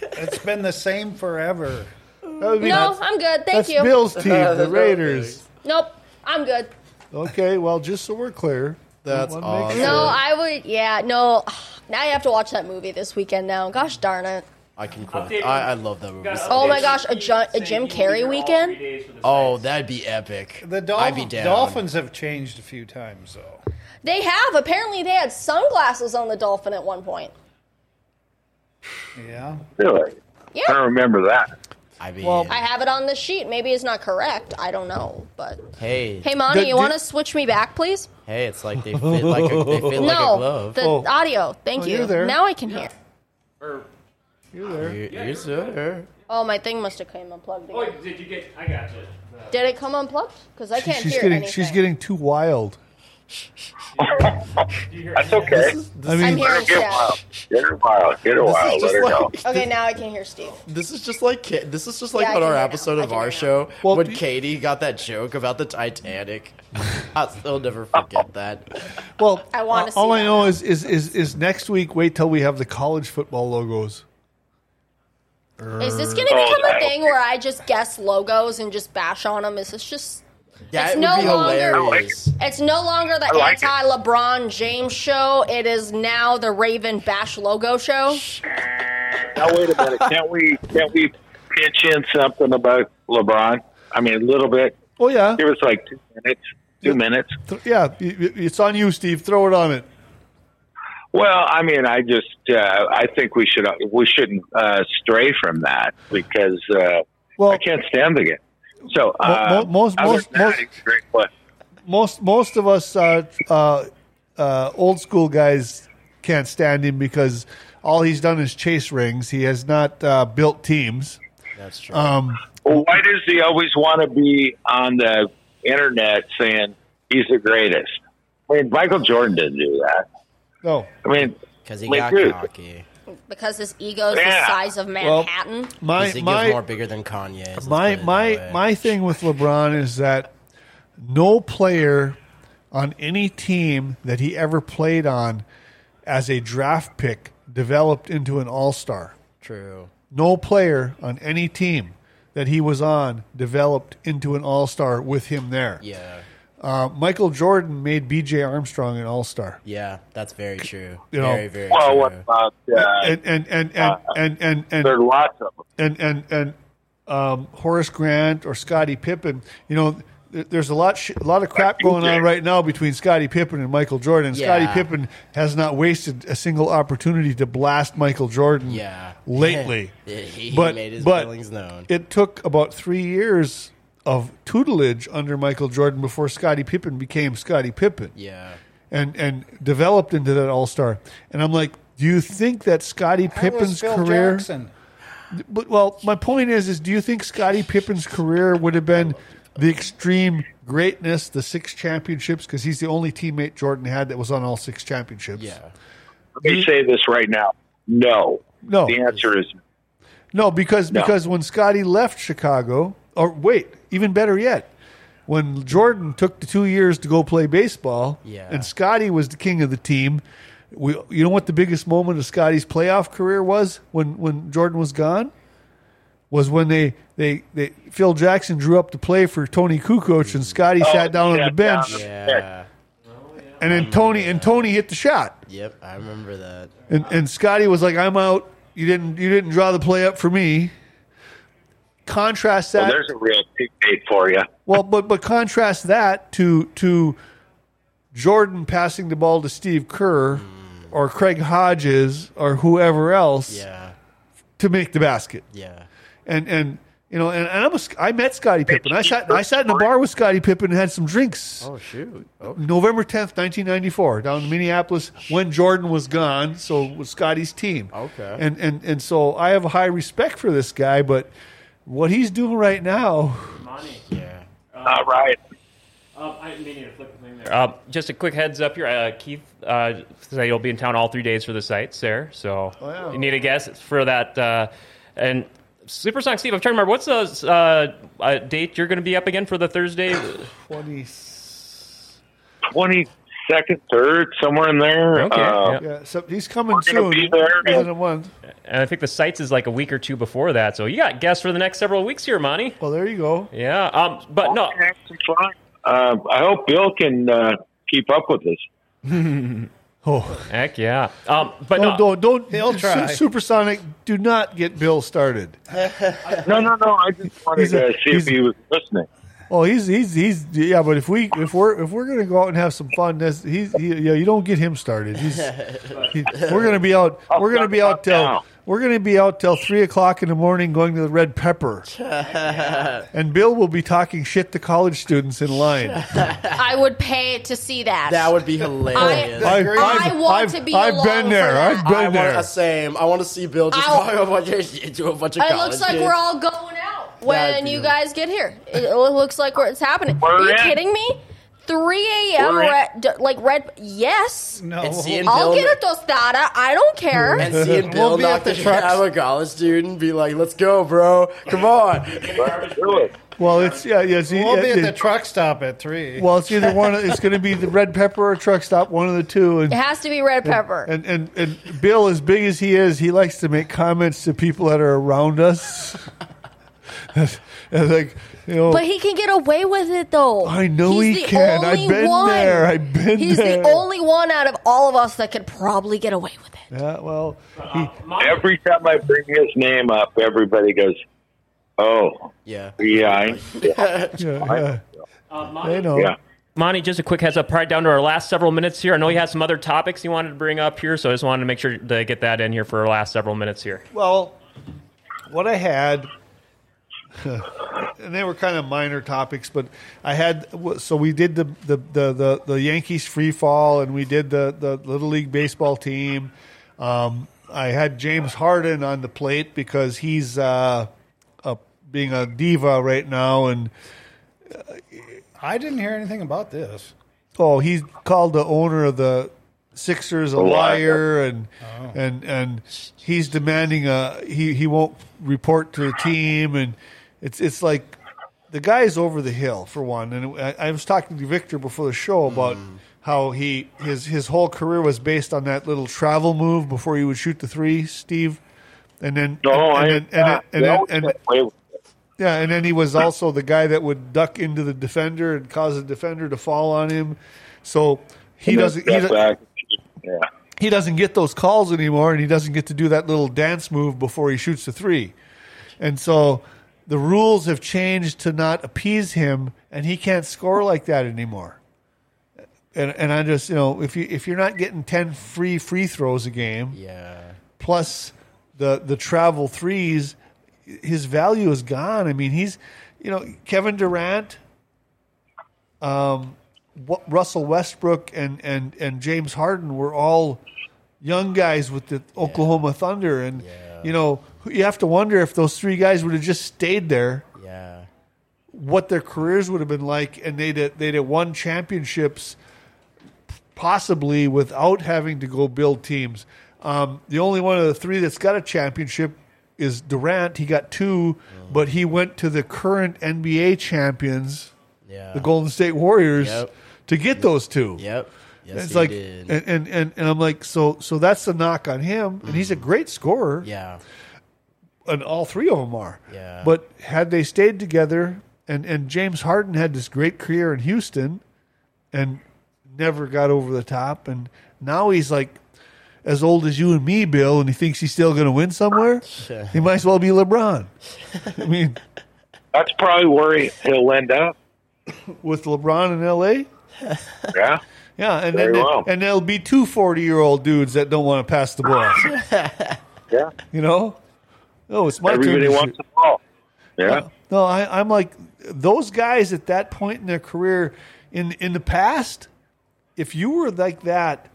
Speaker 3: It's been the same forever.
Speaker 2: That would be-
Speaker 6: No, I'm good. Thank
Speaker 2: that's
Speaker 6: you.
Speaker 2: Bill's team, the Raiders.
Speaker 6: Nope, I'm good.
Speaker 2: Okay, well, just so we're clear,
Speaker 5: That's
Speaker 2: we wanna make
Speaker 5: awesome.
Speaker 2: sure-
Speaker 6: No, I would. Yeah, no. Now I have to watch that movie this weekend. Now, gosh darn it.
Speaker 5: I can quit.
Speaker 4: Updated.
Speaker 5: I, I love that movie.
Speaker 4: Got
Speaker 5: so
Speaker 6: Oh my
Speaker 4: updated.
Speaker 6: gosh, a, Ju- a Jim Carrey weekend.
Speaker 5: Oh, that'd be epic.
Speaker 3: The
Speaker 5: I'd be
Speaker 3: dolphin,
Speaker 5: down.
Speaker 3: Dolphins have changed a few times, though.
Speaker 6: They have. Apparently, they had sunglasses on the dolphin at one point.
Speaker 3: Yeah.
Speaker 8: Really?
Speaker 6: Yeah.
Speaker 8: I don't remember that.
Speaker 5: I mean,
Speaker 6: I have it on the sheet. Maybe it's not correct. I don't know. But
Speaker 5: hey,
Speaker 6: hey, Monty,
Speaker 2: The-
Speaker 6: you
Speaker 2: the-
Speaker 6: want to switch me back, please?
Speaker 5: hey, it's like they fit like a, they fit like a
Speaker 6: no,
Speaker 5: glove.
Speaker 6: the
Speaker 2: Oh.
Speaker 6: audio. Thank
Speaker 2: Oh,
Speaker 6: you.
Speaker 2: you're there.
Speaker 6: Now I can hear.
Speaker 4: Or,
Speaker 2: You're there.
Speaker 5: You- you sure?
Speaker 6: Oh, my thing must have came unplugged.
Speaker 4: oh,
Speaker 6: Again.
Speaker 4: did you get? I got you.
Speaker 6: Did it come unplugged? Because I
Speaker 2: She-
Speaker 6: can't
Speaker 2: she's
Speaker 6: hear
Speaker 2: getting
Speaker 6: anything.
Speaker 2: she's getting too wild.
Speaker 8: That's okay.
Speaker 2: I
Speaker 6: I'm hearing
Speaker 2: mean,
Speaker 8: Get her
Speaker 6: static.
Speaker 8: wild. Get her wild. Get her wild. Let
Speaker 5: just
Speaker 8: her go.
Speaker 5: like
Speaker 6: Okay, now I can hear Steve.
Speaker 5: this is just like Ka- this is just like
Speaker 6: Yeah, I
Speaker 5: on
Speaker 6: can
Speaker 5: our
Speaker 6: hear now.
Speaker 5: episode
Speaker 6: I
Speaker 5: of
Speaker 6: can
Speaker 5: our
Speaker 6: hear now.
Speaker 5: show
Speaker 2: Well,
Speaker 5: when
Speaker 2: be-
Speaker 5: Katie got that joke about the Titanic. I'll still never forget that.
Speaker 2: well,
Speaker 6: I wanna
Speaker 2: uh,
Speaker 6: see
Speaker 2: all I
Speaker 6: that.
Speaker 2: know is, is is is next week. Wait till we have the college football logos.
Speaker 6: Is this going to
Speaker 8: Oh,
Speaker 6: become a
Speaker 8: no.
Speaker 6: thing where I just guess logos and just bash on them? Is this just.
Speaker 5: That
Speaker 6: It's
Speaker 5: would
Speaker 6: no
Speaker 5: be
Speaker 6: longer-
Speaker 5: hilarious.
Speaker 6: It's no longer the
Speaker 8: I like it.
Speaker 6: anti LeBron James show. It is now the Raven Bash logo show.
Speaker 8: Now wait a minute. Can't we? Can't we pinch in something about LeBron? I mean, a little bit.
Speaker 2: Oh yeah,
Speaker 8: Give us like two minutes. Two minutes.
Speaker 2: Th- yeah. y- y- It's on you, Steve. Throw it on it.
Speaker 8: Well, I mean, I just uh, I think we should we shouldn't uh, stray from that because uh,
Speaker 2: Well-
Speaker 8: I can't stand the game. So uh,
Speaker 2: mo- most-
Speaker 8: other
Speaker 2: most-
Speaker 8: than that,
Speaker 2: most-
Speaker 8: it's a great play.
Speaker 2: Most most of us uh, uh, uh, old school guys can't stand him because all he's done is chase rings. He has not uh, built teams.
Speaker 5: That's true.
Speaker 2: Um,
Speaker 8: Well, why does he always want to be on the internet saying he's the greatest? I mean, Michael Jordan didn't do that.
Speaker 2: no,
Speaker 8: I mean,
Speaker 5: Because he
Speaker 8: like,
Speaker 5: got
Speaker 8: dude,
Speaker 5: cocky.
Speaker 6: Because his ego is the
Speaker 8: Yeah.
Speaker 6: size of Manhattan.
Speaker 2: my
Speaker 5: Because he
Speaker 2: my
Speaker 5: was more bigger than Kanye. Let's
Speaker 2: my
Speaker 5: put it that
Speaker 2: my
Speaker 5: way.
Speaker 2: my thing with LeBron is that no player on any team that he ever played on as a draft pick developed into an all-star.
Speaker 5: true.
Speaker 2: No player on any team that he was on developed into an all-star with him there.
Speaker 5: Yeah,
Speaker 2: Uh, Michael Jordan made B.J. Armstrong an all-star.
Speaker 5: yeah, that's very true.
Speaker 2: You know,
Speaker 5: very, very
Speaker 8: well,
Speaker 5: true.
Speaker 8: what about uh,
Speaker 2: And and and and and and, and,
Speaker 8: there are lots of them.
Speaker 2: and and and um, Horace Grant or Scottie Pippen, you know, th- there's a lot sh- a lot of crap going on right now between Scottie Pippen and Michael Jordan. Scottie
Speaker 5: Yeah.
Speaker 2: Pippen has not wasted a single opportunity to blast Michael Jordan
Speaker 5: yeah,
Speaker 2: lately.
Speaker 5: he he
Speaker 2: But-
Speaker 5: made his
Speaker 2: but-
Speaker 5: feelings known.
Speaker 2: It took about 3 years of tutelage under Michael Jordan before Scottie Pippen became Scottie Pippen
Speaker 5: yeah,
Speaker 2: and and developed into that all-star. And I'm like, do you think that Scottie
Speaker 3: How was
Speaker 2: Pippen's
Speaker 3: Phil
Speaker 2: career
Speaker 3: Jackson?
Speaker 2: but well, my point is, is do you think Scottie Pippen's career would have been the extreme greatness, the six championships? Because he's the only teammate Jordan had that was on all six championships.
Speaker 5: yeah.
Speaker 8: Let me say this right now. No.
Speaker 2: No.
Speaker 8: The answer is
Speaker 2: No, because
Speaker 8: No.
Speaker 2: because when Scottie left Chicago, or wait, even better yet, when Jordan took the two years to go play baseball,
Speaker 5: Yeah.
Speaker 2: and Scottie was the king of the team. We, you know what the biggest moment of Scottie's playoff career was when when Jordan was gone, was when they they, they Phil Jackson drew up the play for Tony Kukoc and Scotty
Speaker 5: Oh,
Speaker 2: sat down on
Speaker 8: Oh, yeah,
Speaker 2: the bench
Speaker 8: down.
Speaker 5: Yeah.
Speaker 2: and then Tony and Tony hit the shot
Speaker 5: Yep. I remember that.
Speaker 2: and and Scotty was like I'm out you didn't you didn't draw the play up for me. Contrast that
Speaker 8: well, there's a real teammate for you.
Speaker 2: Well, but but contrast that to to Jordan passing the ball to Steve Kerr
Speaker 5: Mm.
Speaker 2: or Craig Hodges or whoever else
Speaker 5: Yeah.
Speaker 2: to make the basket.
Speaker 5: Yeah.
Speaker 2: And and you know, and, and I'm a, I met Scottie Pippen. I sat I sat in a bar with Scottie Pippen and had some drinks.
Speaker 5: Oh shoot. Oh.
Speaker 2: November 10th, 1994, down in Minneapolis when Jordan was gone, so it was Scotty's team.
Speaker 5: Okay.
Speaker 2: And and and so I have a high respect for this guy, but what he's doing right now
Speaker 5: Yeah.
Speaker 8: All right.
Speaker 4: Uh, Oh, I to flip the thing there. Uh, just a quick heads up here, uh, Keith. Uh, said you'll be in town all three days for the sites there, so
Speaker 2: yeah.
Speaker 4: you need a guess for that. Uh, and Supersonic Steve, I'm trying to remember what's the uh, uh, date you're going to be up again for the Thursday.
Speaker 2: 20
Speaker 8: Twenty second, third, somewhere in there.
Speaker 4: Okay,
Speaker 8: Uh,
Speaker 4: yeah.
Speaker 2: Yeah, so he's coming
Speaker 8: We're
Speaker 2: soon.
Speaker 8: gonna be there.
Speaker 2: Within a month.
Speaker 4: and I think the sites is like a week or two before that. So you got guests for the next several weeks here, Monty.
Speaker 2: Well, there you go.
Speaker 4: Yeah, um, but no,
Speaker 8: Okay, that's fine. Uh, I hope Bill can uh, keep up with this.
Speaker 2: oh,
Speaker 4: heck yeah! Um, but
Speaker 2: don't,
Speaker 4: no,
Speaker 2: don't, don't
Speaker 3: He'll
Speaker 2: Su-
Speaker 3: try.
Speaker 2: supersonic. Do not get Bill started.
Speaker 8: No, no, no. I just wanted
Speaker 2: He's a-
Speaker 8: to see
Speaker 2: he's-
Speaker 8: if he was listening.
Speaker 2: Oh, he's he's he's yeah. But if we if we're if we're gonna go out and have some fun, that's he's he, yeah. You don't get him started. He's he, we're gonna be out. We're gonna be out till
Speaker 8: now.
Speaker 2: we're gonna be out till three o'clock in the morning going to the Red Pepper, and Bill will be talking shit to college students in line.
Speaker 6: I would pay to see that.
Speaker 5: That would be hilarious.
Speaker 2: I,
Speaker 6: I want to be
Speaker 2: I've
Speaker 6: along
Speaker 2: been
Speaker 6: for
Speaker 2: there.
Speaker 6: that.
Speaker 2: I've
Speaker 5: I
Speaker 2: been
Speaker 5: want
Speaker 2: there.
Speaker 5: the same. I want to see Bill just
Speaker 6: Ow.
Speaker 5: talk a bunch of, do a bunch of
Speaker 6: It
Speaker 5: college
Speaker 6: looks like
Speaker 5: kids.
Speaker 6: we're all going out
Speaker 5: That'd
Speaker 6: when
Speaker 5: be
Speaker 6: you
Speaker 5: good.
Speaker 6: guys get here. It, it looks like we're, it's happening. Are
Speaker 8: We're
Speaker 6: you
Speaker 8: in.
Speaker 6: kidding me? 3 a.m.
Speaker 8: We're in.
Speaker 6: red- d- like red. Yes,
Speaker 3: No,
Speaker 5: And seeing
Speaker 6: I'll
Speaker 5: Bill,
Speaker 6: get a tostada. I don't care.
Speaker 5: and seeing Bill
Speaker 3: We'll be
Speaker 5: knock
Speaker 3: at the
Speaker 5: the shit
Speaker 3: trucks.
Speaker 5: out of a college dude and be like, "Let's go, bro! Come on!"
Speaker 8: Really?
Speaker 2: Well, it's yeah, yeah. It's,
Speaker 3: we'll be
Speaker 2: yeah,
Speaker 3: at the
Speaker 2: it-
Speaker 3: truck stop at three.
Speaker 2: well, it's either one. of- It's going to be the Red Pepper or truck stop. One of the two. And
Speaker 6: it has to be red pepper.
Speaker 2: And, and and Bill, as big as he is, he likes to make comments to people that are around us. and like you know,
Speaker 6: but he can get away with it though.
Speaker 2: Oh. I know
Speaker 6: He's
Speaker 2: he
Speaker 6: the
Speaker 2: can. I've
Speaker 6: only
Speaker 2: been
Speaker 6: one.
Speaker 2: there. I've been
Speaker 6: He's
Speaker 2: there.
Speaker 6: the only one out of all of us that could probably get away with it.
Speaker 2: yeah, well, he,
Speaker 8: Every time I bring his name up, everybody goes, "Oh,
Speaker 5: Yeah.
Speaker 8: yeah, I, yeah,
Speaker 2: yeah, yeah. they know.
Speaker 8: yeah."
Speaker 4: Monty, just a quick heads up prior down to our last several minutes here. I know you had some other topics you wanted to bring up here, so I just wanted to make sure to get that in here for our last several minutes here.
Speaker 2: Well, what I had, and they were kind of minor topics, but I had so we did the the the the, the Yankees free fall, and we did the the Little League baseball team. Um, I had James Harden on the plate because he's uh, uh, being a diva right now, and
Speaker 3: I didn't hear anything about this.
Speaker 2: oh, he called the owner of the Sixers a liar, and and and he's demanding a he he won't report to the team, and it's it's like the guy's over the hill for one. And I, I was talking to Victor before the show about
Speaker 8: Hmm.
Speaker 2: how he his his whole career was based on that little travel move before he would shoot the three, Steve, and then
Speaker 8: No, I
Speaker 2: and, and, then- and, then- and,
Speaker 8: that was
Speaker 2: then- and
Speaker 8: that way with it.
Speaker 2: yeah, and then he was also the guy that would duck into the defender and cause the defender to fall on him. So he doesn't he,
Speaker 8: Step
Speaker 2: do-
Speaker 8: back. Yeah.
Speaker 2: he doesn't get those calls anymore, and he doesn't get to do that little dance move before he shoots the three. And so the rules have changed to not appease him, and he can't score like that anymore. And and I just you know if you if you're not getting ten free free throws a game,
Speaker 5: Yeah.
Speaker 2: plus the the travel threes, his value is gone. I mean, he's you know Kevin Durant, um, Wa- Russell Westbrook, and and and James Harden were all young guys with the Oklahoma Thunder, and you know you have to wonder if those three guys would have just stayed there,
Speaker 5: Yeah.
Speaker 2: what their careers would have been like, and they'd have, they'd have won championships possibly without having to go build teams. Um, the only one of the three that's got a championship is Durant. He got two,
Speaker 5: Oh.
Speaker 2: but he went to the current NBA champions,
Speaker 5: Yeah.
Speaker 2: the Golden State Warriors,
Speaker 5: Yep.
Speaker 2: to get those two.
Speaker 5: Yep. Yes,
Speaker 2: it's
Speaker 5: he
Speaker 2: like,
Speaker 5: did.
Speaker 2: and, and and and I'm like, so so that's the knock on him, and he's a great scorer
Speaker 5: Mm. yeah.
Speaker 2: and all three of them are.
Speaker 5: Yeah.
Speaker 2: But had they stayed together, and and James Harden had this great career in Houston, and never got over the top, and now he's like as old as you and me, Bill, and he thinks he's still going to win somewhere. he might as well be LeBron. I mean,
Speaker 8: That's probably where he- he'll end up.
Speaker 2: with LeBron in L.A.
Speaker 8: Yeah.
Speaker 2: Yeah, and
Speaker 8: Very
Speaker 2: then there-
Speaker 8: well.
Speaker 2: and there'll be two 40 year old dudes that don't want to pass the ball.
Speaker 8: Yeah.
Speaker 2: You know, oh, it's my turn.
Speaker 8: Everybody
Speaker 2: to
Speaker 8: wants
Speaker 2: shoot.
Speaker 8: the ball. Yeah.
Speaker 2: No, I, I'm like those guys at that point in their career in in the past. If you were like that,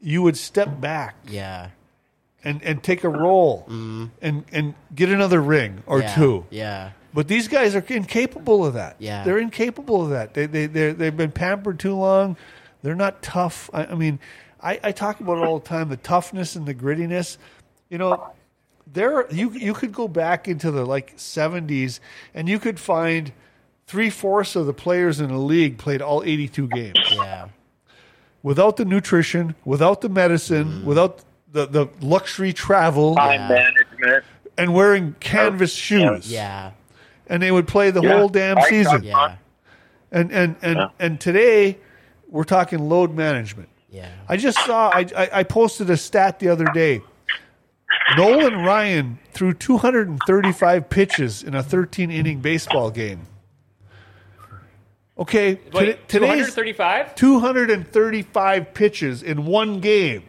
Speaker 2: you would step back
Speaker 5: Yeah. Mm-hmm.
Speaker 2: and, and take a roll and and get another ring or
Speaker 5: yeah.
Speaker 2: two.
Speaker 5: Yeah.
Speaker 2: But these guys are incapable of that.
Speaker 5: Yeah.
Speaker 2: they're incapable of that. They they they they've been pampered too long. They're not tough. I, I mean, I, I talk about it all the time the toughness and the grittiness. You know, there you you could go back into the like seventies and you could find three fourths of the players in the league played all eighty two games
Speaker 5: Yeah.
Speaker 2: without the nutrition, without the medicine,
Speaker 5: Mm-hmm.
Speaker 2: without the, the luxury travel,
Speaker 8: Time management. Oh,
Speaker 2: and wearing canvas shoes.
Speaker 5: Yeah.
Speaker 2: and they would play the
Speaker 8: Yeah.
Speaker 2: whole damn
Speaker 8: I-
Speaker 2: season.
Speaker 5: Yeah.
Speaker 2: And and and and today we're talking load management.
Speaker 5: Yeah.
Speaker 2: I just saw I, I I posted a stat the other day. Nolan Ryan threw 235 pitches in a 13 inning baseball game. Okay, today,
Speaker 4: Wait,
Speaker 2: today's
Speaker 4: 235?
Speaker 2: 235 pitches in one game.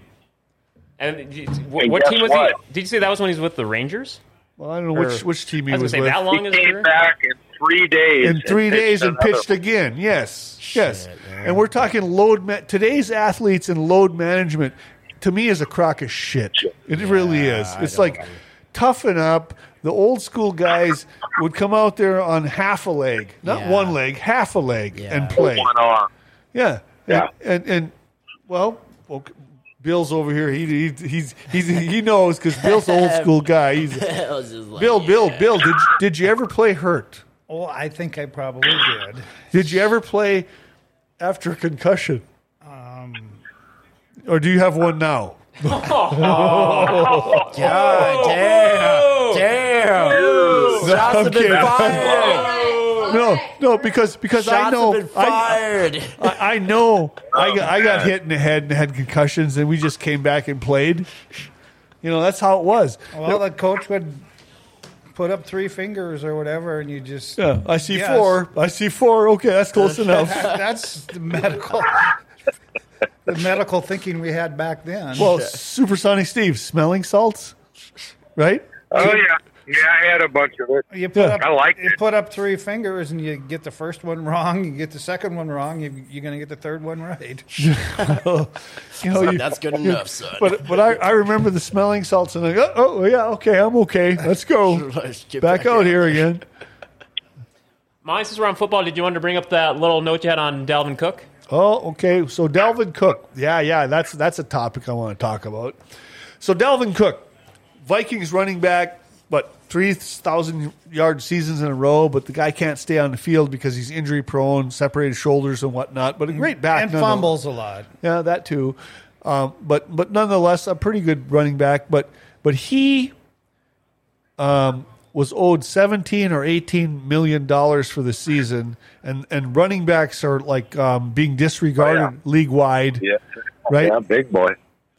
Speaker 4: And you-
Speaker 8: And
Speaker 4: what, what
Speaker 8: guess
Speaker 4: team was
Speaker 8: what?
Speaker 4: he? Did you say that was when he was with the Rangers?
Speaker 2: Well, I don't know which
Speaker 4: Or-
Speaker 2: which team
Speaker 4: I
Speaker 2: he
Speaker 4: was
Speaker 2: was,
Speaker 4: gonna say,
Speaker 2: with.
Speaker 4: that long
Speaker 8: He
Speaker 4: is
Speaker 8: came back in three days.
Speaker 2: in three days and
Speaker 8: another
Speaker 2: pitched again. Yes, yes.
Speaker 5: man.
Speaker 2: And we're talking load. Ma- today's athletes in load management, to me, is a crock of shit. It really is. It's like toughen up. The old school guys would come out there on half a leg, not
Speaker 5: Yeah.
Speaker 2: one leg, half a leg,
Speaker 5: Yeah.
Speaker 2: and play.
Speaker 8: One arm.
Speaker 2: Yeah,
Speaker 8: Yeah.
Speaker 2: And and, and well, okay, Bill's over here. He, he he's he's he knows because Bill's an old school guy. He's
Speaker 5: I was just like,
Speaker 2: Bill, Bill, Bill. Did did you ever play hurt?
Speaker 3: Oh, I think I probably did.
Speaker 2: Did you ever play after a concussion? Um, or do you have one now? Oh.
Speaker 5: God damn, damn, shots have been
Speaker 2: Okay.
Speaker 5: fired.
Speaker 2: No, no, because because I
Speaker 5: Shots
Speaker 2: know
Speaker 5: have been
Speaker 2: I,
Speaker 5: fired.
Speaker 2: I, I know I got, I got hit in the head and had concussions, and we just came back and played. You know that's how it was.
Speaker 3: Well, the coach would put up three fingers or whatever, and you just
Speaker 2: Yeah, I see
Speaker 3: Yes.
Speaker 2: four. I see four. Okay, that's close enough.
Speaker 3: that's the medical the medical thinking we had back then.
Speaker 2: Well, supersonic Steve, smelling salts, right?
Speaker 8: Oh yeah, yeah. I had a bunch of it.
Speaker 3: you put
Speaker 2: yeah.
Speaker 3: up
Speaker 8: I liked
Speaker 3: you
Speaker 8: it.
Speaker 3: put up three fingers, and you get the first one wrong, you get the second one wrong, you, you're going to get the third one right.
Speaker 2: You know, Oh, you-
Speaker 5: That's good enough, son.
Speaker 2: but but I, I remember the smelling salts and like, oh, oh yeah, okay, I'm okay. Let's go
Speaker 5: Let's get
Speaker 2: back,
Speaker 5: back
Speaker 2: out
Speaker 5: out.
Speaker 2: here again.
Speaker 4: Molly, since we're on football, did you want to bring up that little note you had on Dalvin Cook?
Speaker 2: Oh, okay. So Delvin Cook, yeah, yeah, that's that's a topic I want to talk about. So Delvin Cook, Vikings running back, but three thousand yard seasons in a row, but the guy can't stay on the field because he's injury prone, separated shoulders and whatnot. But a great back
Speaker 3: and
Speaker 2: nonetheless.
Speaker 3: fumbles a lot.
Speaker 2: Yeah, that too. Um, but but nonetheless, a pretty good running back. But but he um, was owed seventeen or eighteen million dollars for the season, and and running backs are like um, being disregarded
Speaker 8: Oh, yeah.
Speaker 2: league wide,
Speaker 8: Yeah,
Speaker 2: right?
Speaker 8: yeah, big boy.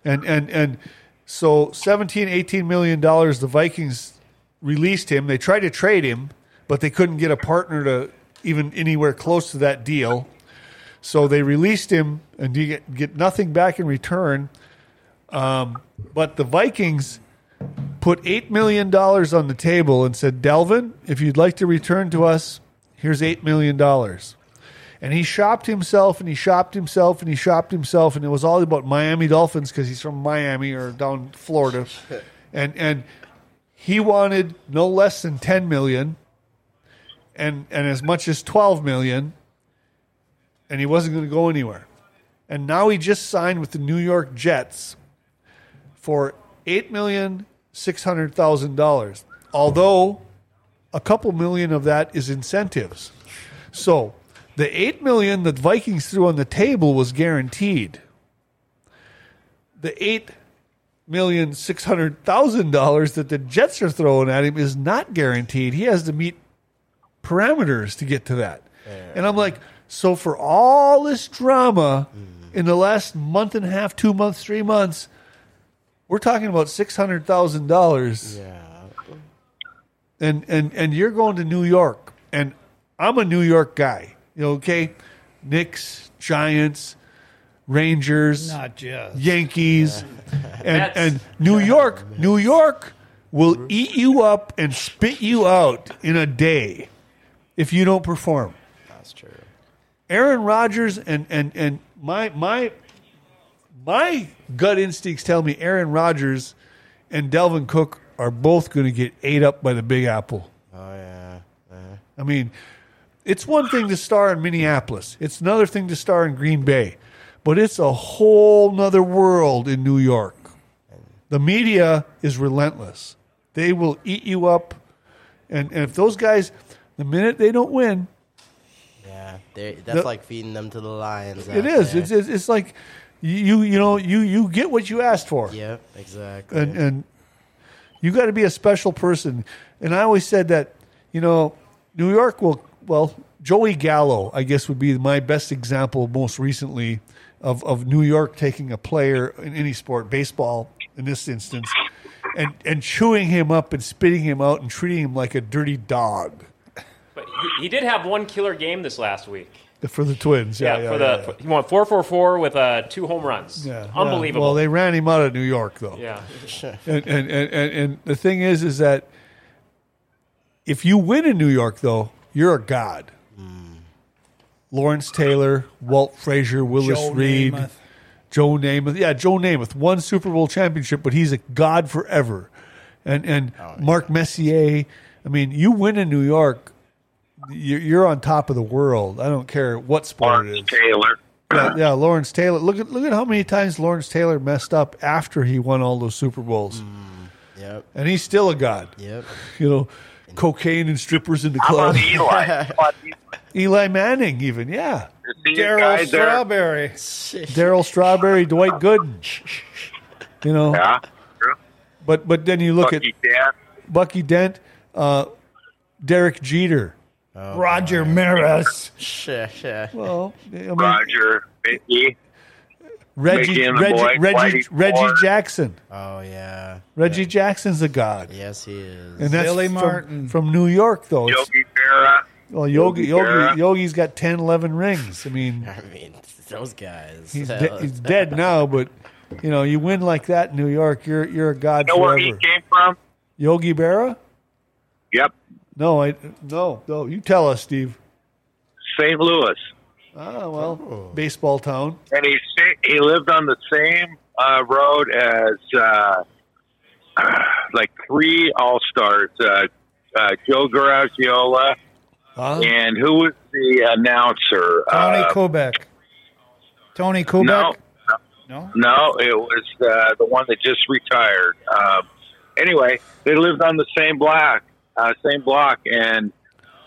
Speaker 2: And and and so 17, 18 million dollars. The Vikings released him. They tried to trade him, but they couldn't get a partner to even anywhere close to that deal. So they released him, and you get, get nothing back in return. Um, but the Vikings put eight million dollars on the table and said, "Delvin, if you'd like to return to us, here's eight million dollars." And he shopped himself and he shopped himself and he shopped himself. And it was all about Miami Dolphins because he's from Miami or down Florida. and, and he wanted no less than 10 million and, and as much as 12 million. And he wasn't going to go anywhere. And now he just signed with the New York Jets for $8,600,000. Although a couple million of that is incentives. So the eight million that Vikings threw on the table was guaranteed. The eight million six hundred thousand dollars that the Jets are throwing at him is not guaranteed. He has to meet parameters to get to that. And I'm like, so for all this drama in the last month and a half, two months, three months, we're talking about six hundred thousand dollars
Speaker 5: Yeah.
Speaker 2: and and and you're going to New York, and I'm a New York guy. You know, okay, Knicks, Giants, Rangers,
Speaker 3: Not just.
Speaker 2: Yankees, and
Speaker 4: Mets.
Speaker 2: and New York, New York will eat you up and spit you out in a day if you don't perform.
Speaker 5: That's true.
Speaker 2: Aaron Rodgers and and and my my my gut instincts tell me Aaron Rodgers and Delvin Cook are both going to get ate up by the Big Apple.
Speaker 5: Oh yeah.
Speaker 2: I mean, it's one thing to star in Minneapolis. It's another thing to star in Green Bay. But it's a whole nother world in New York. The media is relentless. They will eat you up. And, and if those guys, the minute they don't win,
Speaker 5: Yeah, They're, that's
Speaker 2: The-
Speaker 5: like feeding them to the lions.
Speaker 2: it is. It's, it's, it's like you you know you you get what you asked for.
Speaker 5: Yep, exactly.
Speaker 2: and and you got to be a special person. And I always said that, you know, New York will well Joey Gallo, I guess, would be my best example most recently of, of New York taking a player in any sport, baseball in this instance, and, and chewing him up and spitting him out and treating him like a dirty dog
Speaker 4: But he, he did have one killer game this last week.
Speaker 2: for the Twins. Yeah,
Speaker 4: Yeah,
Speaker 2: yeah,
Speaker 4: for
Speaker 2: yeah,
Speaker 4: the for- he went four four four with uh, two home runs.
Speaker 2: yeah. Yeah.
Speaker 4: unbelievable.
Speaker 2: Well, they ran him out of New York, though.
Speaker 4: yeah.
Speaker 2: and, and, and, and, and the thing is, is that if you win in New York, though, you're a god.
Speaker 10: Mm.
Speaker 2: Lawrence Taylor, Walt Frazier, Willis
Speaker 10: Joe
Speaker 2: Reed,
Speaker 10: Namath.
Speaker 2: Joe Namath. Yeah, Joe Namath won Super Bowl championship, but he's a god forever. And and
Speaker 10: Oh,
Speaker 2: Mark Messier. I mean, you win in New York, you're, you're on top of the world. I don't care what sport it is.
Speaker 8: Taylor.
Speaker 2: Yeah, yeah, Lawrence Taylor. Look at look at how many times Lawrence Taylor messed up after he won all those Super Bowls,
Speaker 5: Mm, Yep.
Speaker 2: and he's still a god.
Speaker 5: Yep.
Speaker 2: You know, cocaine and strippers in the
Speaker 8: How
Speaker 2: club.
Speaker 8: about Eli? How about Eli?
Speaker 2: Eli Manning, even yeah.
Speaker 8: You see a guy
Speaker 10: Daryl
Speaker 8: there-
Speaker 10: Strawberry.
Speaker 2: Daryl Strawberry, Dwight Gooden. You know,
Speaker 8: Yeah.
Speaker 2: but but then you look
Speaker 8: Bucky Dan.
Speaker 2: at Bucky Dent, uh, Derek Jeter.
Speaker 5: Oh,
Speaker 10: Roger Maris.
Speaker 5: Sure, sure.
Speaker 2: Well, I mean,
Speaker 8: Roger, Mickey.
Speaker 2: Reggie
Speaker 8: Mickey and the
Speaker 2: Reggie
Speaker 8: boy,
Speaker 2: Reggie,
Speaker 8: Whitey
Speaker 2: Reggie
Speaker 8: Ford.
Speaker 2: Jackson.
Speaker 5: Oh yeah.
Speaker 2: Reggie Jackson's a god.
Speaker 5: Yes, he is.
Speaker 2: And that's
Speaker 10: Billy
Speaker 2: from,
Speaker 10: Martin.
Speaker 2: from New York, though. It's-
Speaker 8: Yogi Berra.
Speaker 2: Well, Yogi,
Speaker 8: Yogi Berra.
Speaker 2: Yogi, Yogi's got 10, 11 rings. I mean,
Speaker 5: I mean, those guys.
Speaker 2: he's, de- he's dead now, but you know, you win like that in New York, you're you're a god
Speaker 8: You know where he
Speaker 2: forever.
Speaker 8: came from?
Speaker 2: Yogi Berra?
Speaker 8: Yep,
Speaker 2: No, I no, no. You tell us, Steve.
Speaker 8: St. Louis.
Speaker 10: Oh,
Speaker 2: Ah, well, baseball town.
Speaker 8: and he sta- he lived on the same uh, road as uh, like three all stars, uh, uh, Joe Garagiola,
Speaker 2: Huh?
Speaker 8: and who was the announcer?
Speaker 10: Tony
Speaker 8: uh,
Speaker 10: Kobeck. Tony Kobeck.
Speaker 8: no,
Speaker 10: No?
Speaker 8: no, it was uh, the one that just retired. Um, anyway, they lived on the same block, uh, same block, and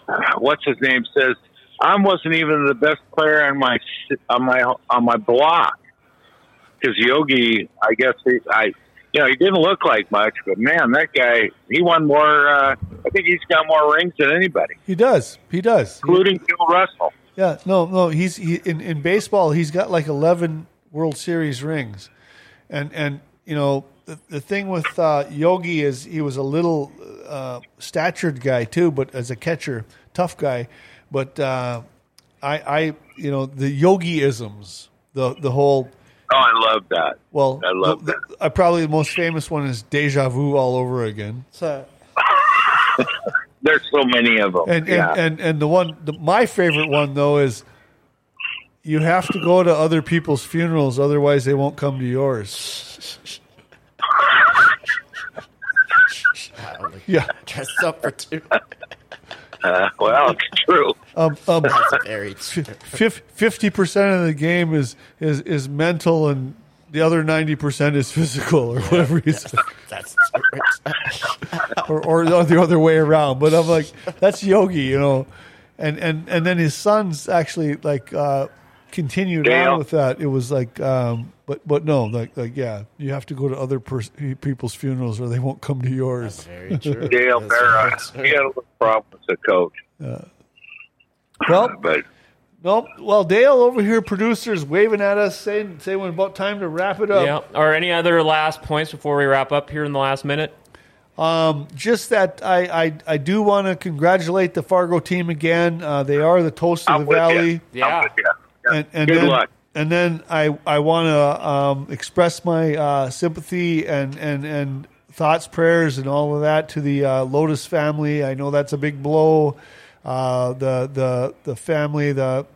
Speaker 8: uh, what's his name says I wasn't even the best player on my s- on my on my block because Yogi, I guess he, I. You know, he didn't look like much, but man, that guy, he won more, uh, I think he's got more rings than anybody,
Speaker 2: He does. He does.
Speaker 8: including Bill Russell.
Speaker 2: Yeah, no, no. He's he, in in baseball. He's got like eleven World Series rings, and and you know the, the thing with uh, Yogi is he was a little uh, statured guy too, but as a catcher, tough guy. But uh, I I you know the Yogi isms, the the whole
Speaker 8: Oh, I love that.
Speaker 2: well,
Speaker 8: I love
Speaker 2: the- the- uh, probably the most famous one is deja vu all over again.
Speaker 5: So,
Speaker 8: There's so many of them.
Speaker 2: And
Speaker 8: Oh, yeah.
Speaker 2: and, and and the one, the, my favorite one though is you have to go to other people's funerals, otherwise they won't come to yours. Yeah,
Speaker 5: dress up for two.
Speaker 8: uh, well, it's true.
Speaker 2: um, um,
Speaker 5: Very true.
Speaker 2: fifty percent of the game is is is mental, and the other ninety percent is physical or whatever you say,
Speaker 5: That's
Speaker 2: or, or the other way around. But I'm like, that's Yogi, you know, and and and then his sons actually like uh, continued
Speaker 8: Dale.
Speaker 2: on with that. It was like, um, but but no, like like yeah, you have to go to other pers- people's funerals or they won't come to yours.
Speaker 5: very true.
Speaker 8: Dale Barra. He had a little problem with the coach,
Speaker 2: Well,
Speaker 8: but
Speaker 2: no, well, Dale over here, producers waving at us, saying saying we're about time to wrap it up.
Speaker 4: Yeah. Or any other last points before we wrap up here in the last minute?
Speaker 2: Um, just that I, I, I do want to congratulate the Fargo team again. Uh, they are the toast of
Speaker 8: I'm
Speaker 2: the
Speaker 8: with
Speaker 2: valley.
Speaker 8: you.
Speaker 4: Yeah.
Speaker 8: I'm with you. Yeah.
Speaker 2: And, and
Speaker 8: Good
Speaker 2: then,
Speaker 8: luck.
Speaker 2: And then I, I want to um, express my uh, sympathy and, and, and thoughts, prayers, and all of that to the uh, Lotus family. I know that's a big blow. Uh, the, the, the family, the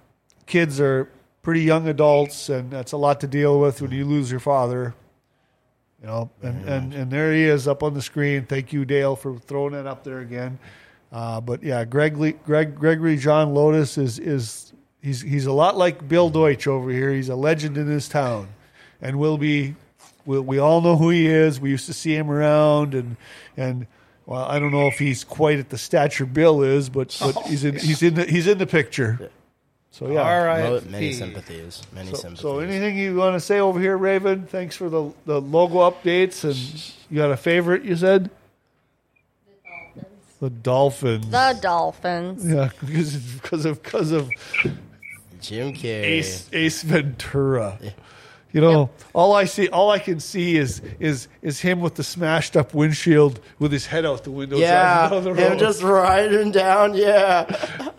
Speaker 2: kids are pretty young adults, and that's a lot to deal with when you lose your father. You know, and, and, and there he is up on the screen. Thank you, Dale, for throwing that up there again. Uh, but yeah, Greg, Le- Greg Gregory John Lotus is is he's he's a lot like Bill Deutsch over here. He's a legend in this town, and will be. We, we all know who he is. We used to see him around, and and well, I don't know if he's quite at the stature Bill is, but but he's in he's in the, he's in the picture. So yeah,
Speaker 5: Mo-
Speaker 10: RIP.
Speaker 5: Many sympathies. Many sympathies.
Speaker 2: so anything you want to say over here, Raven? Thanks for the the logo updates, and you got a favorite? You said The Dolphins.
Speaker 6: The Dolphins.
Speaker 2: yeah, because because of because of
Speaker 5: Jim Carrey.
Speaker 2: Ace Ace Ventura. You know, all I see, all I can see is is is him with the smashed up windshield, with his head out the window,
Speaker 5: Yeah,
Speaker 2: driving down the
Speaker 5: him
Speaker 2: road.
Speaker 5: just riding down. Yeah,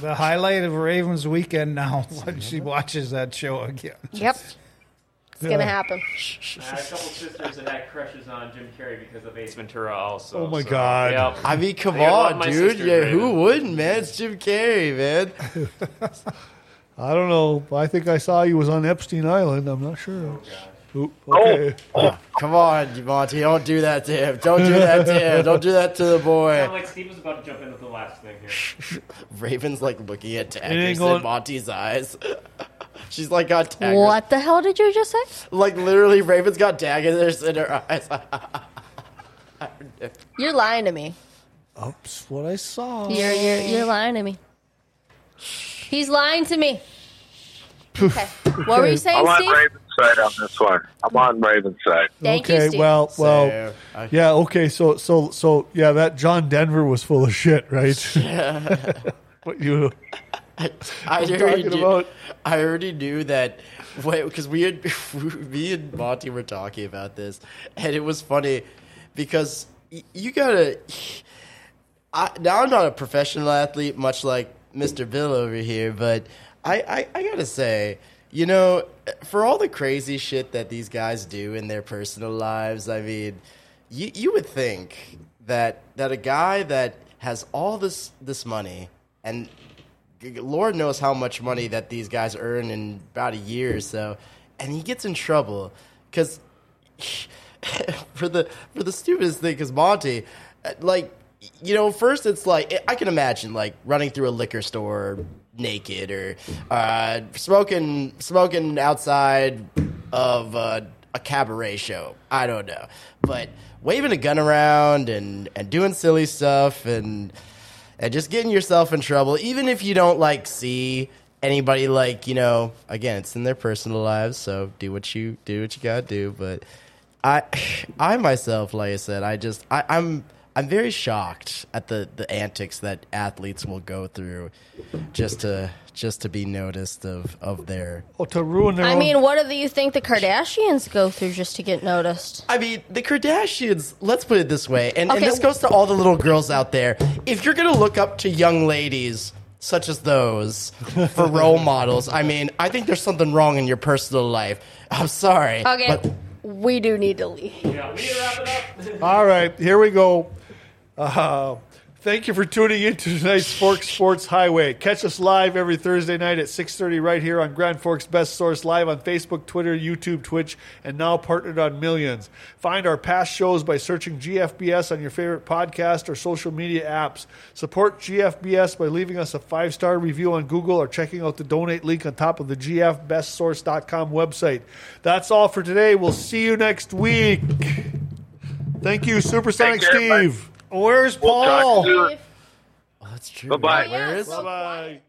Speaker 3: The highlight of Ravens weekend now when she watches that show again.
Speaker 6: Yep. It's gonna happen.
Speaker 4: I have a couple sisters that had crushes on Jim Carrey because of Ace Ventura also.
Speaker 2: Oh my
Speaker 4: so,
Speaker 2: God.
Speaker 4: yep.
Speaker 5: I mean, come
Speaker 4: I love
Speaker 5: on,
Speaker 4: my
Speaker 5: dude.
Speaker 4: sister,
Speaker 5: Yeah,
Speaker 4: Raven.
Speaker 5: who wouldn't, man? It's Jim Carrey, man.
Speaker 2: I don't know. I think I saw he was on Epstein Island. I'm not sure. Oop, okay.
Speaker 5: Oh. Come on, Monty. Don't do that to him. Don't do that to him. Don't do that to the
Speaker 4: Sound
Speaker 5: boy.
Speaker 4: like Steve was about to jump in with the last thing here.
Speaker 5: Raven's like looking at
Speaker 2: ain't
Speaker 5: daggers
Speaker 2: going-
Speaker 5: in Monty's eyes. She's like got daggers.
Speaker 6: What the hell did you just say?
Speaker 5: Like literally, Raven's got daggers in her eyes.
Speaker 6: You're lying to me.
Speaker 2: Oops, what I saw.
Speaker 6: You're you're you're lying to me. He's lying to me. Okay. What were you saying,
Speaker 8: I'm on
Speaker 6: Steve?
Speaker 8: Ravens side on this one. I'm on Ravens side.
Speaker 6: Thank
Speaker 2: okay,
Speaker 6: you, Steve.
Speaker 2: well, well,
Speaker 5: So, I-
Speaker 2: yeah, okay, so, so, so, yeah, that John Denver was full of shit, right? what you
Speaker 5: I
Speaker 2: I'm
Speaker 5: already
Speaker 2: talking
Speaker 5: knew,
Speaker 2: about-
Speaker 5: I already knew that because we had me and Monty were talking about this, and it was funny because y- you gotta. I, now I'm not a professional athlete, much like Mr. Bill over here, but I, I, I gotta say, you know, for all the crazy shit that these guys do in their personal lives, I mean, you you would think that that a guy that has all this this money and Lord knows how much money that these guys earn in about a year or so, and he gets in trouble because for the for the stupidest thing because Monty, uh, like you know, first it's like eh, I can imagine like running through a liquor store naked or uh, smoking smoking outside of uh, a cabaret show. I don't know, but waving a gun around and and doing silly stuff and and just getting yourself in trouble, even if you don't like see anybody like you know. Again, it's in their personal lives, so do what you do what you gotta do. But I, I myself, like I said, I just I, I'm I'm very shocked at the the antics that athletes will go through just to just to be noticed of of their.
Speaker 2: oh, to ruin their
Speaker 6: I
Speaker 2: own-
Speaker 6: mean, what do you think the Kardashians go through just to get noticed?
Speaker 5: I mean, the Kardashians, let's put it this way, and,
Speaker 6: Okay.
Speaker 5: and this goes to all the little girls out there. If you're going to look up to young ladies such as those for role models, I mean, I think there's something wrong in your personal life. I'm sorry.
Speaker 6: Okay,
Speaker 5: but
Speaker 6: we do need to leave.
Speaker 4: Yeah, we need to wrap it up.
Speaker 2: All right, here we go. Uh, thank you for tuning in to tonight's Forks Sports Highway. Catch us live every Thursday night at 6.30 right here on Grand Forks Best Source, live on Facebook, Twitter, YouTube, Twitch, and now partnered on Millions. Find our past shows by searching GFBS on your favorite podcast or social media apps. Support GFBS by leaving us a five-star review on Google or checking out the donate link on top of the GFBestSource.com website. That's all for today. We'll see you next week. Thank you, Supersonic
Speaker 8: Take care,
Speaker 2: Steve. Where's
Speaker 8: We'll talk
Speaker 2: Paul?
Speaker 8: soon.
Speaker 5: oh, that's true.
Speaker 8: Bye-bye.
Speaker 5: Where is
Speaker 6: Bye-bye.
Speaker 2: Bye.